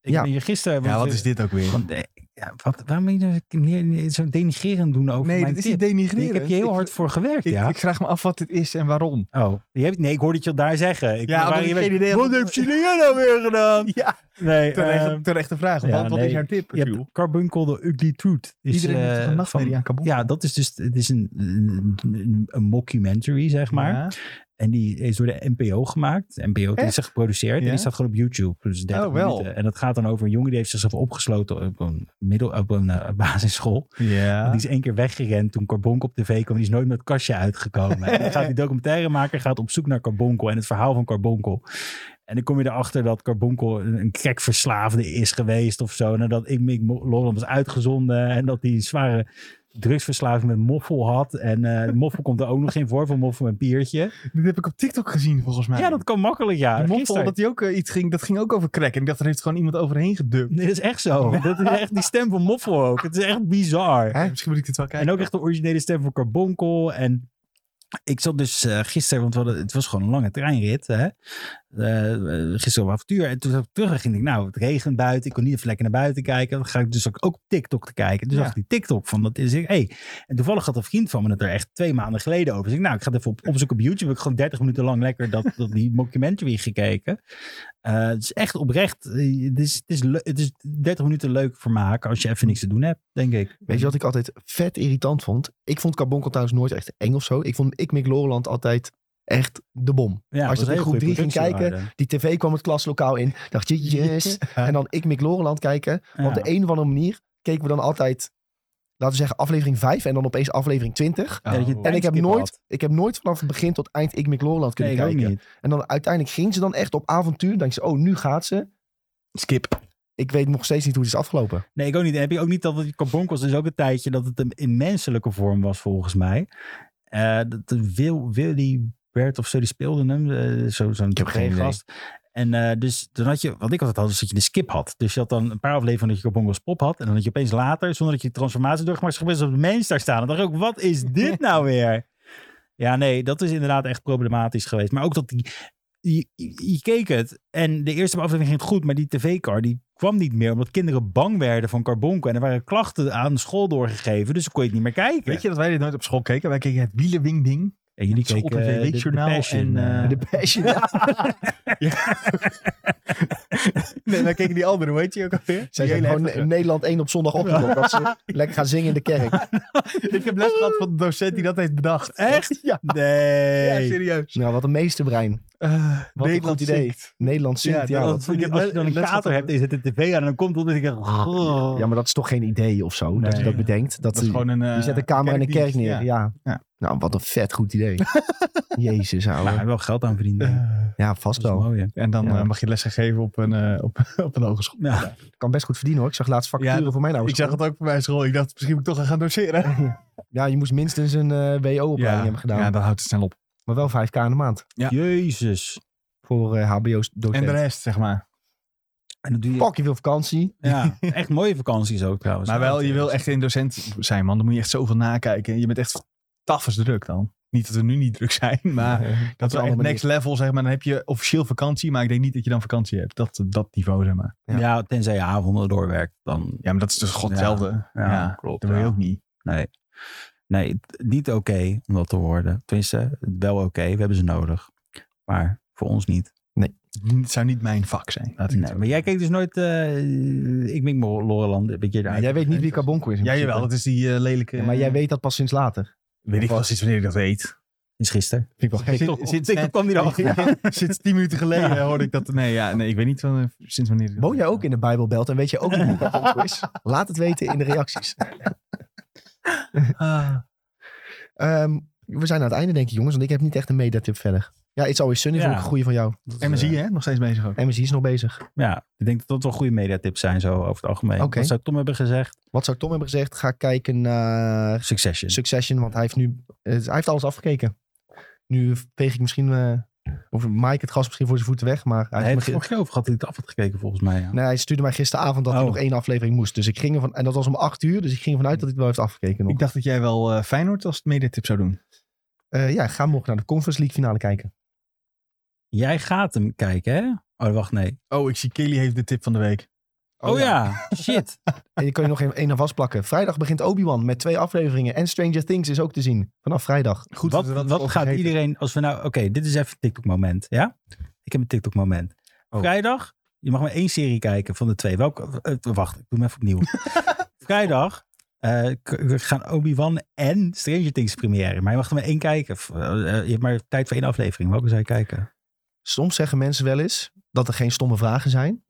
Ik
Ja.
ben hier gisteren...
Ja,
want,
wat is dit ook weer?
want, eh, ja, wat, waarom ben je nou neer- neer- zo denigrerend doen over
Nee,
mijn
dit is niet
tip?
denigrerend.
ik heb je heel hard voor gewerkt,
Ik,
ja.
ik vraag me af wat dit is en waarom.
Oh, je hebt, nee, ik hoorde het je daar zeggen. Ik
Ja,
waar
omdat ik
je
geen idee had-
Wat heeft Julia nou weer gedaan?
Ja,
Nee,
terechte,
ehm,
terechte vraag.
ja,
wat wat
nee.
is jouw tip,
je
Jules?
hebt Carbuncle the Ugly Truth. Is,
Iedereen heeft
eh,
toch een nachtmerrie
van-
aan Kabul?
Ja, dat is dus het is een, een, een- een mockumentary, zeg maar.
Ja.
En die is door de NPO gemaakt. NPO die is er geproduceerd. En
Ja?
die staat gewoon op YouTube. Dus 30
Oh, wel.
minuten. En dat gaat dan over een jongen die heeft zichzelf opgesloten op een, middel, op een eh, basisschool.
Ja.
Die is één keer weggerend toen Carbonkel op tv kwam. Die is nooit met het kastje uitgekomen. en dan gaat die documentairemaker gaat op zoek naar Carbonkel en het verhaal van Carbonkel. En dan kom je erachter dat Carbonkel een een crackverslaafde is geweest of zo. En dat ik Mick Loren was uitgezonden en dat hij een zware drugsverslaving met moffel had. En eh, moffel komt er ook nog in voor, van moffel en piertje.
Dit heb ik op TikTok gezien, volgens mij.
Ja, dat kan makkelijk, ja.
Die moffel,
Gisteren.
dat die ook eh, iets ging, dat ging ook over crack. En ik dacht, er heeft gewoon iemand overheen gedumpt.
Nee, dat is echt zo. Dat is echt die stem van moffel ook. Het is echt bizar.
Hè?
Misschien moet ik dit wel kijken.
En ook echt de originele stem van Carbonkel. En ik zat dus eh, gisteren, want we hadden- het was gewoon een lange treinrit. Hè? Eh, eh, gisteren op avontuur. En toen zat ik terug en ging ik, nou, het regent buiten. Ik kon niet even lekker naar buiten kijken. Dan ga ik dus ook, ook op TikTok te kijken. Dus
Ja.
zag ik die TikTok van, dat is ik, hey. En toevallig had een vriend van me het er echt twee maanden geleden over. Dus ik, nou, ik ga het even op, opzoeken op YouTube. Heb ik gewoon 30 minuten lang lekker dat, dat die documentary gekeken. Eh, het is echt oprecht. eh, Het is, het, is, le- het is 30 minuten leuk vermaak als je even niks te doen hebt, denk ik.
Weet je wat ik altijd vet irritant vond? Ik vond Carbonkel trouwens nooit echt eng of zo. Ik vond ik Mick Loreland altijd echt de bom.
Ja,
Als je
dat
op
is
groep
een hele
drie ging
goede
kijken,
productiewaarde.
Die tv kwam het klaslokaal in. Dacht je, yes. En dan ik Mick Loreland kijken. Maar
Ja.
Op de een of andere manier keken we dan altijd, laten we zeggen, aflevering 5 en dan opeens aflevering 20.
Oh.
Ja, dat je
En ik heb,
Tijdskip
nooit,
had.
ik heb nooit vanaf het begin tot eind ik Mick Loreland
Nee,
kunnen
ik ook
kijken.
niet.
En dan uiteindelijk ging ze dan echt op avontuur. Dan denk je, oh, nu gaat ze.
Skip.
Ik weet nog steeds niet hoe het is afgelopen.
Nee, ik ook niet. En heb je ook niet dat het Carbonkels dus ook een tijdje dat het een in menselijke vorm was volgens mij. Eh dat de Wil, Willy Bert of zo, die speelde hem. eh, zo, zo'n
heb geen idee.
gast. En eh, dus toen had je, wat ik altijd had, is dat je de skip had. Dus je had dan een paar afleveringen dat je Carbonkels pop had. En dan had je opeens later, zonder dat je de transformatie doorgemaakt was, op de mens daar staan. Dan dacht ik ook, wat is dit nou weer? Ja, nee, dat is inderdaad echt problematisch geweest. Maar ook dat die, je, je- je keek het en de eerste aflevering ging het goed, maar die tv-car die kwam niet meer omdat kinderen bang werden van carbonken. En er waren klachten aan school doorgegeven, dus dan kon je het niet meer kijken.
Weet je dat wij dit nooit op school keken? Wij keken het wielenwing ding.
en jullie
Zo op
keken
een
eh, de- de
tv-journaal
Passion,
en,
eh.
eh,
De passion. Ja,
Nee, wij keken die andere, weet je ook alweer?
zij
Die
zijn
hele
gewoon
heftige.
in Nederland 1 op zondag opgekomen. Dat ze lekker gaan zingen in de kerk.
Ik heb les gehad van de docent die dat heeft bedacht.
Echt?
Ja.
eh, Ja,
Nee.
serieus.
Nou, wat een meesterbrein.
Eh,
Wat een goed idee.
zingt.
Nederland zingt, ja.
dat-
dat-
als, je, als je dan een
let-
kater hebt en je zet de tv aan en dan komt het omdat ik denk,
Ah,
goh.
Ja, maar dat is toch geen idee of zo, dat je
Nee.
dat bedenkt. Dat,
Dat is gewoon een...
je zet een eh, camera in een kerk neer. Ja.
Ja. Nou,
Nou, wat een vet goed idee. Jezus, ouwe.
Maar hij heeft wel geld aan verdiend.
ja, Eh, vast
dat is
wel.
mooi, hè.
en dan
Ja.
eh, mag je lessen geven op een, eh, op, op een hogeschool.
Ja.
Kan best goed verdienen hoor. Ik zag laatst facturen
Ja,
voor mijn ouders.
Ik zag het ook bij mijn school. Ik dacht, misschien moet ik toch gaan doseren.
Ja, je moest minstens een WO-opleiding hebben gedaan.
ja, dat houdt het snel op.
Maar wel 5k in de maand.
Ja.
Jezus.
Voor eh HBO's
En de
docent.
rest, zeg maar.
En dan doe je...
Pak je veel vakantie.
Ja, echt mooie vakanties ook trouwens.
Maar wel, je wil echt een docent zijn, man. Dan moet je echt zoveel nakijken. En je bent echt tafels druk dan. Niet dat we nu niet druk zijn, maar dat is
een
echt
andere
next level, zeg maar. Dan heb je officieel vakantie, maar ik denk niet dat je dan vakantie hebt. Dat, dat niveau, zeg maar.
Ja.
Ja, tenzij je avonden doorwerkt, dan...
Ja, maar dat is dus god
Ja.
hetzelfde. Ja,
Ja, klopt,
Dat wil je
ja.
ook niet.
Nee. Nee, het- niet oké om dat te worden. Tenminste, wel oké, we hebben ze nodig. Maar voor ons niet.
Het zou niet mijn vak zijn. laat ik het
Nee,
zo
maar jij kijkt dus nooit... eh, ik mink me Loreland een beetje
Ja,
eruit.
jij weet niet wie Carbonco is. in
Ja,
principe.
jawel, dat is die eh, lelijke.
Ja, maar jij weet dat pas sinds later.
Weet ik wel sinds wanneer ik dat weet.
Is gisteren.
Vind ik wel gek.
Sinds- sinds-
TikTok kwam die erachter.
Sinds tien minuten geleden hoorde ik dat. Nee, ja, nee, ik weet niet van, eh, sinds wanneer. ik dat
Woon
weet.
jij ook in de Bijbelbelt en weet je ook niet wie Carbonco is? Laat het weten in de reacties.
Ah.
Ehm, we zijn aan het einde denk ik jongens, want ik heb niet echt een mediatip verder. Ja, It's Always Sunny is eh,
Ja.
ook een goede van jou.
MSI, hè? Nog steeds bezig ook.
MSI is nog bezig.
Ja, ik denk dat dat wel goede mediatips zijn zo over het algemeen.
Oké.
Dat zou Tom hebben gezegd.
Wat zou Tom hebben gezegd? Ga kijken naar
Succession.
Succession, want hij heeft nu eh, hij heeft alles afgekeken. Nu veeg ik misschien, eh, of Mike het gas misschien voor zijn voeten weg, maar hij,
Hij heeft
heeft
het
me ge-
vorige keer over gehad dat hij het af had gekeken volgens mij. Ja.
nee, hij stuurde mij gisteravond dat hij
Oh.
nog één aflevering moest. Dus ik ging ervan, en dat was om acht uur, dus ik ging ervan uit dat hij het wel heeft afgekeken nog.
Ik dacht dat jij wel eh, Feyenoord als mediatip zou doen.
Eh, ja, ga morgen naar de Conference League finale kijken.
Jij gaat hem kijken, hè? Oh, wacht, nee.
Oh, ik zie Kelly heeft de tip van de week.
Oh, ja. shit.
En je kan je nog één- één aan vastplakken. Vrijdag begint Obi-Wan met twee afleveringen en Stranger Things is ook te zien vanaf vrijdag.
Goed,
wat
dat we dat
wat
al
gaat
vergeten.
iedereen, als we nou, oké, dit is even TikTok moment, ja? Ik heb een TikTok moment.
Oh.
Vrijdag, je mag maar één serie kijken van de twee. Welke, eh, wacht, ik doe hem even opnieuw. Vrijdag eh, k- k- gaan Obi-Wan en Stranger Things première. Maar je mag er maar één kijken. F- eh, eh, je hebt maar tijd voor één aflevering. Welke zou je kijken?
Soms zeggen mensen wel eens dat er geen stomme vragen zijn.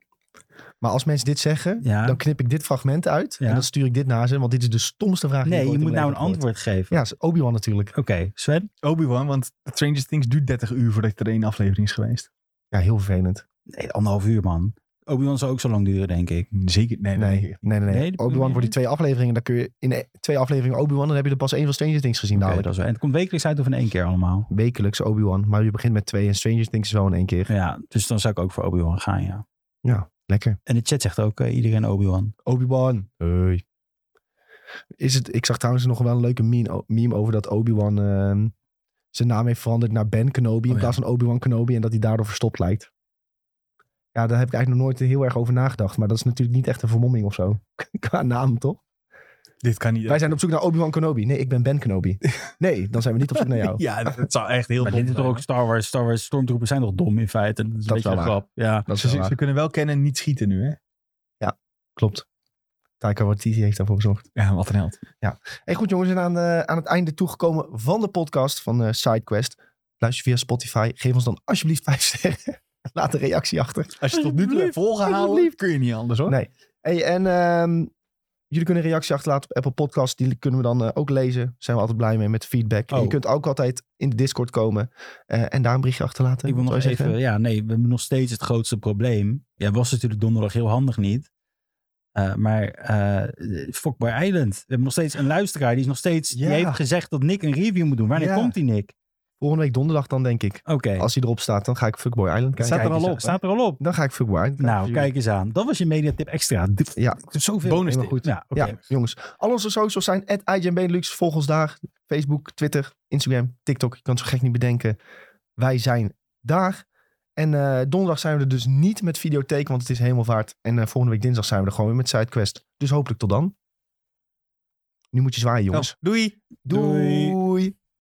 Maar als mensen dit zeggen,
Ja.
dan knip ik dit fragment uit.
Ja.
En dan stuur ik dit naar ze, want dit is de stomste vraag. die ik
Nee, je
ooit in
moet
mijn
nou een
leven heb gehoord.
antwoord geven.
Ja, is Obi-Wan natuurlijk.
Oké, Sven?
Obi-Wan, want Stranger Things duurt 30 uur voordat er één aflevering is geweest.
Ja, heel vervelend.
Nee, anderhalf uur, man. Obi-Wan zou ook zo lang duren, denk ik.
Zeker. Nee,
Nee,
Hmm. nee.
nee, nee. nee.
Nee, dat bedoel
Obi-Wan
je
wordt die
niet?
twee afleveringen. Dan kun je in e- twee afleveringen Obi-Wan, dan heb je er pas één van Stranger Things gezien
Nou,
Oké,
dadelijk.
dat is wel- En het komt wekelijks uit of in één keer allemaal.
Wekelijks Obi-Wan, maar je begint met twee en Stranger Things is wel in één keer.
Ja, dus dan zou ik ook voor Obi-Wan gaan, ja.
Lekker.
En de chat zegt ook eh, iedereen Obi-Wan.
Obi-Wan. Hey. Is het, ik zag trouwens nog wel een leuke meme, meme over dat Obi-Wan ehm, zijn naam heeft veranderd naar Ben Kenobi in
Oh, ja.
plaats van Obi-Wan Kenobi en dat hij daardoor verstopt lijkt. Ja, daar heb ik eigenlijk nog nooit heel erg over nagedacht, maar dat is natuurlijk niet echt een vermomming of zo. Qua naam, toch?
Dit kan niet.
Wij zijn op zoek naar Obi-Wan Kenobi. Nee, ik ben Ben Kenobi. Nee, dan zijn we niet op zoek naar jou.
Ja, dat zou echt heel
Maar dit is toch ook Star Wars. Star Wars stormtroopers zijn toch dom in feite? Dat is een
Dat is
beetje
wel
een
waar.
grap. Ja.
Dat is
Ze,
wel
ze- ze
waar.
kunnen wel kennen en niet schieten nu, hè?
Klopt. Taika Waititi heeft daarvoor gezorgd.
Ja, wat een held.
Hey, goed jongens, we zijn aan, eh, aan het einde toegekomen van de podcast van eh, SideQuest. Luister via Spotify. Geef ons dan alsjeblieft vijf sterren. Laat een reactie achter.
Als je het tot nu toe hebt volgehouden,
Alsjeblieft.
kun je niet anders, hoor. Nou,
Nee. Hey, en ehm, jullie kunnen een reactie achterlaten op Apple Podcasts. Die kunnen we dan eh, ook lezen. Daar zijn we altijd blij mee met feedback. En
Oh.
je kunt ook altijd in de Discord komen eh, en daar een berichtje achterlaten.
Ik wil
Wat
nog
wij zeggen.
even, ja, nee, we hebben nog steeds het grootste probleem. Ja, was natuurlijk donderdag heel handig niet. Eh, maar eh Fokbar Island. We hebben nog steeds een luisteraar die is nog steeds.
Ja.
Die heeft gezegd dat Nick een review moet doen. Wanneer
Ja.
komt die Nick?
Volgende week donderdag dan, denk ik.
Oké.
Als hij erop staat, dan ga ik Fuckboy Island kijken.
staat er al
Kijk eens,
op, hè?
Staat er al op.
Dan ga ik Fuckboy Island kijken.
Nou, kijk eens aan. Dat was je mediatip extra. D-
Ja.
Zoveel.
Bonus
tip.
goed. Ja, oké.
Ja, jongens. Al onze socials zijn @IGNBenelux. Volg ons daar. Facebook, Twitter, Instagram, TikTok. Je kan het zo gek niet bedenken. Wij zijn daar. En eh, donderdag zijn we er dus niet met videotheek, want het is helemaal vaart. En eh, volgende week dinsdag zijn we er gewoon weer met SideQuest. Dus hopelijk tot dan. Nu moet je zwaaien, jongens.
Nou, doei.
Doei.